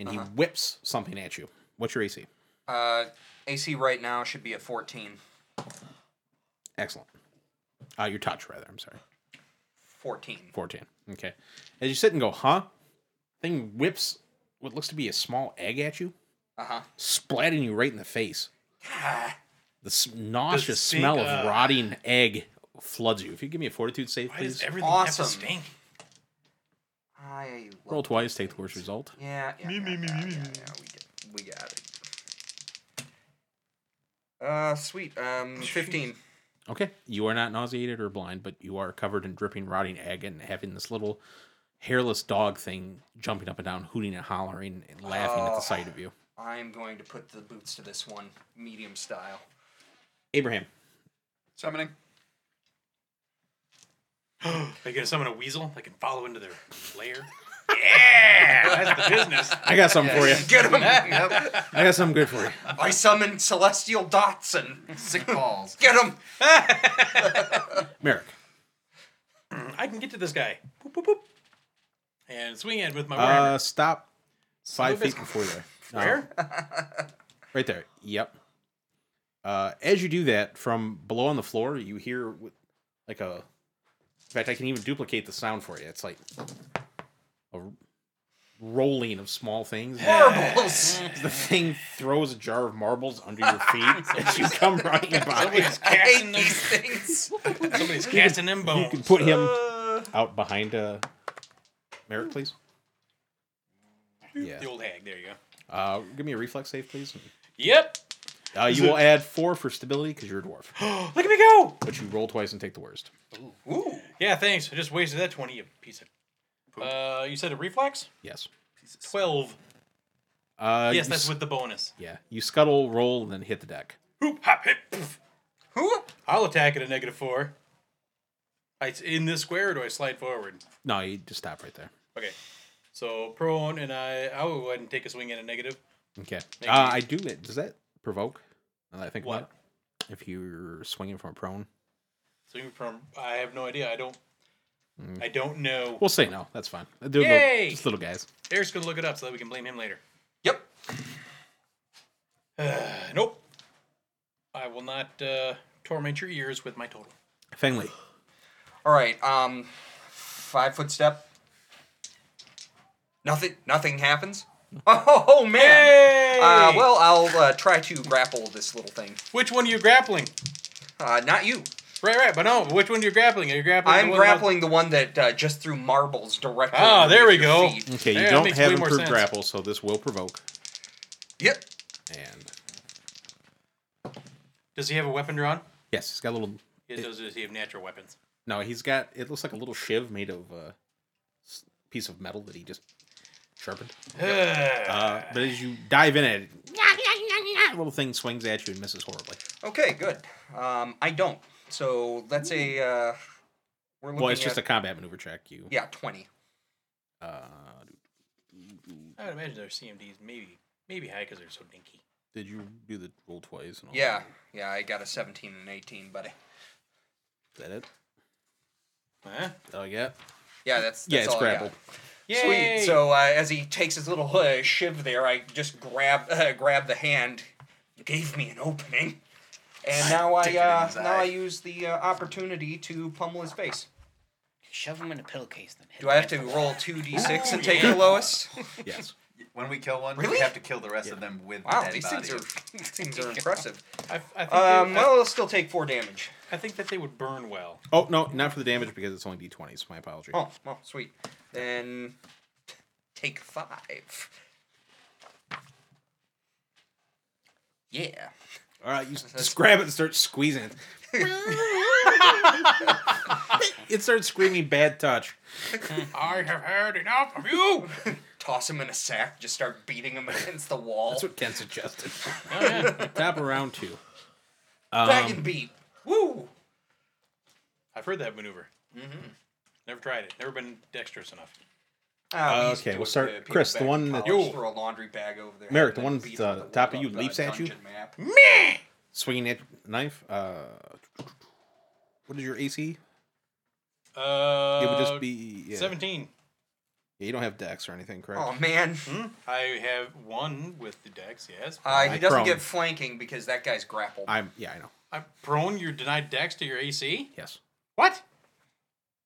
Speaker 1: and he whips something at you. What's your AC?
Speaker 5: Uh, AC right now should be a 14.
Speaker 1: Excellent. Uh, your touch, rather. I'm sorry.
Speaker 5: 14.
Speaker 1: 14. Okay. As you sit and go, huh? Thing whips what looks to be a small egg at you,
Speaker 5: Uh huh.
Speaker 1: splatting you right in the face.
Speaker 5: Ah,
Speaker 1: The s- nauseous
Speaker 4: stink,
Speaker 1: smell of
Speaker 4: uh,
Speaker 1: rotting egg floods you. If you give me a fortitude save,
Speaker 4: Why does
Speaker 1: please.
Speaker 4: everything
Speaker 5: Awesome.
Speaker 4: have to stink?
Speaker 5: I
Speaker 1: Roll twice, take the worst result.
Speaker 5: Yeah, yeah, yeah, yeah, yeah, yeah, we, get, we got it. Uh, sweet. Um, fifteen.
Speaker 1: Okay. You are not nauseated or blind, but you are covered in dripping, rotting egg and having this little hairless dog thing jumping up and down, hooting and hollering and laughing at the
Speaker 5: Oh.
Speaker 1: sight of you.
Speaker 5: I'm going to put the boots to this one, medium style.
Speaker 1: Abraham.
Speaker 3: Summoning.
Speaker 4: Are you gonna summon a weasel that can follow into their lair?
Speaker 1: I got something for you.
Speaker 5: Get him!
Speaker 1: I got something good for you.
Speaker 5: I summon celestial Dotson. Sick balls. Get him!
Speaker 1: Merrick.
Speaker 4: I can get to this guy. Boop, boop, boop. And swing in with my warhammer.
Speaker 1: Uh stop five feet before there. No,
Speaker 4: Where?
Speaker 1: right there. Yep. Uh as you do that, from below on the floor, you hear wh- like a in fact I can even duplicate the sound for you. It's like a r- rolling of small things.
Speaker 5: Marbles.
Speaker 1: The thing throws a jar of marbles under your feet as you come running by.
Speaker 5: I hate these things.
Speaker 4: Somebody's casting them
Speaker 1: You
Speaker 4: bones.
Speaker 1: can put him out behind uh, Merrick, please. Yeah.
Speaker 4: The old hag. There you go.
Speaker 1: Uh, give me a reflex save, please.
Speaker 4: Yep.
Speaker 1: Uh, you will add four for stability because you're a dwarf,
Speaker 4: Look at me go.
Speaker 1: but you roll twice and take the worst.
Speaker 5: Ooh.
Speaker 4: Yeah, thanks. I just wasted that twenty, you piece of. Uh, you said a reflex.
Speaker 1: Yes.
Speaker 4: Twelve.
Speaker 1: Uh,
Speaker 4: yes,
Speaker 1: you
Speaker 4: that's
Speaker 1: s-
Speaker 4: with the bonus.
Speaker 1: yeah. You scuttle, roll, and then hit the deck.
Speaker 4: Hoop, hop, hip. poof.
Speaker 5: Who?
Speaker 4: I'll attack at a negative four. I, in this square, or do I slide forward?
Speaker 1: No, you just stop right there.
Speaker 4: Okay. So prone, and I I will go ahead and take a swing at a negative.
Speaker 1: Okay.
Speaker 4: Thank
Speaker 1: Uh,
Speaker 4: you.
Speaker 1: I do. Does that provoke? Now that I think
Speaker 4: What?
Speaker 1: about it, if you're swinging from a prone,
Speaker 4: Swing from. I have no idea. I don't.
Speaker 5: Mm.
Speaker 4: I don't know.
Speaker 1: we'll say no. That's fine. Uh, They're
Speaker 4: Yay!
Speaker 1: Little, just little guys.
Speaker 4: Eric's gonna look it up so that we can blame him later.
Speaker 5: Yep.
Speaker 4: Uh, Nope. I will not uh, torment your ears with my total.
Speaker 1: Fengley.
Speaker 5: All right. Um, five foot step. Nothing. Nothing happens. Oh, oh, man! Uh, well, I'll uh, try to grapple this little thing.
Speaker 4: Which one are you grappling?
Speaker 5: Uh, not you.
Speaker 4: Right, right, but no. Which one are you grappling? Are you grappling? the
Speaker 5: I'm
Speaker 4: one that-
Speaker 5: grappling the one that uh, just threw marbles directly.
Speaker 4: Ah, there
Speaker 5: underneath
Speaker 4: we
Speaker 5: your
Speaker 4: go.
Speaker 5: feet.
Speaker 1: Okay, you
Speaker 4: Yeah, that
Speaker 1: don't
Speaker 4: makes
Speaker 1: have
Speaker 4: way more
Speaker 1: improved
Speaker 4: sense.
Speaker 1: grapple, so this will provoke.
Speaker 5: Yep.
Speaker 1: And
Speaker 4: Does he have a weapon drawn?
Speaker 1: yes, he's got a little.
Speaker 4: He does, does he have natural weapons?
Speaker 1: No, he's got. It looks like a little shiv made of a piece of metal that he just sharpened. uh, but as you dive in it, the little thing swings at you and misses horribly.
Speaker 5: Okay, good. Um, I don't. So that's a. Uh, we're looking
Speaker 1: Well, it's just a
Speaker 5: at,
Speaker 1: combat maneuver check. You.
Speaker 5: yeah twenty.
Speaker 1: Uh,
Speaker 4: I would imagine their CMDs maybe maybe high because they're so dinky.
Speaker 1: did you do the roll twice? And all
Speaker 5: Yeah,
Speaker 1: that?
Speaker 5: yeah. I got a seventeen and eighteen, buddy.
Speaker 1: Is that it?
Speaker 4: Huh?
Speaker 1: Oh yeah.
Speaker 5: Yeah, that's, that's
Speaker 1: Yeah, it's
Speaker 5: all I got.
Speaker 1: grapple.
Speaker 4: Yay!
Speaker 5: Sweet. So uh, as he takes his little uh, shiv there, I just grab uh, grab the hand. You gave me an opening, and now I
Speaker 3: Stick it in
Speaker 5: uh,
Speaker 3: his
Speaker 5: now
Speaker 3: eye.
Speaker 5: I use the uh, opportunity to pummel his face.
Speaker 2: Shove him in a pillowcase then. hit
Speaker 5: Do I have
Speaker 2: him
Speaker 5: to
Speaker 2: with
Speaker 5: roll two d six and take the lowest?
Speaker 1: Yes.
Speaker 3: When we kill one,
Speaker 5: Really?
Speaker 3: we have to kill the rest of them with the
Speaker 5: Wow,
Speaker 3: dead
Speaker 5: these
Speaker 3: body.
Speaker 5: things are these things are impressive.
Speaker 4: I, I, think
Speaker 5: Um,
Speaker 4: they,
Speaker 5: well, it'll still take four damage.
Speaker 4: I, think that they would burn well.
Speaker 1: Oh no, not for the damage because it's only d20s. My apology.
Speaker 5: Oh, well, sweet. Then take five. Yeah.
Speaker 1: All right, you s- just grab it and start squeezing it. it starts screaming "bad touch."
Speaker 4: I have had enough of you.
Speaker 5: Toss him in a sack. Just start beating him against the wall.
Speaker 1: That's what Ken suggested.
Speaker 4: Oh,
Speaker 1: Top of round two. Um,
Speaker 5: Dragon beat. Woo!
Speaker 4: I've heard that maneuver. Mm-hmm. Never tried it. Never been dexterous enough.
Speaker 5: Ah, we used to
Speaker 1: okay,
Speaker 5: do
Speaker 1: we'll
Speaker 5: it
Speaker 1: start-
Speaker 5: with people
Speaker 1: Chris, the
Speaker 5: back in
Speaker 1: one that-
Speaker 5: college,
Speaker 1: Yo.
Speaker 5: throw a laundry bag over there.
Speaker 1: Merrick, the one that's, uh, top of you leaps at you? Hmm. Swinging at knife. Uh, what is your AC?
Speaker 4: Uh,
Speaker 1: It would just be yeah.
Speaker 4: seventeen.
Speaker 1: Yeah, you don't have dex or anything, correct?
Speaker 5: Oh man,
Speaker 4: I have one with the dex. Yes.
Speaker 5: uh, he
Speaker 1: Hmm. I
Speaker 5: doesn't
Speaker 1: prone.
Speaker 5: get flanking because that guy's grappled.
Speaker 1: I'm. Yeah, I know.
Speaker 4: I'm prone. You're denied dex to your AC.
Speaker 1: Yes.
Speaker 4: What?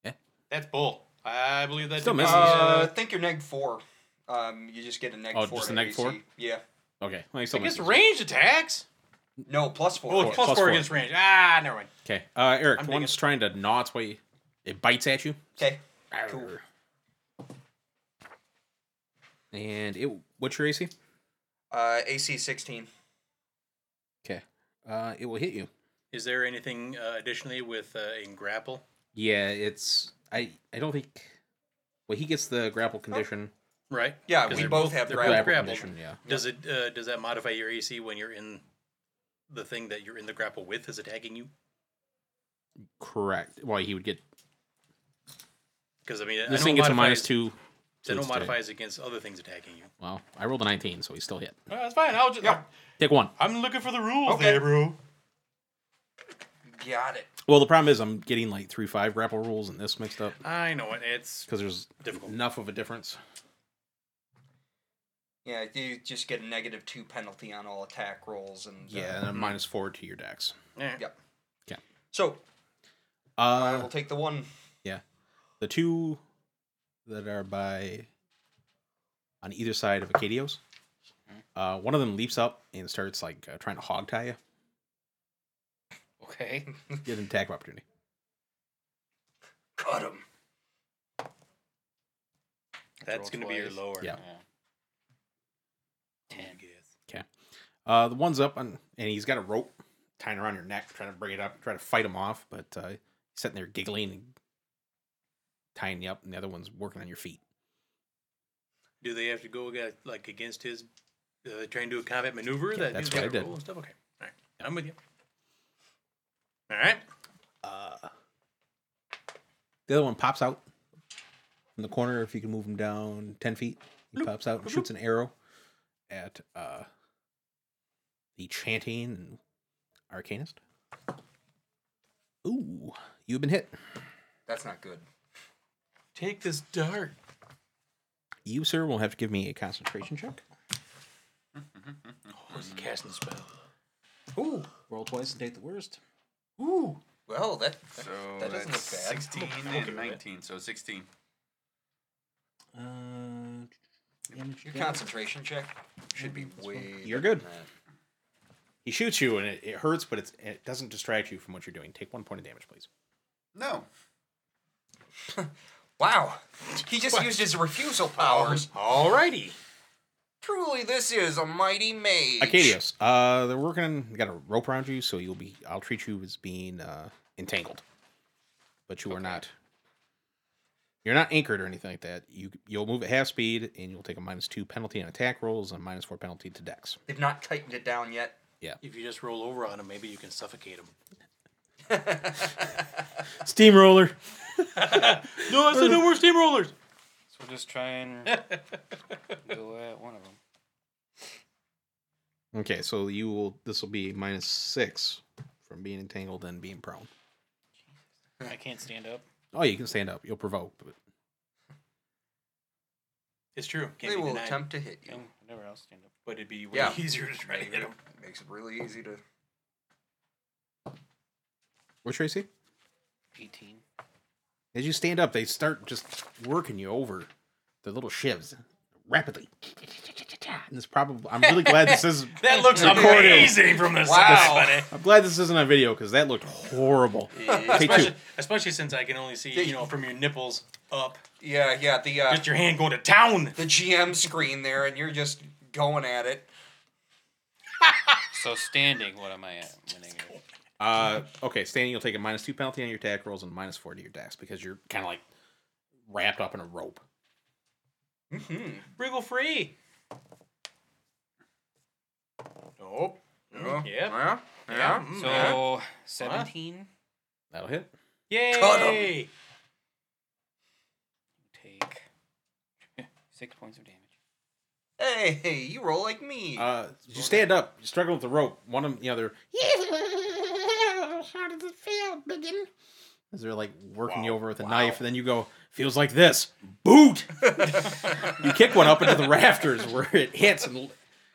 Speaker 1: Yeah.
Speaker 4: That's bull. I believe that.
Speaker 1: Still
Speaker 4: did-
Speaker 1: misses.
Speaker 5: uh, think you're neg four. Um, you just get a neg
Speaker 1: Oh,
Speaker 5: four.
Speaker 1: just
Speaker 5: to
Speaker 1: a neg
Speaker 5: AC.
Speaker 1: four?
Speaker 5: Yeah.
Speaker 1: Okay. Well, you
Speaker 4: I
Speaker 1: still
Speaker 4: guess
Speaker 1: missed.
Speaker 4: ranged attacks.
Speaker 5: No, plus four.
Speaker 4: Oh, it's
Speaker 1: Plus
Speaker 4: plus four,
Speaker 1: four.
Speaker 4: against range. Ah, never mind.
Speaker 1: Okay. Uh, Eric,
Speaker 4: I'm
Speaker 1: the one's trying to gnaw its way. It bites at you,
Speaker 5: Okay. Cool.
Speaker 1: and it. What's your AC?
Speaker 5: Uh, AC sixteen.
Speaker 1: Okay. Uh, it will hit you.
Speaker 4: Is there anything uh, additionally with uh, in grapple?
Speaker 1: Yeah, it's. I. I don't think. Well, he gets the grapple
Speaker 4: Oh.
Speaker 1: condition.
Speaker 4: Right.
Speaker 5: Yeah,
Speaker 4: 'Cause
Speaker 5: we
Speaker 4: they're
Speaker 5: both
Speaker 4: both-
Speaker 5: have
Speaker 4: they're
Speaker 5: grappled.
Speaker 4: both grappled.
Speaker 1: condition. Yeah.
Speaker 4: Does it? Uh, does that modify your AC when you're in the thing that you're in the grapple with is attacking you?
Speaker 1: Correct. Well, he would get.
Speaker 4: Because I mean, I
Speaker 1: This
Speaker 4: know
Speaker 1: thing
Speaker 4: it
Speaker 1: gets a
Speaker 4: modifies-
Speaker 1: minus two.
Speaker 4: That
Speaker 1: to
Speaker 4: don't
Speaker 1: its attack.
Speaker 4: modify is against other things attacking you.
Speaker 1: Well, I rolled a 19, so he's still hit.
Speaker 4: Well, Uh, that's fine. I'll just.
Speaker 5: Yeah.
Speaker 1: Take one.
Speaker 4: I'm looking for the rules
Speaker 5: Okay.
Speaker 4: there, bro.
Speaker 5: Got it.
Speaker 1: Well, the problem is I'm getting like three five grapple rules and this mixed up
Speaker 4: I know it. It's
Speaker 1: because there's
Speaker 4: difficult.
Speaker 1: enough of a difference.
Speaker 5: Yeah, you just get a negative two penalty on all attack rolls and. uh,
Speaker 1: Yeah, and a minus four to your dex.
Speaker 4: Eh.
Speaker 5: Yep.
Speaker 1: Okay.
Speaker 5: So I
Speaker 1: Uh,
Speaker 5: will take the one.
Speaker 1: yeah, the two that are by on either side of Acadios.
Speaker 4: Mm-hmm.
Speaker 1: Uh, one of them leaps up and starts like uh, trying to hog tie you.
Speaker 2: that? Okay.
Speaker 1: Get an attack of opportunity.
Speaker 5: Cut him.
Speaker 4: That's
Speaker 2: Roll
Speaker 4: gonna be your
Speaker 2: twice.
Speaker 4: lower.
Speaker 1: Yeah.
Speaker 2: Ten.
Speaker 1: Uh, the one's up on, and he's got a rope tying around your neck, trying to bring it up, try to fight him off, but uh, he's sitting there giggling and tying you up, and the other one's working on your feet.
Speaker 4: Do they have to go aga- like against his uh, trying to do a combat maneuver? that
Speaker 1: that's what
Speaker 4: he's got
Speaker 1: I
Speaker 4: to
Speaker 1: did.
Speaker 4: roll And stuff? Okay. All right. I'm with you. All right.
Speaker 1: The other one pops out from the corner. If you can move him down ten feet, he pops out and shoots an arrow at uh, the chanting and arcanist. Ooh, you've been hit.
Speaker 5: That's not good.
Speaker 4: Take this dart.
Speaker 1: You, sir, will have to give me a concentration check.
Speaker 4: Oh, is he casting a spell?
Speaker 5: Ooh.
Speaker 1: Roll twice and take the worst.
Speaker 5: Ooh. Well, that that,
Speaker 3: So
Speaker 5: that doesn't look bad.
Speaker 3: that's 16
Speaker 4: okay
Speaker 3: and
Speaker 4: with it.
Speaker 3: 19, so 16.
Speaker 1: Uh,
Speaker 8: Damage
Speaker 5: Your
Speaker 8: damage.
Speaker 5: concentration check should be way.
Speaker 1: You're
Speaker 5: better
Speaker 1: good.
Speaker 5: than that.
Speaker 1: He shoots you and it, it hurts, but it's, it doesn't distract you from what you're doing. Take one point of damage, please.
Speaker 3: No.
Speaker 5: Wow. He just used his refusal powers.
Speaker 4: Alrighty.
Speaker 5: Um, Truly, this is a mighty mage.
Speaker 1: Acadios, uh, they're working. on- They got a rope around you, so you'll be. I'll treat you as being uh, entangled, but you are not. You're not anchored or anything like that. You you'll move at half speed, and you'll take a minus two penalty on attack rolls and a minus four penalty to dex.
Speaker 5: They've not tightened it down yet.
Speaker 4: If you just roll over on him, maybe you can suffocate him.
Speaker 1: Steamroller.
Speaker 4: No, I said no more steamrollers.
Speaker 2: So just try and go at one of them.
Speaker 1: Okay, so you will. This will be minus six from being entangled and being prone.
Speaker 2: I can't stand up.
Speaker 1: Oh, you can stand up. You'll provoke. But
Speaker 4: It's true. Can't
Speaker 5: they
Speaker 4: be
Speaker 5: will
Speaker 4: denied.
Speaker 5: attempt to hit you.
Speaker 2: Yeah, Whenever I'll stand up.
Speaker 4: but it'd be way
Speaker 5: Yeah.
Speaker 4: easier to try to hit him.
Speaker 5: Makes it really easy to.
Speaker 1: what's your AC?
Speaker 2: 18.
Speaker 1: As you stand up, they start just working you over their little shivs rapidly. And it's probably I'm really glad this is
Speaker 4: That looks
Speaker 1: Recording.
Speaker 4: amazing from the
Speaker 5: Wow.
Speaker 4: side,
Speaker 1: I'm glad this isn't on video because that looked horrible.
Speaker 4: buddy.
Speaker 1: Take two.
Speaker 4: Especially, especially since I can only see, you know, from your nipples up.
Speaker 5: Yeah, yeah. The uh,
Speaker 4: Just your hand going to town.
Speaker 5: the GM screen there, and you're just going at it.
Speaker 2: So standing, what am I at? Winning it.
Speaker 1: Uh, okay, standing, you'll take a minus two penalty on your attack rolls and minus four to your dex because you're kind of like wrapped up in a rope.
Speaker 5: Mm-hmm.
Speaker 4: Wriggle free.
Speaker 5: Oh,
Speaker 4: Nope. Yep.
Speaker 5: Yeah. Yeah.
Speaker 4: Mm, yeah.
Speaker 2: So 17.
Speaker 1: That'll hit.
Speaker 4: Yay!
Speaker 2: Take six points of damage.
Speaker 5: Hey, hey, you roll like me.
Speaker 1: Uh, you stand up, you struggle with the rope. One of them, the other. How does it feel, biggin? As they're like working you over with a knife, and then you go, feels like this. Boot! you kick one up into the rafters where it hits and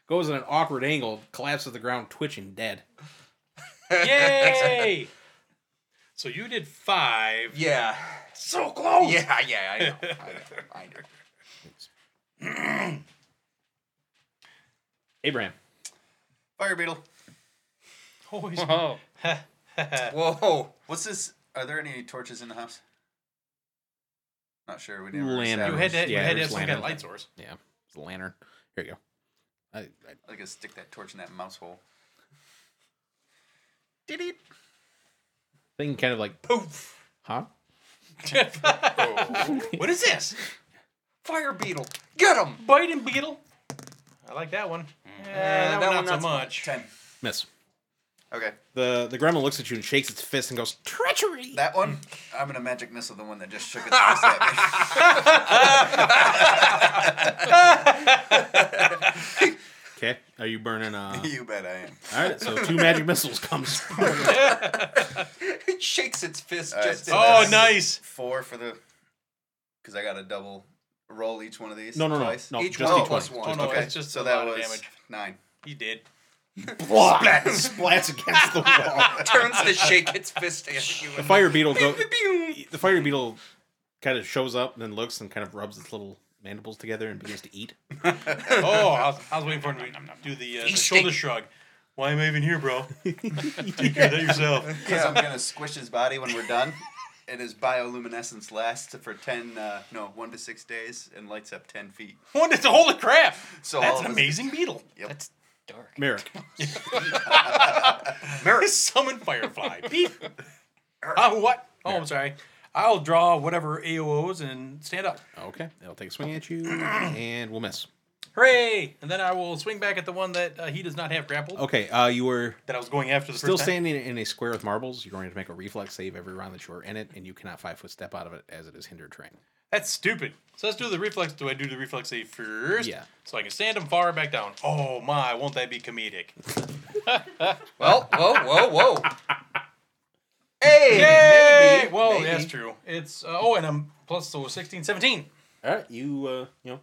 Speaker 1: goes at an awkward angle, collapses to the ground, twitching, dead.
Speaker 4: Yay! so you did five.
Speaker 5: yeah.
Speaker 4: So close.
Speaker 5: Yeah, yeah. I know. I know. I know.
Speaker 1: Abraham.
Speaker 3: Fire beetle.
Speaker 4: Always.
Speaker 2: Whoa.
Speaker 5: Whoa.
Speaker 3: What's this? Are there any torches in the house? Not sure. We didn't. really
Speaker 1: Lantern.
Speaker 4: You had
Speaker 3: establish.
Speaker 4: to, you
Speaker 1: Yeah,
Speaker 4: had to
Speaker 1: there's
Speaker 4: have some kind of
Speaker 1: lantern.
Speaker 4: light source.
Speaker 1: Yeah, it's a lantern. Here you go. I, I,
Speaker 3: I could stick that torch in that mouse hole.
Speaker 1: thing kind of like poof. Huh?
Speaker 4: What is this?
Speaker 5: Fire beetle. Get him.
Speaker 4: Biting beetle. I like that one. Eh, that, one not so much.
Speaker 3: Ten.
Speaker 1: Miss.
Speaker 3: Okay,
Speaker 1: The the gremlin looks at you and shakes its fist and goes, Treachery!
Speaker 3: that one. I'm gonna magic missile the one that just shook its fist at me.
Speaker 1: Okay. Are you burning uh
Speaker 3: you bet I am.
Speaker 1: Alright, so two magic missiles comes.
Speaker 5: It shakes its fist
Speaker 3: All right,
Speaker 5: just.
Speaker 3: so
Speaker 4: Oh,
Speaker 3: that's
Speaker 4: nice.
Speaker 3: Four for the. Because I got to double roll each one of these.
Speaker 1: No no no.
Speaker 3: twice.
Speaker 1: No,
Speaker 5: Each
Speaker 1: just
Speaker 5: one
Speaker 1: D
Speaker 5: plus
Speaker 1: twenty.
Speaker 5: one.
Speaker 4: Oh, no,
Speaker 3: Okay,
Speaker 4: it's just
Speaker 3: so
Speaker 4: a
Speaker 3: that
Speaker 4: lot of
Speaker 3: was
Speaker 4: damage.
Speaker 3: nine.
Speaker 4: You did.
Speaker 1: Splat, splats against the wall.
Speaker 5: turns to shake its fist at you.
Speaker 1: The
Speaker 5: and-
Speaker 1: fire beetle go the fire beetle kind of shows up and then looks and kind of rubs its little mandibles together and begins to eat.
Speaker 4: Oh, I was, I was waiting for him to do the, uh, the
Speaker 5: Feasting.
Speaker 4: shoulder shrug. Why am I even here, bro? Take care of that yourself.
Speaker 3: Because I'm gonna squish his body when we're done. And his bioluminescence lasts for ten, uh, no, one to six days, and lights up ten feet.
Speaker 4: What is holy crap?
Speaker 3: So all
Speaker 4: That's
Speaker 3: of
Speaker 4: an
Speaker 3: us-
Speaker 4: amazing beetle.
Speaker 2: That's dark.
Speaker 1: Merrick.
Speaker 4: Merrick summon firefly. Beep. Uh, what? Oh, I'm sorry. I'll draw whatever AOs and stand up.
Speaker 1: Okay. It'll take a swing at you and we'll miss.
Speaker 4: Hooray! And then I will swing back at the one that uh, he does not have grappled.
Speaker 1: Okay, uh you were
Speaker 4: That I was going after the
Speaker 1: Still
Speaker 4: first time.
Speaker 1: standing in a square with marbles, you're going to make a reflex save every round that you are in it, and you cannot five foot step out of it as it is hindered terrain.
Speaker 4: That's stupid. So let's do the reflex. Do I do the reflex save first?
Speaker 1: Yeah.
Speaker 4: So I can stand him far back down. Oh my, won't that be comedic?
Speaker 5: Well, whoa, whoa, whoa. Hey,
Speaker 4: Hey!
Speaker 5: maybe,
Speaker 4: Well,
Speaker 5: maybe.
Speaker 4: that's true. It's uh, oh, and I'm plus so 16, 17.
Speaker 1: All right, you uh, you know,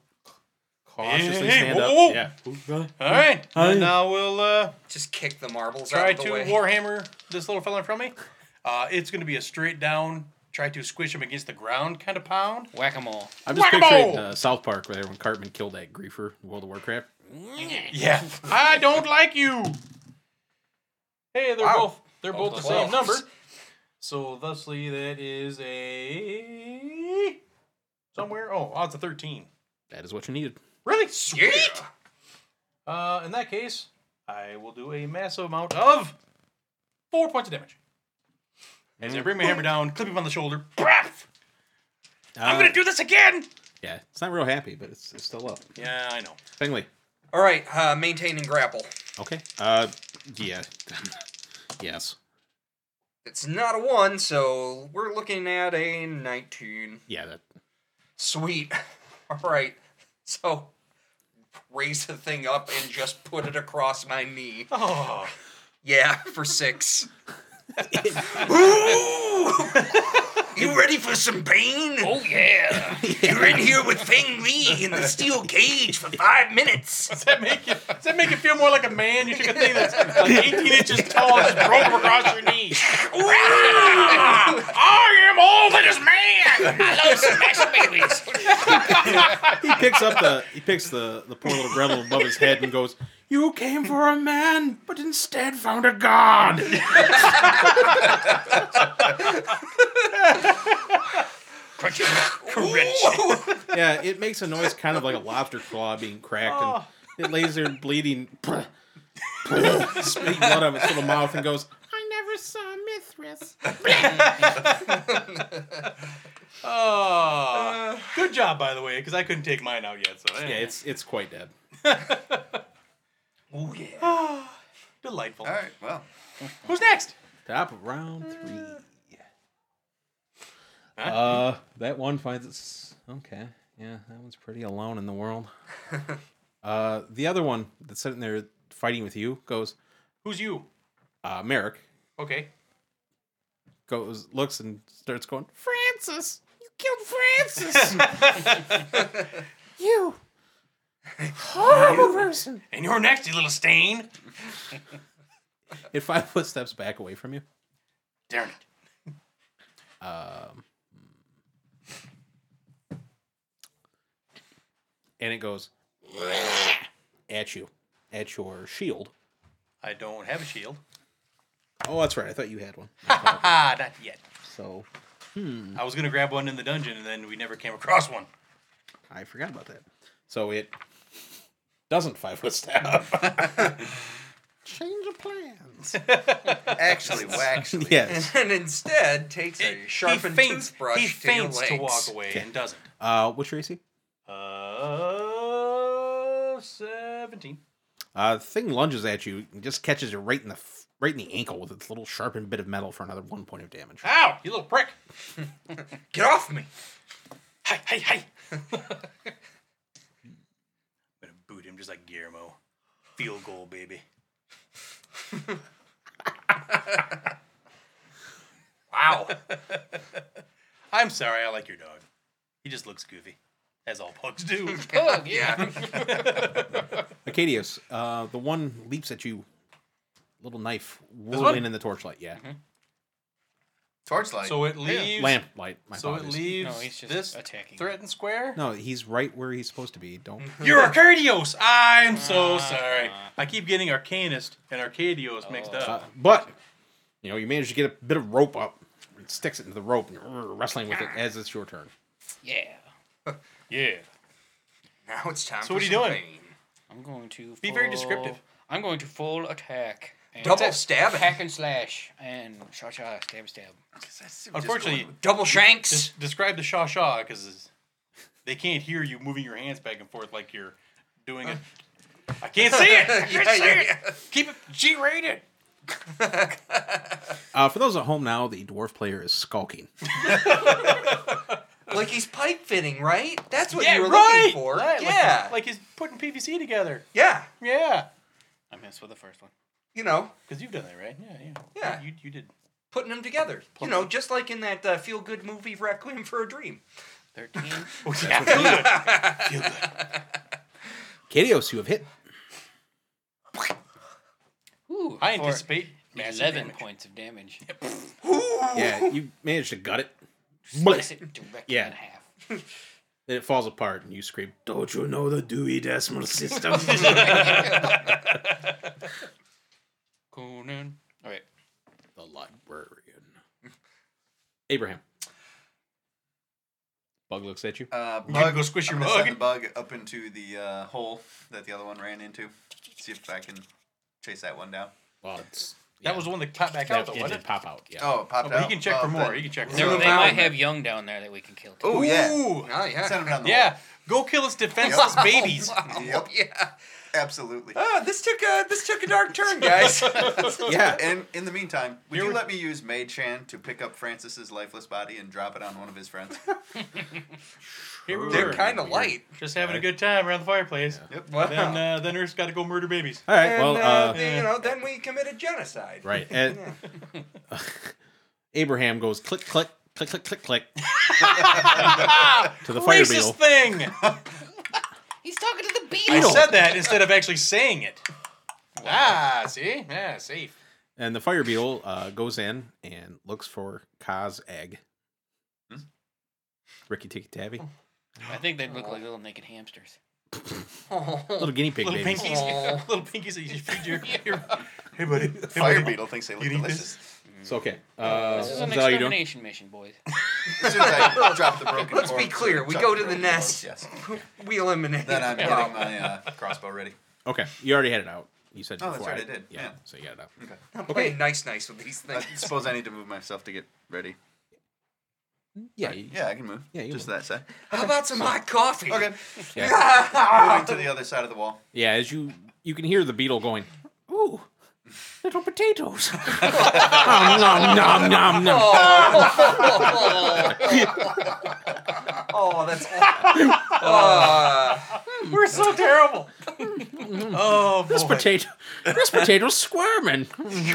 Speaker 1: cautiously
Speaker 4: Hey, hey,
Speaker 1: stand
Speaker 4: whoa, whoa, whoa.
Speaker 1: up. Yeah.
Speaker 5: Hmm.
Speaker 4: All right. And now we'll uh,
Speaker 5: Just kick the marbles
Speaker 4: try
Speaker 5: out of
Speaker 4: to
Speaker 5: the way.
Speaker 4: warhammer this little fella in front of me. Uh, it's going to be a straight down try to squish him against the ground kind of pound.
Speaker 2: Whack a mole.
Speaker 1: I'm just
Speaker 4: Whack-a-mole!
Speaker 1: picturing uh, South Park where when Cartman killed that griefer in World of Warcraft.
Speaker 4: Yeah. I don't like you. Hey, they're
Speaker 5: Wow.
Speaker 4: both they're both,
Speaker 2: Both
Speaker 4: the
Speaker 2: twelves.
Speaker 4: same number. So thusly that is a somewhere. Oh, oh it's a thirteen.
Speaker 1: That is what you needed.
Speaker 4: Really? Sweet. Uh in that case, I will do a massive amount of four points of damage. As I bring my hammer down, clip him on the shoulder. Braf! I'm
Speaker 1: Uh,
Speaker 4: gonna do this again!
Speaker 1: Yeah, it's not real happy, but it's, it's still up.
Speaker 4: Yeah, I know.
Speaker 1: Finley.
Speaker 5: All right, uh, maintain and grapple.
Speaker 1: Okay. Uh, yeah. yes.
Speaker 5: It's not a one, so we're looking at a 19.
Speaker 1: Yeah. That.
Speaker 5: Sweet. All right, so raise the thing up and just put it across my knee.
Speaker 4: Oh,
Speaker 5: Yeah, for six. Ooh! you ready for some pain? Oh, yeah. You're in here with Feng Li in the steel cage for five minutes.
Speaker 4: does that make you? Does that make you feel more like a man? You took a thing that's like 18 inches tall and just broke across your knee.
Speaker 9: I am old and as man.
Speaker 1: He picks up the he picks the the poor little rebel above his head and goes, "You came for a man, but instead found a god." yeah, it makes a noise kind of like a lobster claw being cracked,
Speaker 4: Oh.
Speaker 1: and it lays there bleeding, spitting blood out of its little mouth, and goes, "I never saw Mithras."
Speaker 4: Oh, good job, by the way, because I couldn't take mine out yet. So eh.
Speaker 1: Yeah, it's it's quite dead.
Speaker 5: Ooh, yeah.
Speaker 4: delightful.
Speaker 3: All right. Well,
Speaker 4: Who's next?
Speaker 1: Top of round three. Uh, that one finds its okay. Yeah, that one's pretty alone in the world. uh, the other one that's sitting there fighting with you goes.
Speaker 4: Who's you?
Speaker 1: Uh, Merrick
Speaker 4: Okay.
Speaker 1: goes, looks and starts going.
Speaker 10: Francis! You killed Francis! you horrible person!
Speaker 4: And you're next, you little stain.
Speaker 1: It five foot steps back away from you.
Speaker 4: Darn it.
Speaker 1: Um, hmm. and it goes at you, at your shield.
Speaker 4: I don't have a shield.
Speaker 1: Oh, that's right. I thought you had one.
Speaker 4: Ah, not yet.
Speaker 1: So
Speaker 4: I was gonna grab one in the dungeon, and then we never came across one.
Speaker 1: I forgot about that. So it doesn't five foot step.
Speaker 10: Change of plans.
Speaker 3: actually, wax.
Speaker 1: yes.
Speaker 5: And instead takes a sharpened toothbrush
Speaker 4: he
Speaker 5: to your
Speaker 4: faints
Speaker 5: legs.
Speaker 4: to walk away and doesn't.
Speaker 1: Uh, what's your AC?
Speaker 4: Uh, seventeen.
Speaker 1: Uh, the thing lunges at you and just catches you right in the f- right in the ankle with its little sharpened bit of metal for another one point of damage.
Speaker 4: Ow! You little prick.
Speaker 5: Get off me!
Speaker 4: Hey, hey, hey! I'm gonna boot him just like Guillermo. Field goal, baby.
Speaker 5: Wow.
Speaker 4: I'm sorry, I like your dog. He just looks goofy, as all pugs do.
Speaker 2: Pug, yeah.
Speaker 1: Acadius, uh, the one leaps at you. Little knife whirling in the torchlight. Yeah,
Speaker 4: Mm-hmm.
Speaker 3: Torchlight.
Speaker 4: so it leaves.
Speaker 1: lamp light. My
Speaker 4: So it
Speaker 1: apologies.
Speaker 4: leaves
Speaker 2: No, he's just
Speaker 4: this
Speaker 2: attacking.
Speaker 4: threatened square.
Speaker 1: No, he's right where he's supposed to be. Don't.
Speaker 4: You're Arcadios. I'm so sorry. I keep getting Arcanist and Arcadios mixed
Speaker 1: Uh,
Speaker 4: up.
Speaker 1: but you know, you manage to get a bit of rope up. It sticks it into the rope and you're wrestling with it
Speaker 4: Ah.
Speaker 1: as it's your turn.
Speaker 2: Yeah.
Speaker 4: Yeah.
Speaker 5: Now it's time
Speaker 4: So
Speaker 5: for
Speaker 4: what are you
Speaker 5: some
Speaker 4: doing?
Speaker 5: pain.
Speaker 2: I'm going to
Speaker 4: Be very descriptive.
Speaker 2: full- I'm going to full attack. and-
Speaker 5: Double stabbing.
Speaker 2: Hack and slash and cha cha stab stab.
Speaker 4: Unfortunately,
Speaker 5: Double shanks.
Speaker 4: des- describe the Shaw Shaw because they can't hear you moving your hands back and forth like you're doing it. I can't see it. I can't see it. Keep it G-rated.
Speaker 1: Uh, for those at home now, the dwarf player is skulking.
Speaker 5: Like he's pipe fitting, right? That's what
Speaker 4: Yeah,
Speaker 5: you were
Speaker 4: right.
Speaker 5: looking for.
Speaker 4: Right, like-
Speaker 5: yeah.
Speaker 4: Like, he's putting PVC together.
Speaker 5: yeah.
Speaker 4: Yeah.
Speaker 2: I missed with the first one.
Speaker 5: You know,
Speaker 4: Because you've done that, right? Yeah, yeah.
Speaker 5: Yeah.
Speaker 4: You, you did.
Speaker 5: putting them together. You know, just like in that uh, feel good movie Requiem for a Dream.
Speaker 2: Thirteen.
Speaker 1: Kadios, you have hit.
Speaker 2: Ooh,
Speaker 4: I
Speaker 2: for
Speaker 4: anticipate massive
Speaker 2: eleven
Speaker 4: damage.
Speaker 2: points of damage.
Speaker 1: Yeah, you managed to gut it.
Speaker 2: Slice it directly
Speaker 1: Yeah.
Speaker 2: in half.
Speaker 1: Then it falls apart, and you scream, "Don't you know the Dewey Decimal System?"
Speaker 2: Conan. All right.
Speaker 1: the librarian. Abraham. Bug looks at you.
Speaker 3: Uh,
Speaker 4: You can
Speaker 3: bug,
Speaker 4: go squish your
Speaker 3: I'm gonna
Speaker 4: mug.
Speaker 3: send the bug up into the uh, hole that the other one ran into. See if I can chase that one down.
Speaker 1: Well, it's,
Speaker 4: That was the one that popped back out,
Speaker 1: that,
Speaker 4: though,
Speaker 1: it
Speaker 4: wasn't
Speaker 1: did
Speaker 4: it?
Speaker 1: pop out. Yeah.
Speaker 3: Oh, it popped out.
Speaker 4: Oh, but you can check for
Speaker 3: Well,
Speaker 4: more.
Speaker 3: then-
Speaker 4: You can check for
Speaker 2: They,
Speaker 3: So
Speaker 4: more.
Speaker 2: they
Speaker 3: now-
Speaker 2: might have young down there that we can kill. Too.
Speaker 3: Oh yeah,
Speaker 4: Ooh.
Speaker 5: Oh yeah.
Speaker 3: send him down the
Speaker 4: Yeah. Go kill its defenseless babies.
Speaker 3: hole. Yep,
Speaker 5: Yeah.
Speaker 3: absolutely.
Speaker 5: Oh, this took a this took a dark turn, guys.
Speaker 1: yeah.
Speaker 3: And in the meantime, would
Speaker 4: Here
Speaker 3: you
Speaker 4: we-
Speaker 3: let me use Maid Chan to pick up Francis's lifeless body and drop it on one of his friends?
Speaker 4: Here we
Speaker 5: They're
Speaker 4: were.
Speaker 5: kind of light.
Speaker 4: Just having a good time around the fireplace.
Speaker 3: yep.
Speaker 5: Wow.
Speaker 4: Then, uh, then Earth's got to go murder babies.
Speaker 1: All right.
Speaker 5: and,
Speaker 1: Well,
Speaker 5: uh,
Speaker 1: uh,
Speaker 5: then, you know, then we committed genocide.
Speaker 1: right. And, Abraham goes click, click, click, click, click, click to the fire beetle.
Speaker 4: Racist thing.
Speaker 2: He's talking to the
Speaker 4: I
Speaker 2: beetle.
Speaker 4: said that instead of actually saying it. Ah, see? Yeah, safe.
Speaker 1: And the fire beetle uh, goes in and looks for Kaz egg. Ricky Tikki Tavi.
Speaker 2: I think they look like little naked hamsters.
Speaker 1: Little guinea pig
Speaker 4: Little
Speaker 1: babies.
Speaker 4: pinkies. Little pinkies that you feed your. your hey, buddy. Hey,
Speaker 3: Fire
Speaker 4: buddy.
Speaker 3: Beetle thinks they look
Speaker 4: You need
Speaker 3: delicious.
Speaker 1: It's okay. Uh,
Speaker 2: This is an
Speaker 1: is that all you're doing?
Speaker 2: extermination mission, boys.
Speaker 3: As soon as I drop the broken
Speaker 5: Let's be
Speaker 3: corpse,
Speaker 5: clear,
Speaker 3: I
Speaker 5: we
Speaker 3: chuck
Speaker 5: go to the
Speaker 3: broken
Speaker 5: nest.
Speaker 3: corpse, Yes.
Speaker 5: We eliminated.
Speaker 3: Then I'm
Speaker 5: the
Speaker 3: getting
Speaker 5: problem.
Speaker 3: my uh, crossbow ready.
Speaker 1: Okay, you already had it out. You said
Speaker 3: Oh, that's
Speaker 1: before
Speaker 3: right, I did,
Speaker 1: Yeah,
Speaker 3: yeah. Mm-hmm.
Speaker 1: so you got it out.
Speaker 3: Okay.
Speaker 5: I'm playing nice, nice with these
Speaker 3: I
Speaker 5: things.
Speaker 3: suppose I need to move myself to get ready.
Speaker 1: Yeah, you-
Speaker 3: Yeah, I can move.
Speaker 1: Yeah, you
Speaker 3: just
Speaker 1: move.
Speaker 3: that side.
Speaker 5: How about some hot coffee?
Speaker 3: Okay.
Speaker 1: yeah.
Speaker 3: Moving to the other side of the wall.
Speaker 1: yeah. As you you can hear the beetle going,
Speaker 11: Ooh, little potatoes.
Speaker 1: nom nom nom nom nom.
Speaker 5: Oh, that's awful.
Speaker 4: Oh.
Speaker 5: Uh,
Speaker 4: We're so terrible. oh, boy.
Speaker 1: This potato, this potato's squirming.
Speaker 5: it's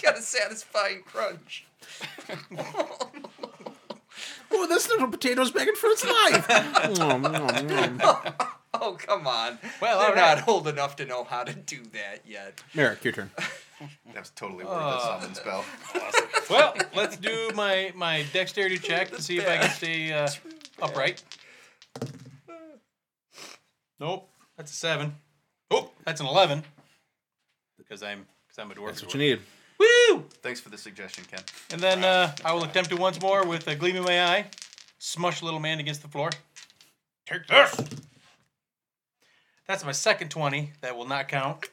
Speaker 5: got a satisfying crunch.
Speaker 1: Oh, this little potato's begging for its life. Nom, nom, nom.
Speaker 5: Oh, come on.
Speaker 4: Well,
Speaker 5: They're
Speaker 4: all right.
Speaker 5: not old enough to know how to do that yet.
Speaker 1: Merrick, your turn.
Speaker 3: That was totally worth a
Speaker 5: Uh.
Speaker 3: summon spell.
Speaker 4: Well, let's do my, my dexterity check to see if I can stay uh, upright. Nope, that's a seven. Oh, that's an eleven. Because I'm because I'm a dwarf.
Speaker 1: That's what you need.
Speaker 4: Woo!
Speaker 3: Thanks for the suggestion, Ken.
Speaker 4: And then uh, I will attempt it once more with a gleam in my eye. Smush little man against the floor. Take this. That's my second twenty. That will not count.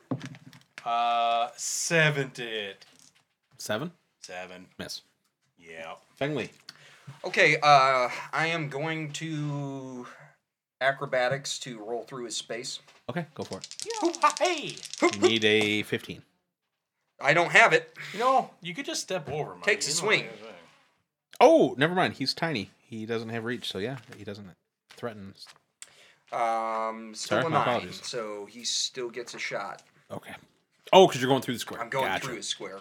Speaker 4: Uh, seven did
Speaker 1: Seven,
Speaker 4: seven.
Speaker 1: miss.
Speaker 4: Yeah.
Speaker 1: Feng Li.
Speaker 5: Okay, uh, I am going to acrobatics to roll through his space.
Speaker 1: Okay, go for it.
Speaker 4: Hey,
Speaker 1: You need a fifteen.
Speaker 5: I don't have it.
Speaker 4: you know you could just step over. Mike.
Speaker 5: Takes a
Speaker 4: You know,
Speaker 5: swing.
Speaker 1: Oh, never mind. He's tiny. He doesn't have reach, so yeah, he doesn't threaten.
Speaker 5: Um, still
Speaker 1: Sorry,
Speaker 5: a
Speaker 1: my
Speaker 5: nine,
Speaker 1: apologies.
Speaker 5: so he still gets a shot.
Speaker 1: Okay. Oh, because you're going through the square.
Speaker 5: I'm going
Speaker 1: Gotcha.
Speaker 5: through his square.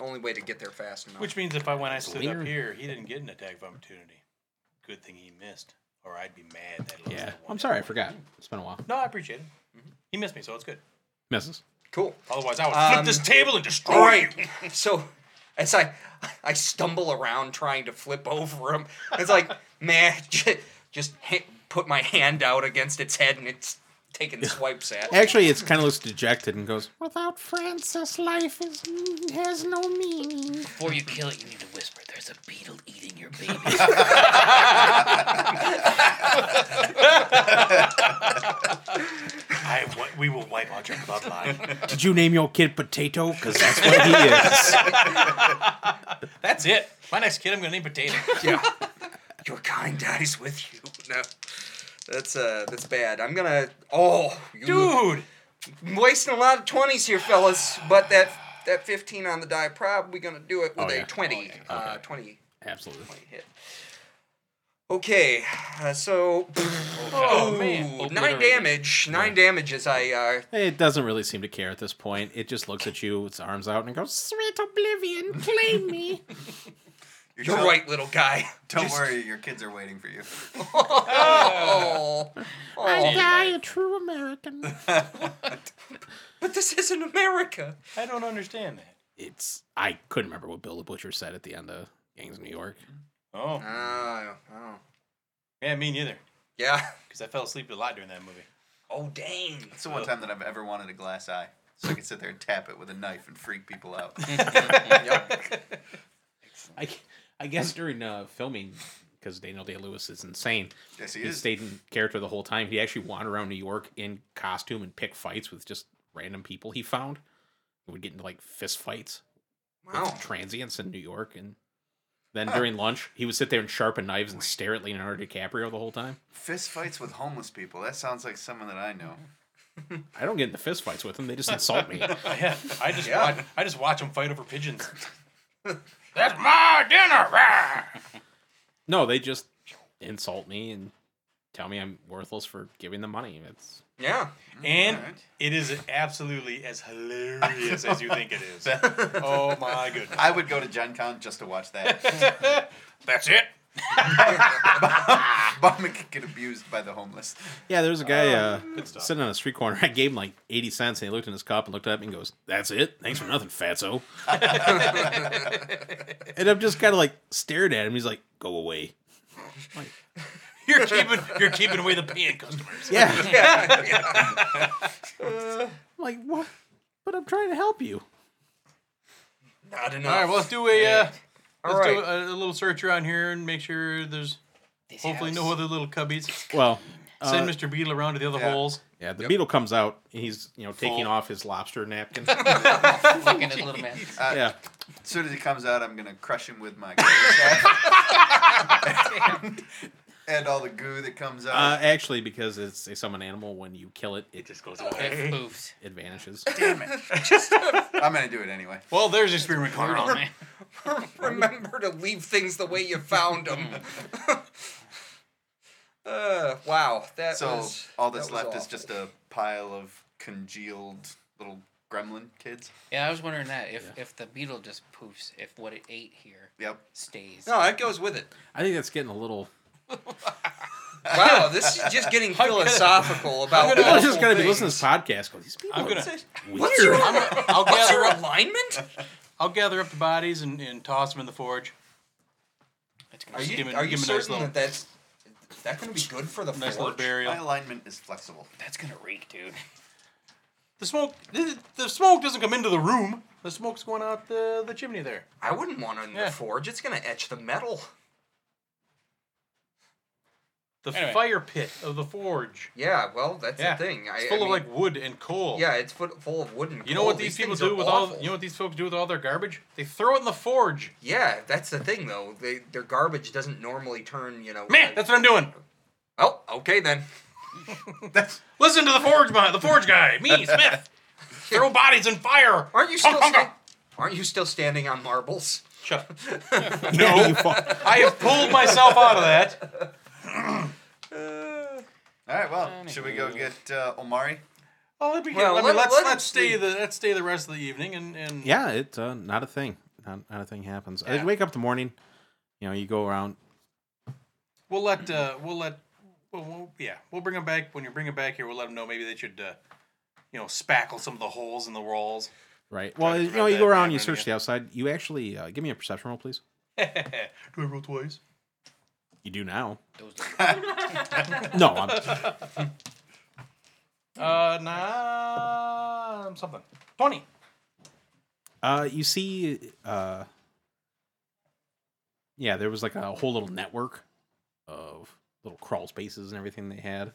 Speaker 5: Only way to get there fast enough.
Speaker 4: Which means if I when I stood
Speaker 1: Weird.
Speaker 4: up here, he didn't get an attack of opportunity. Good thing he missed, or I'd be mad that I lost
Speaker 1: Yeah.
Speaker 4: that one.
Speaker 1: I'm sorry, I forgot. It's been a while.
Speaker 4: No, I appreciate it.
Speaker 5: Mm-hmm.
Speaker 4: He missed me, so it's good.
Speaker 1: Misses.
Speaker 5: cool.
Speaker 4: Otherwise, I would
Speaker 5: Um,
Speaker 4: flip this table and destroy
Speaker 5: All
Speaker 4: you.
Speaker 5: right. So as I I stumble around trying to flip over him, it's like man, just, just hit, put my hand out against its head and it's taking swipes at. it.
Speaker 1: Actually, it's kind of looks dejected and goes,
Speaker 11: Without Francis, life is, has no meaning.
Speaker 2: Before you kill it, you need to whisper, there's a beetle eating your baby.
Speaker 4: I wa- we will wipe out your bloodline.
Speaker 1: Did you name your kid Potato? Because that's what he is.
Speaker 4: That's it. My next kid, I'm gonna name potato.
Speaker 5: Your kind dies with you. No, that's uh that's bad. I'm gonna oh you
Speaker 4: Dude,
Speaker 5: I'm wasting a lot of twenties here, fellas. But that that 15 on the die probably gonna do it with
Speaker 1: Oh,
Speaker 5: a
Speaker 1: yeah.
Speaker 5: 20 uh 20
Speaker 1: Absolutely.
Speaker 5: hit. Okay, uh, so
Speaker 2: Oh,
Speaker 5: Ooh,
Speaker 2: man.
Speaker 5: nine damage. Nine damage as I uh,
Speaker 1: It doesn't really seem to care at this point. It just looks at you, its arms out, and it goes,
Speaker 11: Sweet oblivion, claim me.
Speaker 5: You're
Speaker 3: so-
Speaker 5: right, little guy.
Speaker 3: Don't worry, your kids are waiting for you.
Speaker 5: Oh.
Speaker 11: I
Speaker 5: oh.
Speaker 11: die a true American.
Speaker 5: But this isn't America.
Speaker 4: I don't understand that.
Speaker 1: It's I couldn't remember what Bill the Butcher said at the end of Gangs of New York.
Speaker 4: Oh,
Speaker 5: Oh, oh.
Speaker 4: yeah, me neither.
Speaker 5: Yeah.
Speaker 4: Because I fell asleep a lot during that movie.
Speaker 5: Oh, dang.
Speaker 3: It's the one time that I've ever wanted a glass eye, so I could sit there and tap it with a knife and freak people out.
Speaker 1: I, I guess during uh, filming, because Daniel Day Lewis is insane,
Speaker 3: Yes, he
Speaker 1: he
Speaker 3: is.
Speaker 1: stayed in character the whole time. He actually wandered around New York in costume and pick fights with just random people he found. He would get into like fist fights
Speaker 5: Wow.
Speaker 1: with transients in New York, and then during lunch, he would sit there and sharpen knives and stare at Leonardo DiCaprio the whole time.
Speaker 3: Fist fights with homeless people. That sounds like someone that I know.
Speaker 1: I don't get into fist fights with them; they just insult me.
Speaker 4: Yeah, Mm-hmm. I just
Speaker 5: Yeah.
Speaker 4: watch, I just watch them fight over pigeons.
Speaker 2: That's my dinner.
Speaker 1: No, they just insult me and tell me I'm worthless for giving them money. It's
Speaker 5: Yeah.
Speaker 4: And
Speaker 3: Alright.
Speaker 4: it is absolutely as hilarious as you think it is. oh my goodness.
Speaker 3: I would go to Gen Con just to watch that.
Speaker 4: That's it.
Speaker 3: Obama could get abused by the homeless.
Speaker 1: yeah. There was a guy uh,
Speaker 4: Um, stuff.
Speaker 1: sitting on a street corner. I gave him like eighty cents, and he looked in his cup and looked up and goes, "That's it. Thanks for nothing, fatso." and I'm just kind of like stared at him. He's like, "Go away."
Speaker 4: You're keeping you're keeping away the paying customers.
Speaker 1: Yeah.
Speaker 5: Yeah. yeah.
Speaker 1: I'm like what? But I'm trying to help you.
Speaker 5: Not enough.
Speaker 4: All right, well, let's do a uh,
Speaker 5: All
Speaker 4: let's do
Speaker 5: right.
Speaker 4: a, a little search around here and make sure there's hopefully no other little cubbies.
Speaker 1: Well,
Speaker 4: Send
Speaker 1: uh,
Speaker 4: Mr. Beetle around to the other
Speaker 3: yeah.
Speaker 4: holes.
Speaker 1: yeah. The beetle comes out. And he's you know taking
Speaker 2: Full.
Speaker 1: off his lobster napkin.
Speaker 2: Looking at the little man.
Speaker 1: yeah.
Speaker 3: As soon as he comes out, I'm gonna crush him with my curry staff. and, all the goo that comes
Speaker 1: Uh,
Speaker 3: out.
Speaker 1: actually, because it's a summon animal, when you kill it, it,
Speaker 4: just goes
Speaker 2: It moves.
Speaker 1: it vanishes.
Speaker 3: I'm gonna do it anyway.
Speaker 4: Well, there's experiment
Speaker 2: Oh,
Speaker 4: card.
Speaker 2: man.
Speaker 5: Remember to leave things the way you found them. uh, wow. That
Speaker 3: So
Speaker 5: was,
Speaker 3: all
Speaker 5: that
Speaker 3: that's
Speaker 5: was
Speaker 3: left is
Speaker 5: awful.
Speaker 3: just a pile of congealed little gremlin kids.
Speaker 2: Yeah, I was wondering that if if the beetle just poofs, if what it ate here
Speaker 3: Yep.
Speaker 2: stays.
Speaker 5: No, that goes with it.
Speaker 1: I think that's getting a little.
Speaker 5: Wow, this is just getting philosophical about.
Speaker 1: People are
Speaker 5: awful
Speaker 1: just gonna be
Speaker 5: things.
Speaker 1: listening to this podcast. Going, These people
Speaker 4: I'm
Speaker 1: are
Speaker 4: gonna-
Speaker 1: weird.
Speaker 5: What's your,
Speaker 4: I'll
Speaker 5: what's
Speaker 4: gather
Speaker 5: your
Speaker 4: up.
Speaker 5: alignment?
Speaker 4: I'll gather up the bodies and, and toss them in the forge.
Speaker 2: It's
Speaker 5: Are
Speaker 2: gonna
Speaker 5: you
Speaker 4: Give me-
Speaker 5: are you
Speaker 4: give me a nice
Speaker 5: certain
Speaker 4: little-
Speaker 5: that that's is that going to be good for the
Speaker 4: Nice
Speaker 5: forge?
Speaker 4: little burial.
Speaker 3: My alignment is flexible.
Speaker 2: that's gonna reek, dude.
Speaker 4: The smoke, the, the smoke doesn't come into the room. The smoke's going out the, the chimney there.
Speaker 5: I wouldn't want it in
Speaker 4: Yeah.
Speaker 5: the forge. It's going to etch the metal.
Speaker 4: The
Speaker 2: Anyway.
Speaker 4: fire pit of the forge.
Speaker 5: Yeah, well, that's
Speaker 4: Yeah,
Speaker 5: the thing. I,
Speaker 4: It's
Speaker 5: I
Speaker 4: full of
Speaker 5: mean,
Speaker 4: like wood and coal.
Speaker 5: yeah, it's full, full of wood and
Speaker 4: You know
Speaker 5: coal.
Speaker 4: what these, people
Speaker 5: things are
Speaker 4: do with all?
Speaker 5: awful.
Speaker 4: You know what these folks do with all their garbage? They throw it in the forge.
Speaker 5: Yeah, that's the thing though. They their garbage doesn't normally turn. You know.
Speaker 4: Man, that's what I'm doing.
Speaker 5: oh, okay then.
Speaker 3: That's
Speaker 4: Listen to the forge man, the forge guy, me, Smith. throw bodies in fire.
Speaker 5: Aren't you still? sta- aren't you still standing on marbles?
Speaker 4: Shut up.
Speaker 1: no, you fall.
Speaker 4: I have pulled myself out of that.
Speaker 3: all right. Well, should we go get uh, Omari?
Speaker 4: Well, let me get,
Speaker 5: Well,
Speaker 4: I mean,
Speaker 5: let-
Speaker 4: let's
Speaker 5: let
Speaker 4: let's
Speaker 5: it
Speaker 4: stay
Speaker 5: be.
Speaker 4: the let's stay the rest of the evening and and
Speaker 1: yeah, it's uh, not a thing. Not, not a thing happens. I wake up the morning. You know, you go around.
Speaker 4: we'll let uh we'll let well, we'll yeah we'll bring them back when you bring them back here. We'll let them know maybe they should uh, you know spackle some of the holes in the walls.
Speaker 1: Right. Well,
Speaker 4: to
Speaker 1: you know,
Speaker 4: prevent
Speaker 1: you go
Speaker 4: that
Speaker 1: around. You
Speaker 4: happening
Speaker 1: search the outside. You actually uh, give me a perception roll, please.
Speaker 4: do I roll twice?
Speaker 1: You do now.
Speaker 2: Those
Speaker 1: No, I'm,
Speaker 4: Uh, nah, something. Twenty.
Speaker 1: uh, you see. Uh, yeah, there was like a whole little network of little crawl spaces and everything they had.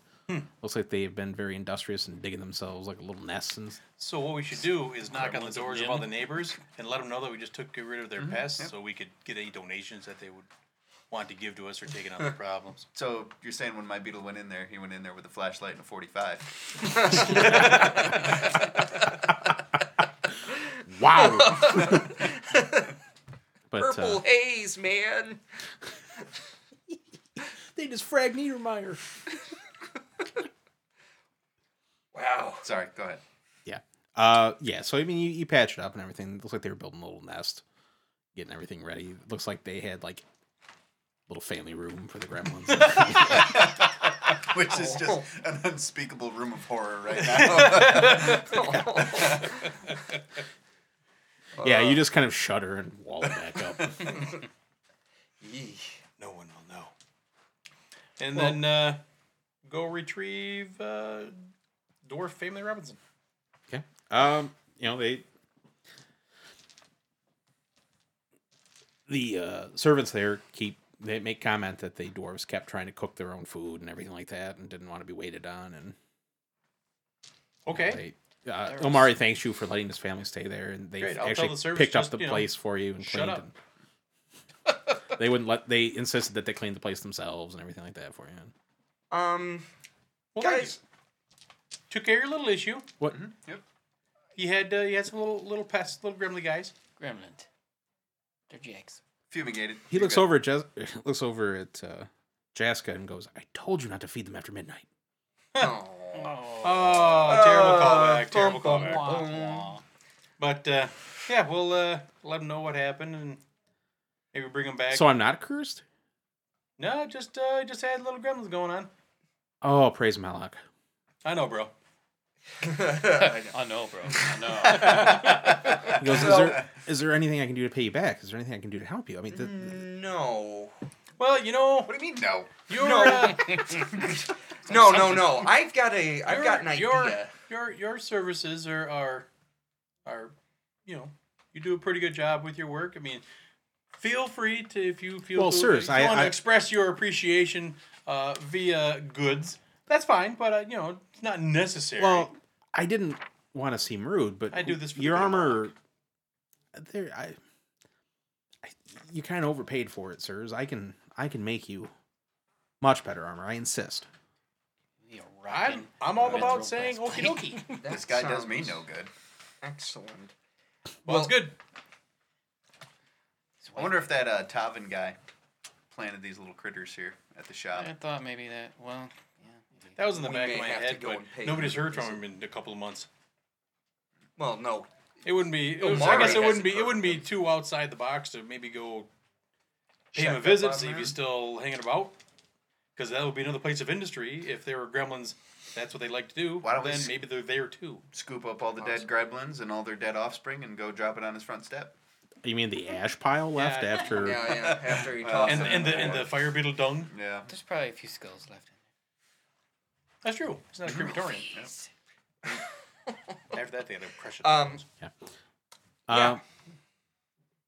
Speaker 1: Looks like they have been very industrious and digging themselves like little nests and
Speaker 4: So what we should do is knock on the
Speaker 2: Gremlins in
Speaker 4: doors
Speaker 2: the
Speaker 4: of all the
Speaker 2: gym.
Speaker 4: neighbors and let them know that we just took rid of their pests, so we could get any donations that they would want to give to us or taking on their problems.
Speaker 3: So you're saying when my beetle went in there, he went in there with a flashlight and a 45.
Speaker 1: Wow. but
Speaker 5: Purple
Speaker 1: uh,
Speaker 5: haze, man.
Speaker 1: they just frag Niedermeyer.
Speaker 5: Wow.
Speaker 3: Sorry. Go ahead.
Speaker 1: Yeah. Uh, yeah. So I mean, you, you patch it up and everything. It looks like they were building a little nest, getting everything ready. It looks like they had like little family room for the gremlins.
Speaker 3: Which is
Speaker 5: Oh.
Speaker 3: just an unspeakable room of horror right now.
Speaker 1: Yeah, you just kind of shudder and wall it back up.
Speaker 4: No one will know. And then uh, go retrieve uh, Dwarf Family Robinson.
Speaker 1: Okay. Um, you know, they the uh, servants there keep they make comment that the dwarves kept trying to cook their own food and everything like that and didn't want to be waited on and
Speaker 4: Okay.
Speaker 1: they, uh,
Speaker 2: There was-
Speaker 1: Omari thanks you for letting his family stay there and they
Speaker 4: Great, I'll tell
Speaker 1: actually
Speaker 4: the servants
Speaker 1: picked
Speaker 4: just,
Speaker 1: up the
Speaker 4: you know,
Speaker 1: place for you and
Speaker 4: shut
Speaker 1: cleaned
Speaker 4: up.
Speaker 1: and- they wouldn't let they insisted that they cleaned the place themselves and everything like that for you.
Speaker 5: Um,
Speaker 4: Well, thank
Speaker 5: guys,
Speaker 4: you. took care of your little issue.
Speaker 1: What
Speaker 4: You had uh, you had some little little pests, little gremlin guys.
Speaker 2: Gremlin. They're jags.
Speaker 3: Fumigated.
Speaker 1: he
Speaker 3: You're
Speaker 1: looks
Speaker 3: good.
Speaker 1: over at Jas- looks over at uh, Jaska and goes, "I told you not to feed them after midnight."
Speaker 5: aw.
Speaker 4: Oh, uh, terrible callback! Terrible
Speaker 5: bum, bum,
Speaker 4: callback.
Speaker 2: Wah,
Speaker 5: Um,
Speaker 2: wah.
Speaker 4: But uh, yeah, we'll uh, let them know what happened and maybe bring them back.
Speaker 1: So I'm not cursed.
Speaker 4: no, just uh, just had little gremlins going on.
Speaker 1: Oh, praise Malak.
Speaker 4: I know, bro.
Speaker 2: I know, bro. I
Speaker 1: He goes, is there, is there anything I can do to pay you back? Is there anything I can do to help you? I mean, th-
Speaker 5: no.
Speaker 4: Well, you know,
Speaker 3: What do you mean no?
Speaker 4: you're
Speaker 5: No.
Speaker 4: uh,
Speaker 5: No, no, no. I've got a, I've
Speaker 4: Your-
Speaker 5: got an idea.
Speaker 4: your- your your services are are are you know you do a pretty good job with your work. I mean, feel free to if you feel
Speaker 1: Well,
Speaker 4: to-
Speaker 1: sirs,
Speaker 4: if you
Speaker 1: I-
Speaker 4: want
Speaker 1: I-
Speaker 4: to express your appreciation uh, via goods. That's fine, but uh, you know it's not necessary.
Speaker 1: well, I didn't want to seem rude, but
Speaker 4: I do this for the
Speaker 1: your
Speaker 4: good of
Speaker 1: armor. There, I, I, you kind of overpaid for it, sirs. I can, I can make you much better armor. I insist.
Speaker 2: know.
Speaker 4: I'm I'm all about saying okie
Speaker 2: okay.
Speaker 4: dokie.
Speaker 5: That
Speaker 3: This guy does me
Speaker 5: sounds
Speaker 3: no good.
Speaker 5: Excellent.
Speaker 4: Well, it's good.
Speaker 3: I wonder if that uh, Tavin guy planted these little critters here at the shop.
Speaker 2: I thought maybe that. Well, yeah. maybe.
Speaker 4: That was in the
Speaker 5: We
Speaker 4: back
Speaker 5: may
Speaker 4: of my
Speaker 5: have to
Speaker 4: head,
Speaker 5: go
Speaker 4: but
Speaker 5: and pay
Speaker 4: nobody's
Speaker 5: him a
Speaker 4: heard from him
Speaker 5: visit.
Speaker 4: in a couple of months.
Speaker 5: Well, no.
Speaker 4: It wouldn't be. It
Speaker 5: Oh,
Speaker 4: was, I
Speaker 5: Mari
Speaker 4: guess it wouldn't
Speaker 5: hasn't
Speaker 4: be. It
Speaker 5: heard
Speaker 4: wouldn't
Speaker 5: from
Speaker 4: be too outside the box to maybe go pay
Speaker 5: Check
Speaker 4: him a
Speaker 5: up
Speaker 4: visit,
Speaker 5: on
Speaker 4: see if he's
Speaker 5: that.
Speaker 4: still hanging about. Because that would be another place of industry. If there were gremlins, that's what they like to do.
Speaker 3: Why don't we
Speaker 4: then
Speaker 3: s-
Speaker 4: maybe they're there too.
Speaker 3: Scoop up all the dead gremlins and all their dead offspring and go drop it on his front step.
Speaker 1: You mean the ash pile left
Speaker 4: Yeah.
Speaker 1: after?
Speaker 5: Yeah, yeah. After
Speaker 3: Uh,
Speaker 5: he talks
Speaker 4: And
Speaker 5: him
Speaker 4: and the
Speaker 5: in
Speaker 4: and the fire beetle dung.
Speaker 3: Yeah.
Speaker 2: There's probably a few skulls left.
Speaker 4: That's true. It's not a crematorium.
Speaker 2: in there.
Speaker 4: After that, they had to crush it.
Speaker 5: Um,
Speaker 1: Uh,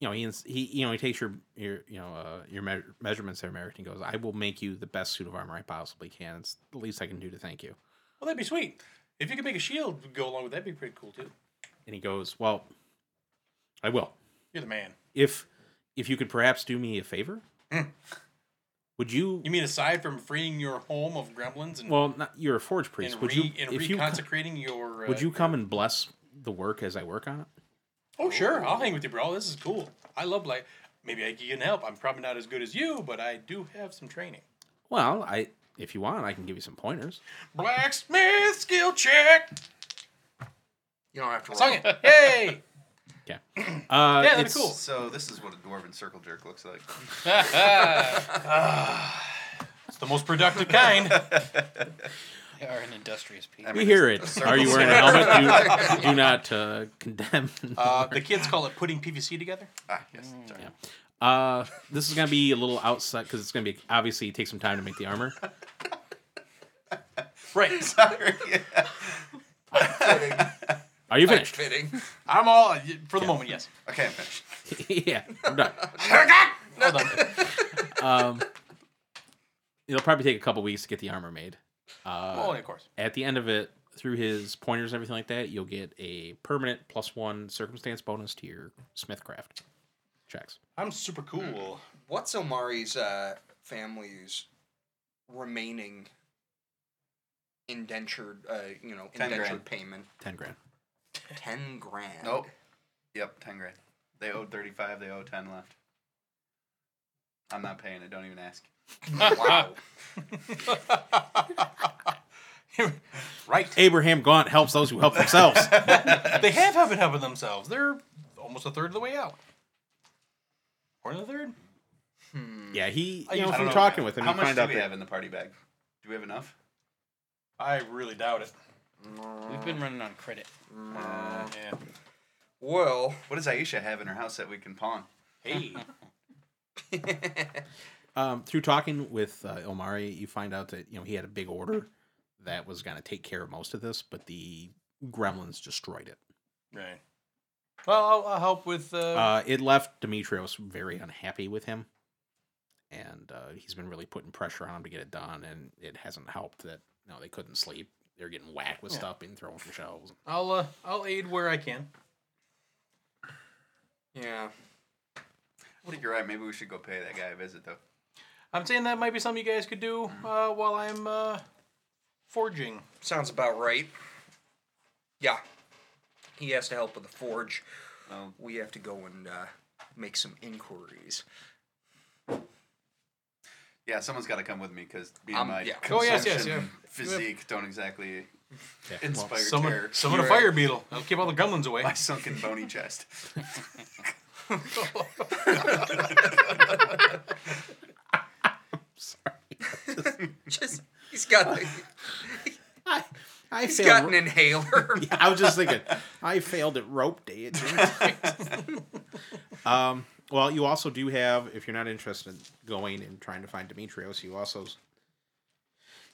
Speaker 1: You know, he, ins- he you know he takes your your you know uh, your me- measurements there, Merrick, and goes, "I will make you the best suit of armor I possibly can. It's the least I can do to thank you."
Speaker 4: well, that'd be sweet. If you could make a shield to go along with that, would be pretty cool too.
Speaker 1: and he goes, "Well, I will.
Speaker 4: You're the man.
Speaker 1: If if you could perhaps do me a favor, would you?
Speaker 4: You mean aside from freeing your home of gremlins and,
Speaker 1: well, not, you're a forge priest.
Speaker 4: and,
Speaker 1: would
Speaker 4: re,
Speaker 1: you?
Speaker 4: and
Speaker 1: If you co-
Speaker 4: reconsecrating your? Uh,
Speaker 1: would you come and bless the work as I work on it?
Speaker 4: Oh sure, I'll hang with you, bro. This is cool. I love like maybe I can help. I'm probably not as good as you, but I do have some training.
Speaker 1: Well, I if you want, I can give you some pointers.
Speaker 4: Blacksmith skill check.
Speaker 5: you don't have to.
Speaker 4: Sung
Speaker 5: Roll.
Speaker 4: it. Yay!
Speaker 1: Yeah, uh,
Speaker 4: that'd be
Speaker 1: it's-
Speaker 4: cool.
Speaker 3: So this is what a dwarven circle jerk looks like.
Speaker 1: Mm.
Speaker 4: It's the most productive kind.
Speaker 2: They are an industrious people.
Speaker 3: I
Speaker 1: We
Speaker 3: mean,
Speaker 1: hear it. Are you wearing a helmet? Do, do not uh, condemn.
Speaker 4: Uh, the kids call it putting PVC together.
Speaker 3: Ah, yes.
Speaker 1: Yeah. Uh, this is gonna be a little outside because it's gonna be obviously take some time to make the armor.
Speaker 4: Right.
Speaker 3: Sorry. Yeah.
Speaker 1: Are you finished?
Speaker 5: Fitting.
Speaker 4: I'm all uh, for the moment. Yes.
Speaker 3: Okay, I'm finished.
Speaker 1: yeah, I'm done.
Speaker 4: Hold on.
Speaker 1: Um, it'll probably take a couple weeks to get the armor made. Uh,
Speaker 4: Oh, of course.
Speaker 1: at the end of it, through his pointers and everything like that, you'll get a permanent plus one circumstance bonus to your smithcraft checks.
Speaker 4: I'm super cool.
Speaker 5: What's Omari's uh, family's remaining indentured, uh, you know,
Speaker 3: Ten
Speaker 5: indentured
Speaker 3: grand.
Speaker 5: payment?
Speaker 1: Ten grand.
Speaker 5: Ten grand.
Speaker 3: Nope. Yep, 10 grand. They owed 35, they owe 10 left. I'm not paying it, don't even ask.
Speaker 5: Wow.
Speaker 4: Right.
Speaker 1: Abraham Gaunt helps those who help themselves.
Speaker 4: Uh, They have have been helping themselves. They're almost a third of the way out. Or the third.
Speaker 1: yeah, he.
Speaker 4: I
Speaker 1: You know,
Speaker 4: don't
Speaker 1: from
Speaker 4: know,
Speaker 1: talking with him,
Speaker 3: How
Speaker 1: you
Speaker 3: much
Speaker 1: find
Speaker 3: do
Speaker 1: out
Speaker 3: we
Speaker 1: that
Speaker 3: have in the party bag? Do we have enough?
Speaker 4: I really doubt it.
Speaker 2: We've been running on credit.
Speaker 4: Yeah.
Speaker 5: Well,
Speaker 3: What does Aisha have in her house that we can pawn?
Speaker 9: Hey.
Speaker 1: Um, through talking with uh, Ilmari, you find out that you know he had a big order that was going to take care of most of this, but the gremlins destroyed it.
Speaker 9: right. Well, I'll, I'll help with. Uh,
Speaker 1: Uh, it left Demetrios very unhappy with him, and uh, he's been really putting pressure on him to get it done. And it hasn't helped that you know, they couldn't sleep; they're getting whacked with stuff, being thrown from shelves.
Speaker 9: I'll uh, I'll aid where I can.
Speaker 5: yeah.
Speaker 3: I think you're right. Maybe we should go pay that guy a visit, though.
Speaker 9: I'm saying that might be something you guys could do uh, while I'm uh, forging.
Speaker 5: Sounds about right. Yeah. He has to help with the forge.
Speaker 3: Well,
Speaker 5: We have to go and uh, make some inquiries.
Speaker 3: yeah, someone's got to come with me because being
Speaker 5: Um,
Speaker 3: my
Speaker 5: yeah.
Speaker 9: Oh, yes, yes,
Speaker 3: consumption
Speaker 9: yeah.
Speaker 3: physique don't exactly
Speaker 1: Yeah, well,
Speaker 3: inspire
Speaker 9: Summon,
Speaker 3: terror.
Speaker 9: summon a
Speaker 3: You're
Speaker 9: fire
Speaker 3: right.
Speaker 9: beetle. That'll keep all the gremlins away.
Speaker 3: My sunken bony chest.
Speaker 5: Just he's got the,
Speaker 1: I, I
Speaker 5: he's
Speaker 1: failed.
Speaker 5: got an inhaler.
Speaker 1: I was just thinking, I failed at rope day. It didn't. um, well, you also do have, if you're not interested in going and trying to find Demetrios, you also s-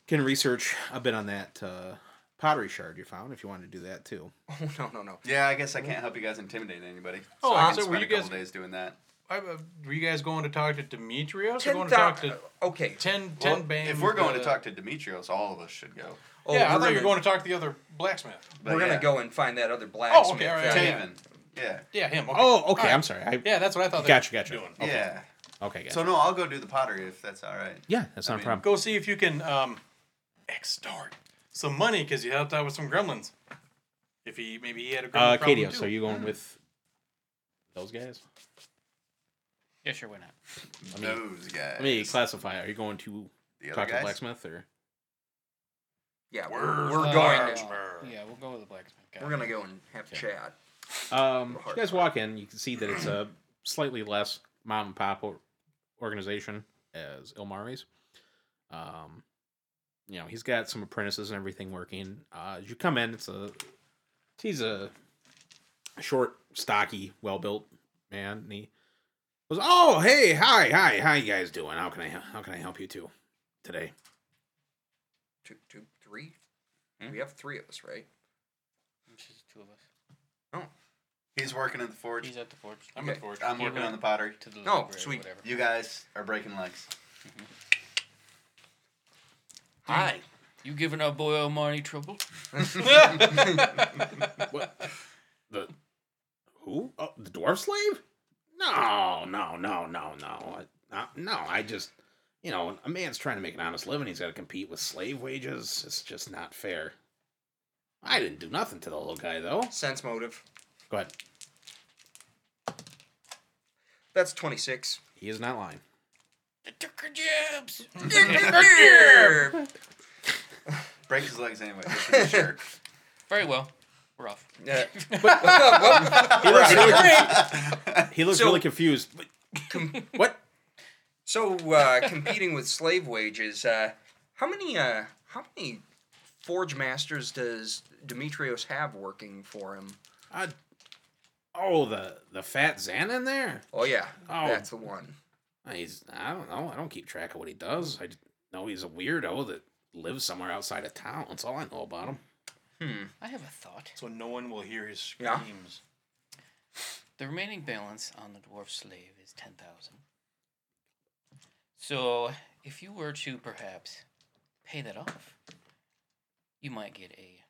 Speaker 1: can research a bit on that uh, pottery shard you found if you want to do that too.
Speaker 5: Oh no no no.
Speaker 3: Yeah, I guess I can't help you guys intimidate anybody. So
Speaker 9: Oh,
Speaker 3: I can
Speaker 9: so were
Speaker 3: spend
Speaker 9: you
Speaker 3: a couple
Speaker 9: guys-
Speaker 3: days doing that.
Speaker 9: I, uh, were you guys going to talk to Demetrios or
Speaker 5: Ten
Speaker 9: going to talk
Speaker 5: thousand.
Speaker 9: to
Speaker 5: Okay.
Speaker 9: 10, 10
Speaker 3: Well,
Speaker 9: band?
Speaker 3: if we're going to
Speaker 9: uh,
Speaker 3: talk to Demetrios, all of us should go.
Speaker 5: Oh,
Speaker 9: yeah, I
Speaker 5: we're
Speaker 9: thought you were
Speaker 5: gonna-
Speaker 9: going to talk to the other blacksmith.
Speaker 3: But
Speaker 5: we're
Speaker 3: yeah.
Speaker 5: gonna go and find that other blacksmith.
Speaker 9: all right,
Speaker 5: uh,
Speaker 9: yeah.
Speaker 3: Taven. Yeah.
Speaker 9: Yeah, him. Okay.
Speaker 1: Oh, okay.
Speaker 9: All right.
Speaker 1: I'm sorry. I,
Speaker 9: Yeah, that's what I thought. they
Speaker 1: Gotcha,
Speaker 9: were
Speaker 1: gotcha.
Speaker 9: Doing.
Speaker 3: Yeah.
Speaker 1: Okay, gotcha.
Speaker 3: So no, I'll go do the pottery if that's all right.
Speaker 1: yeah, that's not
Speaker 3: mean,
Speaker 1: a problem.
Speaker 9: Go see if you can um, extort some money because you helped out with some gremlins. If he maybe he had a gremlin
Speaker 1: Uh,
Speaker 9: problem
Speaker 1: Kadio,
Speaker 9: too.
Speaker 1: so you going with those guys?
Speaker 2: Yeah, sure, why not?
Speaker 1: Let me,
Speaker 3: Those guys.
Speaker 1: let me classify. Are you going to
Speaker 3: the other
Speaker 1: talk to the
Speaker 3: guys.
Speaker 1: blacksmith or?
Speaker 5: yeah, we're,
Speaker 2: Uh,
Speaker 5: we're going. To,
Speaker 2: yeah, we'll go with the blacksmith guy.
Speaker 5: we're gonna go and have a chat.
Speaker 1: Um, you
Speaker 5: Hard
Speaker 1: guys walk in, you can see that it's a slightly less mom and pop or- organization as Ilmari's. Um, you know, he's got some apprentices and everything working. Uh, as you come in, it's a he's a short, stocky, well built man, and he goes, "Oh, hey, hi, hi, how you guys doing? How can I how can I help you too today?"
Speaker 5: Two, two, three. We have three of us, right?
Speaker 2: It's just two of us.
Speaker 3: He's working at the forge.
Speaker 2: He's at the forge.
Speaker 9: I'm
Speaker 5: Okay.
Speaker 9: at the forge.
Speaker 3: I'm working on the pottery.
Speaker 2: to the Oh,
Speaker 5: No,
Speaker 2: library or
Speaker 5: sweet.
Speaker 2: Whatever.
Speaker 3: You guys are breaking legs.
Speaker 5: Hi.
Speaker 2: You giving our boy Omar any trouble?
Speaker 1: What the who? Oh, the dwarf slave? No, no, no, no, no, I, uh, no. I just, you know, a man's trying to make an honest living. He's got to compete with slave wages. It's just not fair. I didn't do nothing to the little guy though.
Speaker 5: Sense motive.
Speaker 1: Go ahead.
Speaker 5: That's twenty six.
Speaker 1: He is not lying.
Speaker 2: The Tucker Jabs!
Speaker 5: yeah.
Speaker 3: Break his legs anyway. Just for the shirt.
Speaker 2: Very well. We're off.
Speaker 1: He looks really, he looks
Speaker 5: So-
Speaker 1: really confused. What?
Speaker 5: So uh, competing with slave wages, uh, how many uh, how many forge masters does Demetrios have working for him?
Speaker 1: Uh, oh, the the fat Xan in there.
Speaker 5: Oh yeah,
Speaker 1: Oh.
Speaker 5: that's the one.
Speaker 1: He's I don't know. I don't keep track of what he does. I just know he's a weirdo that lives somewhere outside of town. That's all I know about him.
Speaker 5: Hmm.
Speaker 2: I have a thought.
Speaker 9: So no one will hear his
Speaker 5: Yeah.
Speaker 9: screams.
Speaker 2: The remaining balance on the dwarf slave is 10,000. So, if you were to perhaps pay that off, you might get a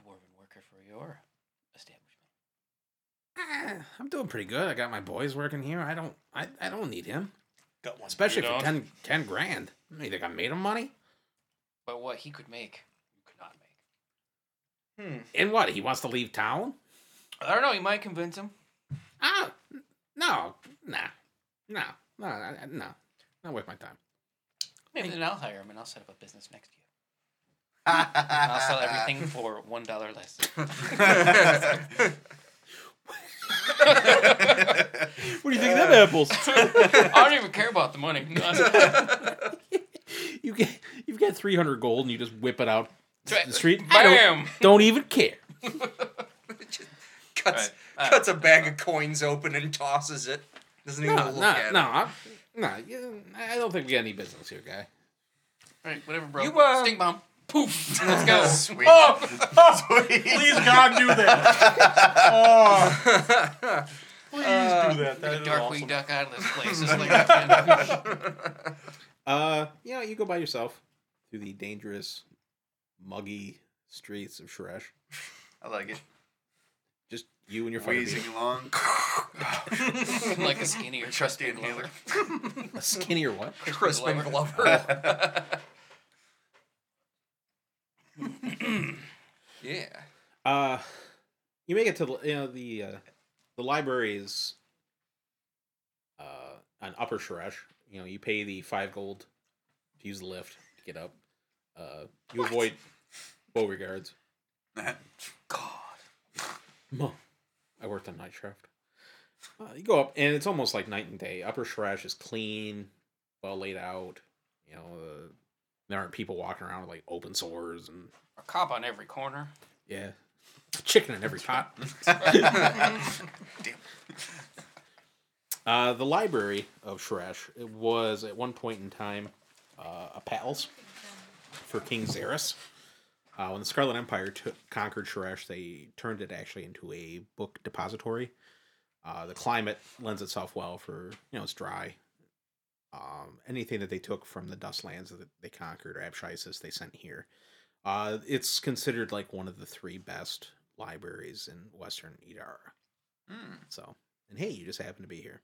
Speaker 2: dwarven worker for your establishment.
Speaker 1: Eh, I'm doing pretty good. I got my boys working here. I don't I, I don't need him.
Speaker 9: Got one.
Speaker 1: Especially
Speaker 2: You
Speaker 1: for
Speaker 2: don't?
Speaker 1: 10, 10 grand. What, You think I made him money?
Speaker 2: But what he could make, you could not make.
Speaker 1: And what? He wants to leave town?
Speaker 2: I don't know, you might convince him.
Speaker 1: Ah n- no. Nah. No. No, I- I- no. Not worth my time.
Speaker 2: Maybe then I'll hire him and I'll set up a business next year. And I'll sell everything for one dollar less.
Speaker 1: What do you think of that apples?
Speaker 2: I don't even care about the money. That's
Speaker 1: you get you've got three hundred gold and you just whip it out
Speaker 2: right.
Speaker 1: the street. I don't-
Speaker 2: Bam!
Speaker 1: don't even care.
Speaker 5: Just cuts
Speaker 9: Right.
Speaker 5: Cuts a bag of coins open and tosses it. Doesn't even
Speaker 1: No,
Speaker 5: look
Speaker 1: no,
Speaker 5: at
Speaker 1: no,
Speaker 5: it.
Speaker 1: I'm, no. you- I don't think we got any business here, guy.
Speaker 2: Alright, whatever, bro.
Speaker 5: You, uh,
Speaker 2: Stink bomb. Poof. Let's go. Oh!
Speaker 3: Sweet.
Speaker 9: Please God do that. Oh, please do that. That
Speaker 2: Get a
Speaker 9: is
Speaker 2: dark
Speaker 9: awesome.
Speaker 2: wing duck out of this place. Just like that.
Speaker 1: Uh, yeah, you go by yourself through the dangerous, muggy streets of Shresh.
Speaker 3: I like it.
Speaker 1: Just you and your fire
Speaker 3: Wheezing
Speaker 1: beetle.
Speaker 3: along.
Speaker 2: like a skinnier
Speaker 3: Trusty
Speaker 2: Crispin
Speaker 3: inhaler.
Speaker 2: Glover.
Speaker 1: A skinnier what?
Speaker 5: Crispin
Speaker 2: Glover.
Speaker 5: Glover. yeah.
Speaker 1: Uh, you make it to the- you know the uh, the library is uh on Upper Shresh. You know, you pay the five gold to use the lift to get up. Uh, you avoid Beauregard's. Mom, I worked on night shift. Uh, you go up, and it's almost like night and day. Upper Shresh is clean, well laid out. You know, uh, there aren't people walking around with like open sores and
Speaker 2: A cop on every corner.
Speaker 1: yeah, chicken in every pot.
Speaker 5: Hmm.
Speaker 1: Uh, the library of Shresh it was at one point in time uh, a palace for King Xerus. Uh, when the Scarlet Empire took, conquered Shresh, they turned it actually into a book depository. Uh, the climate lends itself well for you know it's dry. Um, anything that they took from the Dustlands that they conquered or Abshisis, they sent here. Uh, it's considered like one of the three best libraries in Western Idara.
Speaker 3: Hmm.
Speaker 1: So, and hey, you just happen to be here.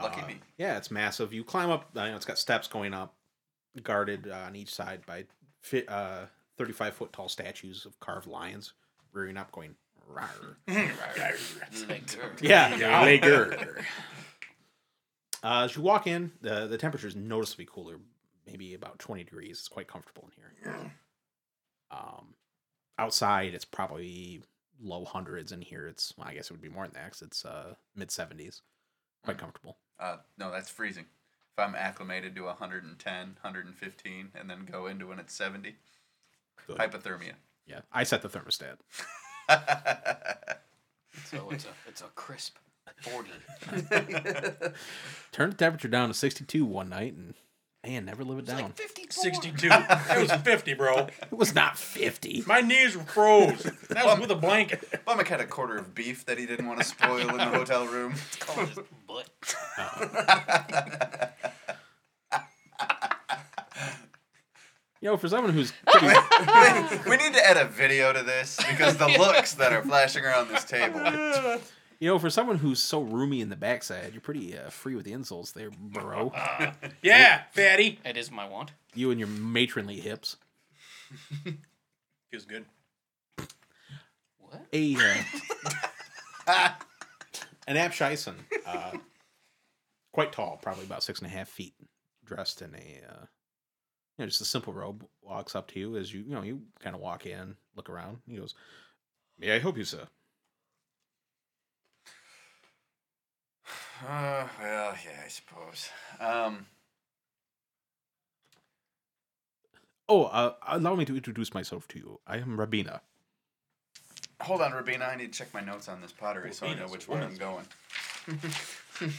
Speaker 3: Lucky
Speaker 1: Uh,
Speaker 3: me.
Speaker 1: Yeah, it's massive. You climb up. I know it's got steps going up, guarded uh, on each side by fi- uh, thirty-five foot tall statues of carved lions rearing up, going. Rawr.
Speaker 2: Mm-hmm.
Speaker 1: Yeah, Lager. Uh, as you walk in, the the temperature is noticeably cooler, maybe about twenty degrees. It's quite comfortable in here. Um, outside it's probably low hundreds. In here, it's well, I guess it would be more than that. 'cause it's uh mid seventies. Quite comfortable.
Speaker 3: Uh, no, that's freezing. If I'm acclimated to 110, 115, and then go into when it's 70,
Speaker 1: Good.
Speaker 3: hypothermia.
Speaker 1: Yeah, I set the thermostat.
Speaker 2: So it's a it's a crisp forty.
Speaker 1: Turned the temperature down to sixty-two one night, and man, never live it down.
Speaker 9: Sixty-two. It was fifty, bro.
Speaker 1: it was not fifty.
Speaker 9: My knees were froze. That was with a blanket.
Speaker 3: Bummick had a quarter of beef that he didn't want to spoil in the hotel room.
Speaker 2: Call his butt.
Speaker 1: You know, for someone who's pretty,
Speaker 3: we need to add a video to this because the looks that are flashing around this table.
Speaker 1: you know, for someone who's so roomy in the backside, you're pretty uh, free with the insoles there, bro.
Speaker 9: Yeah, fatty.
Speaker 2: That is my want.
Speaker 1: You and your matronly hips.
Speaker 9: Feels good.
Speaker 2: What?
Speaker 1: a uh, an Abshison, uh, quite tall, probably about six and a half feet, dressed in a uh, you know just a simple robe, walks up to you as you you know you kind of walk in, look around. He goes, "May I help you, sir?"
Speaker 3: Uh, well, yeah, I suppose. Um,
Speaker 1: Oh, uh, allow me to introduce myself to you. I am Rabina.
Speaker 3: hold on, Rabina. I need to check my notes on this pottery so I know
Speaker 9: Rabina's
Speaker 3: which one I'm
Speaker 9: worse.
Speaker 3: going.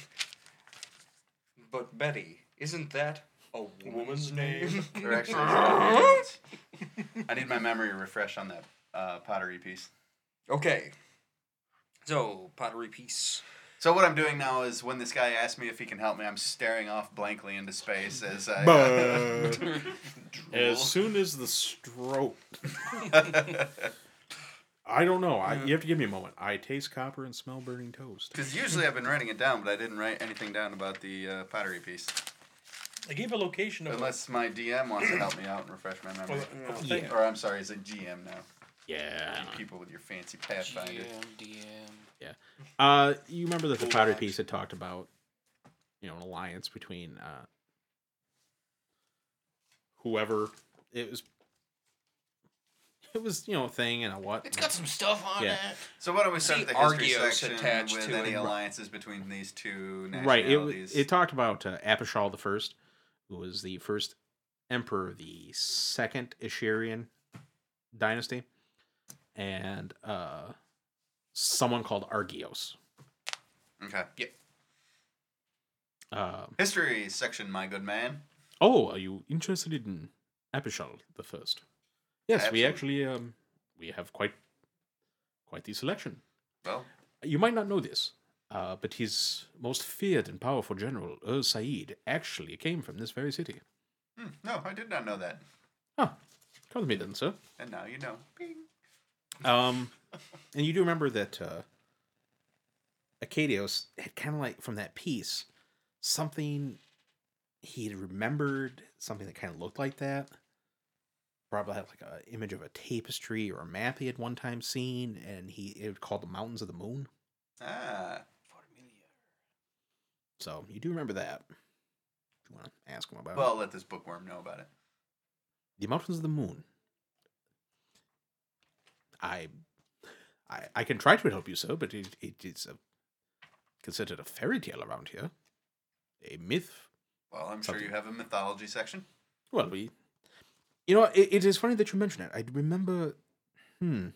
Speaker 5: But Betty, isn't that a woman's name?
Speaker 3: Or actually, it's not. I need my memory refresh on that uh, pottery piece.
Speaker 5: okay. So, pottery piece.
Speaker 3: So what I'm doing now is when this guy asks me if he can help me, I'm staring off blankly into space as I.
Speaker 1: as soon as the stroke. I don't know. I, you have to give me a moment. I taste copper and smell burning toast.
Speaker 3: Because usually I've been writing it down, but I didn't write anything down about the uh, pottery piece.
Speaker 9: I gave a location of
Speaker 3: Unless my DM wants to help me out and refresh my memory.
Speaker 1: Yeah.
Speaker 3: Or I'm sorry, it's a GM now.
Speaker 1: Yeah.
Speaker 9: Uh-huh.
Speaker 3: You people with your fancy Pathfinder.
Speaker 2: GM, DM.
Speaker 1: Uh, you remember that the powder piece had talked about, you know, an alliance between uh, whoever it was. It was you know a thing and a what?
Speaker 2: It's got some stuff on
Speaker 1: Yeah.
Speaker 2: it.
Speaker 3: So why don't we start
Speaker 5: See
Speaker 3: the history
Speaker 5: Argios
Speaker 3: section
Speaker 5: attached
Speaker 3: with
Speaker 5: to
Speaker 3: any
Speaker 5: it.
Speaker 3: alliances between these two
Speaker 1: right. It wa-
Speaker 3: nationalities?
Speaker 1: it talked about uh, Apishal the first, who was the first emperor of the second Isharian dynasty, and uh, someone called Argios.
Speaker 3: Okay.
Speaker 1: Uh,
Speaker 3: History section, my good man.
Speaker 1: oh, are you interested in Apishal the First? Yes,
Speaker 3: Absolutely.
Speaker 1: we actually um, we have quite quite the selection.
Speaker 3: Well,
Speaker 1: You might not know this, uh, but his most feared and powerful general, Ur Said, actually came from this very city.
Speaker 3: hmm, no, I did not know that.
Speaker 1: Huh. Come with me then, sir.
Speaker 3: And now you know. Bing.
Speaker 1: Um, and you do remember that uh, Acadios had kind of like from that piece something he had remembered something that kind of looked like that. Probably had like an image of a tapestry or a map he had one time seen, and he it was called the Mountains of the Moon.
Speaker 3: Ah,
Speaker 1: So you do remember that. If you want to ask him about it.
Speaker 3: well, I'll let this bookworm know about it.
Speaker 1: the mountains of the moon. I, I, I can try to help you, sir, but it, it is a, considered a fairy tale around here, a myth.
Speaker 3: Well, I'm sure
Speaker 1: Something.
Speaker 3: you have a mythology section.
Speaker 1: Well, we, you know, it, it is funny that you mention it. I remember, hmm,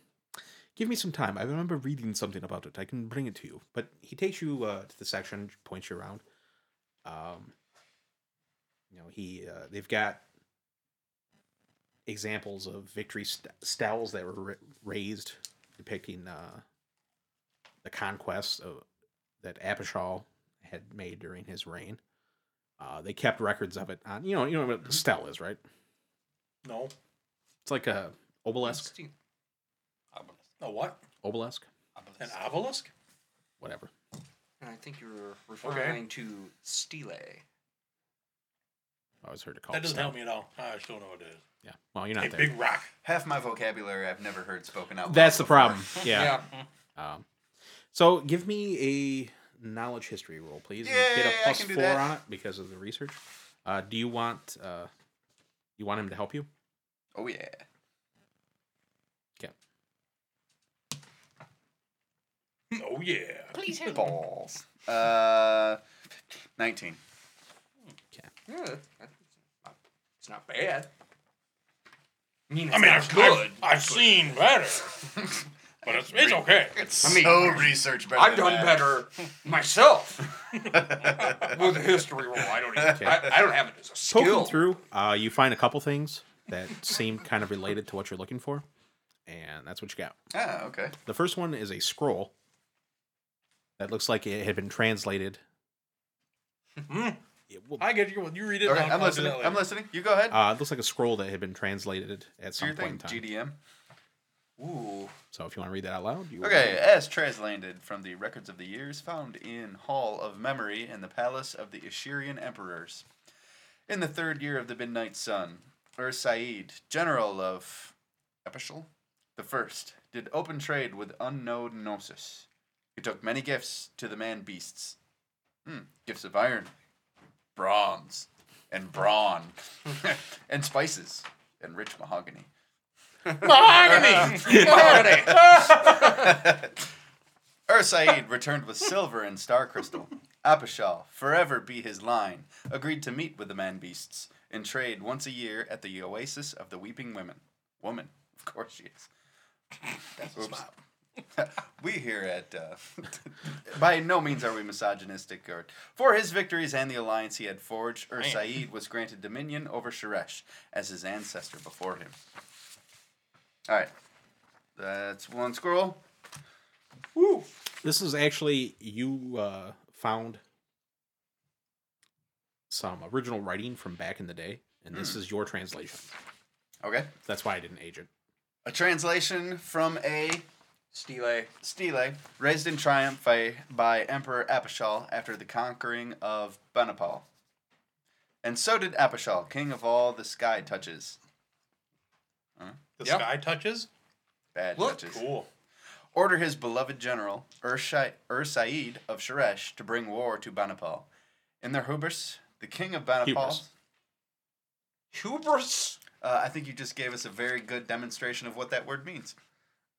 Speaker 1: give me some time. I remember reading something about it. I can bring it to you. But he takes you uh, to the section, points you around. Um, you know, he uh, they've got examples of victory st- stels that were ra- raised depicting uh, the conquests of, that Apishal had made during his reign. Uh, they kept records of it on you know you know what a stele is right?
Speaker 9: No.
Speaker 1: It's like a obelisk,
Speaker 5: Steve.
Speaker 9: A what?
Speaker 1: obelisk,
Speaker 9: An obelisk?
Speaker 1: whatever.
Speaker 5: I think you're referring to Stele.
Speaker 1: I always heard it called.
Speaker 9: That doesn't
Speaker 1: stele.
Speaker 9: help me at all. I still know what it is.
Speaker 1: Yeah. Well, you're not
Speaker 9: a
Speaker 1: there.
Speaker 9: big rock.
Speaker 3: Half my vocabulary I've never heard spoken out loud.
Speaker 1: That's the
Speaker 3: before.
Speaker 1: problem. Yeah. Um, so give me a knowledge history roll, please. and get
Speaker 3: Yay,
Speaker 1: a
Speaker 3: I
Speaker 1: plus
Speaker 3: can do
Speaker 1: four
Speaker 3: that.
Speaker 1: on it because of the research. Uh, do you want uh, you want him to help you?
Speaker 3: Oh, yeah.
Speaker 1: Okay.
Speaker 9: Oh, yeah.
Speaker 2: Please help.
Speaker 3: Balls. Uh, 19.
Speaker 5: Yeah, that- that's not- it's not bad. I mean, it's
Speaker 9: I mean,
Speaker 5: not
Speaker 9: I've,
Speaker 5: good.
Speaker 9: I've, I've seen better. but it's, it's okay.
Speaker 3: It's
Speaker 5: I mean,
Speaker 3: so research better.
Speaker 5: I've
Speaker 3: than
Speaker 5: done
Speaker 3: that.
Speaker 5: better myself with a history roll. I don't even. I, I don't have it as a
Speaker 1: Poking
Speaker 5: skill.
Speaker 1: through, uh, you find a couple things that seem kind of related to what you're looking for, and that's what you got.
Speaker 3: Ah, okay.
Speaker 1: The first one is a scroll that looks like it had been translated. Yeah, well,
Speaker 9: I get you. You read it.
Speaker 3: Okay,
Speaker 9: and I'll- I'll
Speaker 3: I'm
Speaker 9: do
Speaker 3: listening.
Speaker 9: that later.
Speaker 3: I'm listening. You go ahead.
Speaker 1: Uh, it looks like a scroll that had been translated at
Speaker 3: Do
Speaker 1: some
Speaker 3: your
Speaker 1: point in
Speaker 3: thing,
Speaker 1: time.
Speaker 3: GDM.
Speaker 5: Ooh,
Speaker 1: So if you want to read that out loud, you
Speaker 3: Okay, as translated from the records of the years found in Hall of Memory in the palace of the Assyrian emperors. In the third year of the Midnight Sun, Ur Said, general of Epishal the First, did open trade with unknown Gnosis. He took many gifts to the man beasts. Hmm, gifts of iron, bronze, and brawn, and spices, and rich mahogany. Ursaid returned with silver and star crystal. Apishal, forever be his line, agreed to meet with the man beasts and trade once a year at the oasis of the weeping women. Woman, of course she is. Oops. we here at uh, by no means are we misogynistic. Or, for his victories and the alliance he had forged, Ursaid was granted dominion over Sharesh as his ancestor before him. All right, that's one scroll.
Speaker 1: This is actually you uh, found some original writing from back in the day, and this is your translation.
Speaker 3: Okay.
Speaker 1: That's why I didn't age it.
Speaker 3: A translation from a
Speaker 5: Stele.
Speaker 3: stele raised in triumph by, by Emperor Apishal after the conquering of Banapal. And so did Apishal, king of all the sky touches.
Speaker 9: The
Speaker 5: Yeah.
Speaker 9: sky touches.
Speaker 3: Bad
Speaker 5: Look,
Speaker 3: touches.
Speaker 9: Cool.
Speaker 3: Order his beloved general, Urshai- Ursaid of Sharesh, to bring war to Banapal. In their hubris, the king of Banapal.
Speaker 1: Hubris.
Speaker 5: Hubris.
Speaker 3: Uh, I think you just gave us a very good demonstration of what that word means.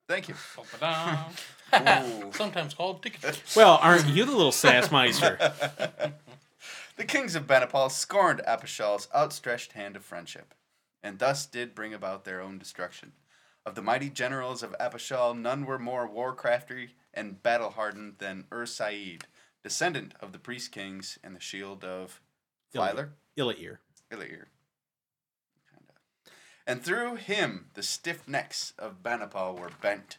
Speaker 3: Thank you.
Speaker 9: Ba-ba-dum.
Speaker 5: Ooh.
Speaker 9: Sometimes called ticket.
Speaker 1: Well, aren't you the little sassmeister?
Speaker 3: The kings of Benepal scorned Apichal's outstretched hand of friendship, and thus did bring about their own destruction. Of the mighty generals of Apishal, none were more war-crafty and battle-hardened than Ur Said, descendant of the priest kings and the shield of Philer.
Speaker 1: Illair.
Speaker 3: Ilir. Kinda. And through him the stiff necks of Banapal were bent.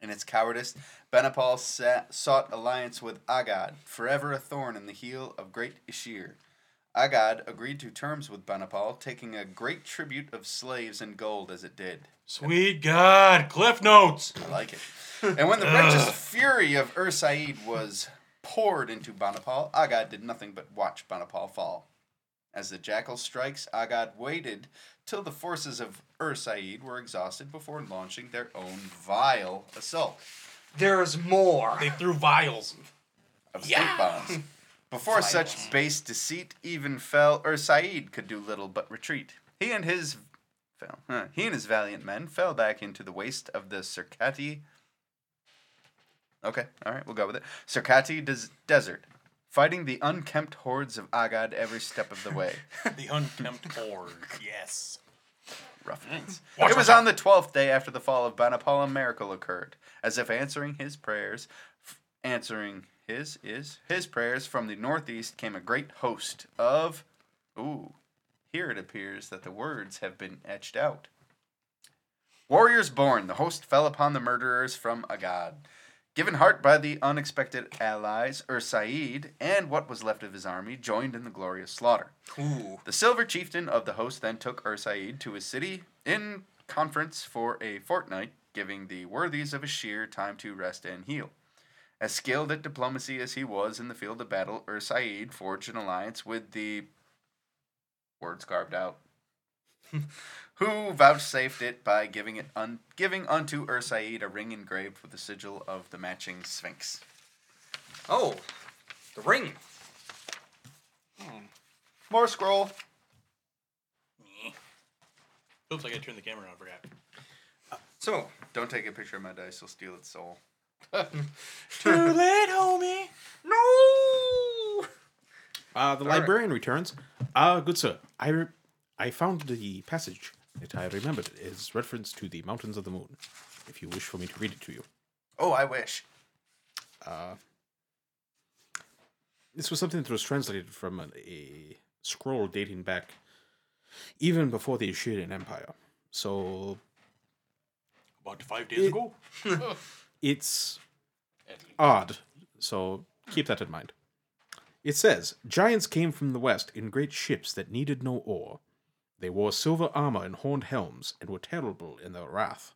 Speaker 3: In its cowardice, Banapal sa- sought alliance with Agad, forever a thorn in the heel of great Ishir. Agad agreed to terms with Banapal, taking a great tribute of slaves and gold as it did.
Speaker 9: Sweet God, Cliff Notes.
Speaker 3: I like it. And when the righteous fury of Ur Said was poured into Bonapal, Agad did nothing but watch Bonapal fall. As the jackal strikes, Agad waited till the forces of Ur Said were exhausted before launching their own vile assault
Speaker 5: There's more.
Speaker 9: They threw vials.
Speaker 3: of state bombs. Before such base deceit even fell, Ur Said could do little but retreat. He and his fell, huh, he and his valiant men fell back into the waste of the Circati. Okay, all right, we'll go with it. Circati des- desert, fighting the unkempt hordes of Agad every step of the way.
Speaker 9: The unkempt horde. Yes.
Speaker 3: Rough nights. It was on the twelfth day after the fall of Banapal, a miracle occurred. As if answering his prayers, f- answering his is his prayers from the northeast came a great host of. Ooh, here it appears that the words have been etched out. Warriors born, the host fell upon the murderers from Agad. Given heart by the unexpected allies, Ur Said and what was left of his army joined in the glorious slaughter. The silver chieftain of the host then took Ursaid to his city in conference for a fortnight, giving the worthies of Ashir time to rest and heal. As skilled at diplomacy as he was in the field of battle, Ursaid forged an alliance with the words carved out. Who vouchsafed it by giving it un- giving unto Ursaid a ring engraved with the sigil of the matching sphinx?
Speaker 5: Oh, the ring.
Speaker 3: More scroll.
Speaker 9: Oops, I gotta turn the camera on. I forgot.
Speaker 5: So,
Speaker 3: Don't take a picture of my dice; you'll steal its soul.
Speaker 9: Too late, homie.
Speaker 5: no.
Speaker 1: Uh, the librarian returns. Uh, good sir, I, re- I found the passage that I remembered is reference to the mountains of the moon. If you wish for me to read it to you.
Speaker 3: Oh, I wish.
Speaker 1: Uh, This was something that was translated from an, a scroll dating back even before the Assyrian Empire. So
Speaker 9: About five days ago.
Speaker 1: it's odd, so keep that in mind. It says Giants came from the west in great ships that needed no oar. They wore silver armor and horned helms, and were terrible in their wrath.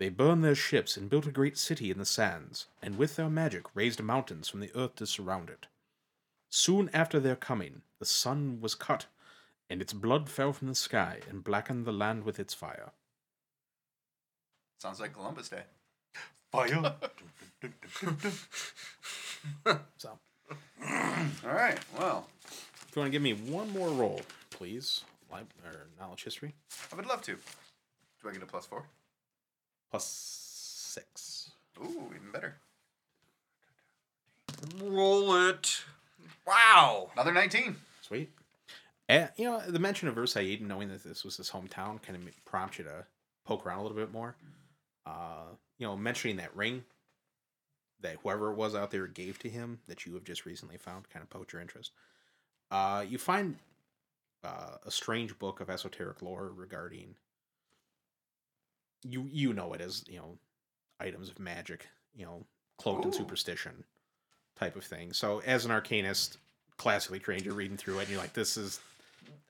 Speaker 1: They burned their ships and built a great city in the sands, and with their magic raised mountains from the earth to surround it. Soon after their coming, the sun was cut, and its blood fell from the sky and blackened the land with its fire.
Speaker 3: Sounds like Columbus Day.
Speaker 9: Fire.
Speaker 1: So,
Speaker 3: All right. Well,
Speaker 1: if you want to give me one more roll, please, Lib- or knowledge history.
Speaker 3: I would love to. Do I get a plus four?
Speaker 1: plus six.
Speaker 3: Ooh, even better.
Speaker 5: Roll it. Wow.
Speaker 3: Another 19.
Speaker 1: Sweet. And, you know, the mention of Ursaid, knowing that this was his hometown, kind of prompts you to poke around a little bit more. Uh, you know, mentioning that ring that whoever it was out there gave to him that you have just recently found kind of poked your interest. Uh, you find uh, a strange book of esoteric lore regarding you you know it as you know items of magic you know cloaked in superstition type of thing so as an arcanist classically trained you're reading through it and you're like this is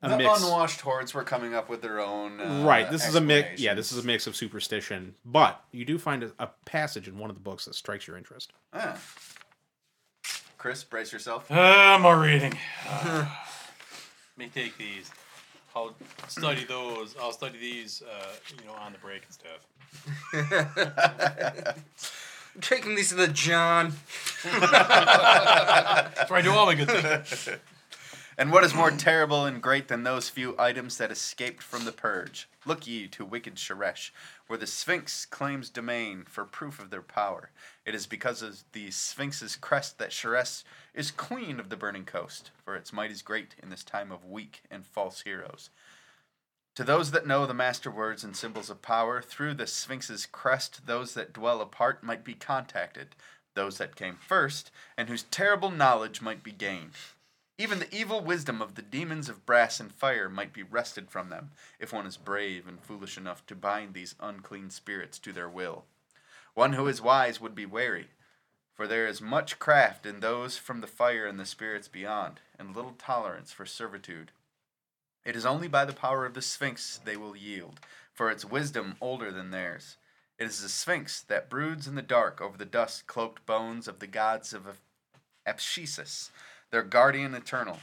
Speaker 1: a
Speaker 3: the
Speaker 1: mix
Speaker 3: unwashed hordes were coming up with their own. uh,
Speaker 1: right this is a mix yeah
Speaker 3: explanations.
Speaker 1: this is a mix of superstition but you do find a, a passage in one of the books that strikes your interest
Speaker 3: Ah. Chris, brace yourself.
Speaker 9: Ah, more reading. Ah. Let me take these. I'll study those. I'll study these, uh, you know, on the break and stuff.
Speaker 5: Taking these to the John.
Speaker 9: That's where I do all my good things.
Speaker 3: And what is more terrible and great than those few items that escaped from the purge? Look ye to wicked Sharesh, where the Sphinx claims domain for proof of their power. It is because of the Sphinx's crest that Sharesh is queen of the burning coast, for its might is great in this time of weak and false heroes. To those that know the master words and symbols of power, through the Sphinx's crest, those that dwell apart might be contacted, those that came first, and whose terrible knowledge might be gained. Even the evil wisdom of the demons of brass and fire might be wrested from them, if one is brave and foolish enough to bind these unclean spirits to their will. One who is wise would be wary, for there is much craft in those from the fire and the spirits beyond, and little tolerance for servitude. It is only by the power of the Sphinx they will yield, for its wisdom older than theirs. It is the Sphinx that broods in the dark over the dust cloaked bones of the gods of Apshesis, their guardian eternal.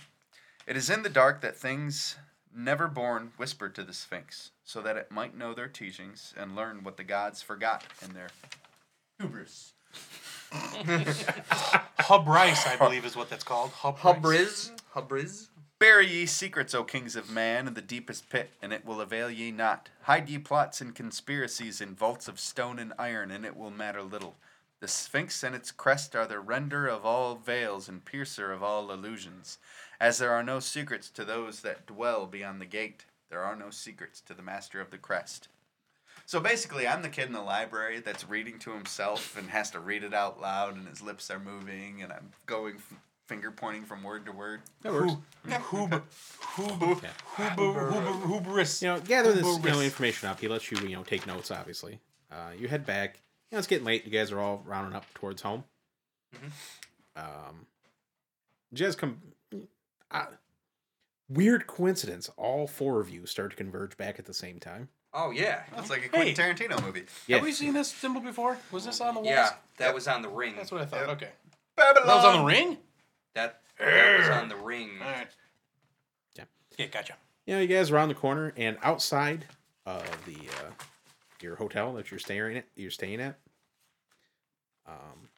Speaker 3: It is in the dark that things never born whisper to the Sphinx, so that it might know their teachings and learn what the gods forgot in their hubris.
Speaker 4: Hubrice, I believe, is what that's called. Hubrice.
Speaker 5: Hubriz. Hubriz.
Speaker 3: Bury ye secrets, O kings of man, in the deepest pit, and it will avail ye not. Hide ye plots and conspiracies in vaults of stone and iron, and it will matter little. The Sphinx and its crest are the render of all veils and piercer of all illusions. As there are no secrets to those that dwell beyond the gate, there are no secrets to the master of the crest. So basically, I'm the kid in the library that's reading to himself and has to read it out loud, and his lips are moving, and I'm going f- finger pointing from word to word.
Speaker 1: That works.
Speaker 4: Hub, hub, hub, hub, hubris.
Speaker 1: You know, gather this you know, information up. He lets you, you know, take notes. Obviously, uh, you head back. You know, it's getting late. You guys are all rounding up towards home.
Speaker 3: Mm-hmm.
Speaker 1: Um, Jez, come. I, weird coincidence. All four of you start to converge back at the same time.
Speaker 5: Oh yeah.
Speaker 3: That's like a Quentin Tarantino movie.
Speaker 1: Yeah,
Speaker 4: Have we seen this symbol before? Was this on the walls?
Speaker 5: Yeah. That was on the ring.
Speaker 4: That's what I thought. Okay.
Speaker 3: Babylon.
Speaker 4: That was on the ring?
Speaker 5: That, that was on the ring.
Speaker 4: All right.
Speaker 1: Yeah.
Speaker 4: Yeah, gotcha.
Speaker 1: you know, you guys around the corner and outside of the uh, your hotel that you're staying at, you're staying at. Um,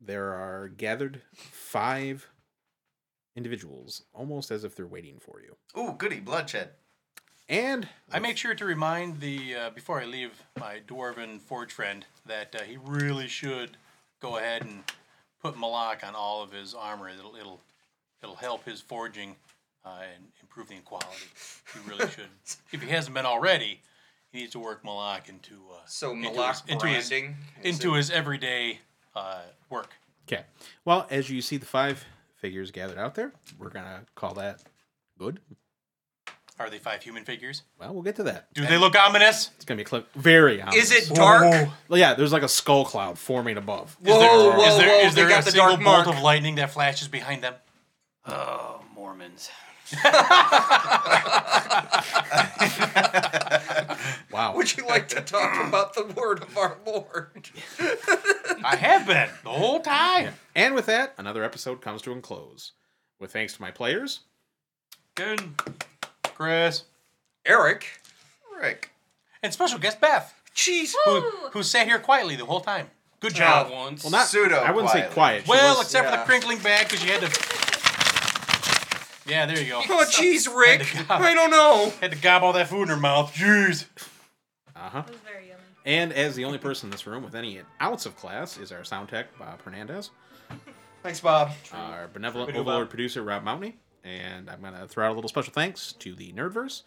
Speaker 1: there are gathered five individuals, almost as if they're waiting for you.
Speaker 3: Ooh, goody, bloodshed.
Speaker 1: And
Speaker 4: I make sure to remind the uh, before I leave my dwarven forge friend that uh, he really should go ahead and put Malak on all of his armor. It'll it'll it'll help his forging uh, and improve the quality. He really should. if he hasn't been already, he needs to work Malak into uh,
Speaker 5: So
Speaker 4: into his-
Speaker 5: Malak
Speaker 4: into his,
Speaker 5: branding. is
Speaker 4: into
Speaker 5: it?
Speaker 4: his everyday uh, work.
Speaker 1: Okay. Well, as you see the five figures gathered out there, we're gonna call that good.
Speaker 4: Are they five human figures?
Speaker 1: Well, we'll get to that.
Speaker 4: Do they look ominous?
Speaker 1: It's gonna be a clip very ominous.
Speaker 5: Is it dark?
Speaker 4: Oh,
Speaker 1: Well, yeah, there's like a skull cloud forming above.
Speaker 5: Whoa,
Speaker 4: there-
Speaker 5: whoa,
Speaker 4: is there,
Speaker 5: whoa!
Speaker 4: is there
Speaker 5: they got
Speaker 4: a
Speaker 5: the
Speaker 4: single
Speaker 5: dark mark.
Speaker 4: bolt of lightning that flashes behind them?
Speaker 2: Oh, Mormons.
Speaker 1: Wow.
Speaker 5: Would you like to talk about the word of our Lord?
Speaker 4: I have been the whole time.
Speaker 1: and with that, another episode comes to a close. With thanks to my players.
Speaker 4: Chris.
Speaker 5: Eric.
Speaker 3: Rick.
Speaker 4: And special guest Beth,
Speaker 5: Jeez.
Speaker 4: who, who sat here quietly the whole time. Good
Speaker 2: Not
Speaker 4: job.
Speaker 2: once.
Speaker 1: Well, not
Speaker 3: Pseudo
Speaker 1: I wouldn't say
Speaker 3: quietly.
Speaker 1: quiet. She
Speaker 4: well,
Speaker 1: was-
Speaker 4: except for the
Speaker 5: yeah.
Speaker 4: crinkling bag because you had to. Yeah, there you go.
Speaker 5: Oh, jeez, Rick.
Speaker 4: Had to go.
Speaker 5: I don't know.
Speaker 4: Had to gob all that food in her mouth. Jeez.
Speaker 1: uh-huh.
Speaker 12: It was very yummy.
Speaker 1: And as the only person in this room with any ounce of class is our sound tech Bob Hernandez,
Speaker 3: Thanks, Bob.
Speaker 1: our benevolent
Speaker 4: Ribbity-bob.
Speaker 1: overlord producer Rob Mountney, and I'm gonna throw out a little special thanks to the Nerdverse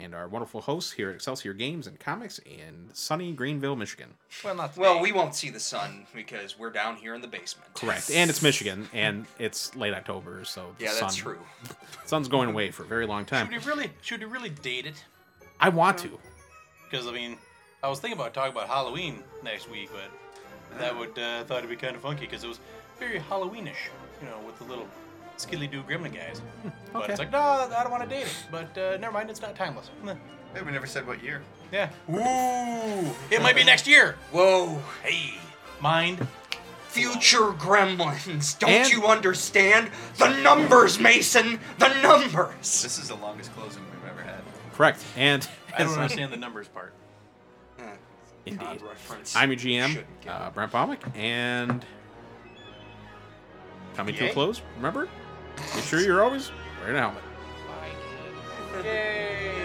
Speaker 1: and our wonderful hosts here at Excelsior Games and Comics in sunny Greenville, Michigan.
Speaker 4: Well, not today.
Speaker 5: Well, we won't see the sun because we're down here in the basement.
Speaker 1: Correct, and it's Michigan, and it's late October, so the
Speaker 5: Yeah, that's
Speaker 1: sun-
Speaker 5: true.
Speaker 1: Sun's going away for a very long
Speaker 4: should we
Speaker 1: time.
Speaker 4: really should we really date it?
Speaker 1: I want to.
Speaker 4: Because I mean, I was thinking about talking about Halloween next week, but that would uh, thought it'd be kind of funky because it was very Halloweenish, you know, with the little skilly do gremlin guys. But
Speaker 1: okay.
Speaker 4: it's like, no, I don't want to date it. But uh, never mind, it's not timeless. Meh.
Speaker 3: Hey, we never said what year.
Speaker 4: Yeah. Ooh. It might be next year.
Speaker 5: Whoa, hey.
Speaker 4: Mind.
Speaker 5: Future gremlins. Don't
Speaker 1: And-
Speaker 5: you understand? The numbers, Mason. The numbers.
Speaker 3: This is the longest closing we've ever had.
Speaker 1: Correct, and
Speaker 4: I don't understand the numbers part.
Speaker 1: Indeed.
Speaker 5: reference.
Speaker 1: I'm your GM,
Speaker 5: Shouldn't get
Speaker 1: uh, Brent Bomick, and coming to a
Speaker 4: Yay.
Speaker 1: close. Remember, make sure you're always wearing a helmet.
Speaker 2: Like,
Speaker 4: Yay.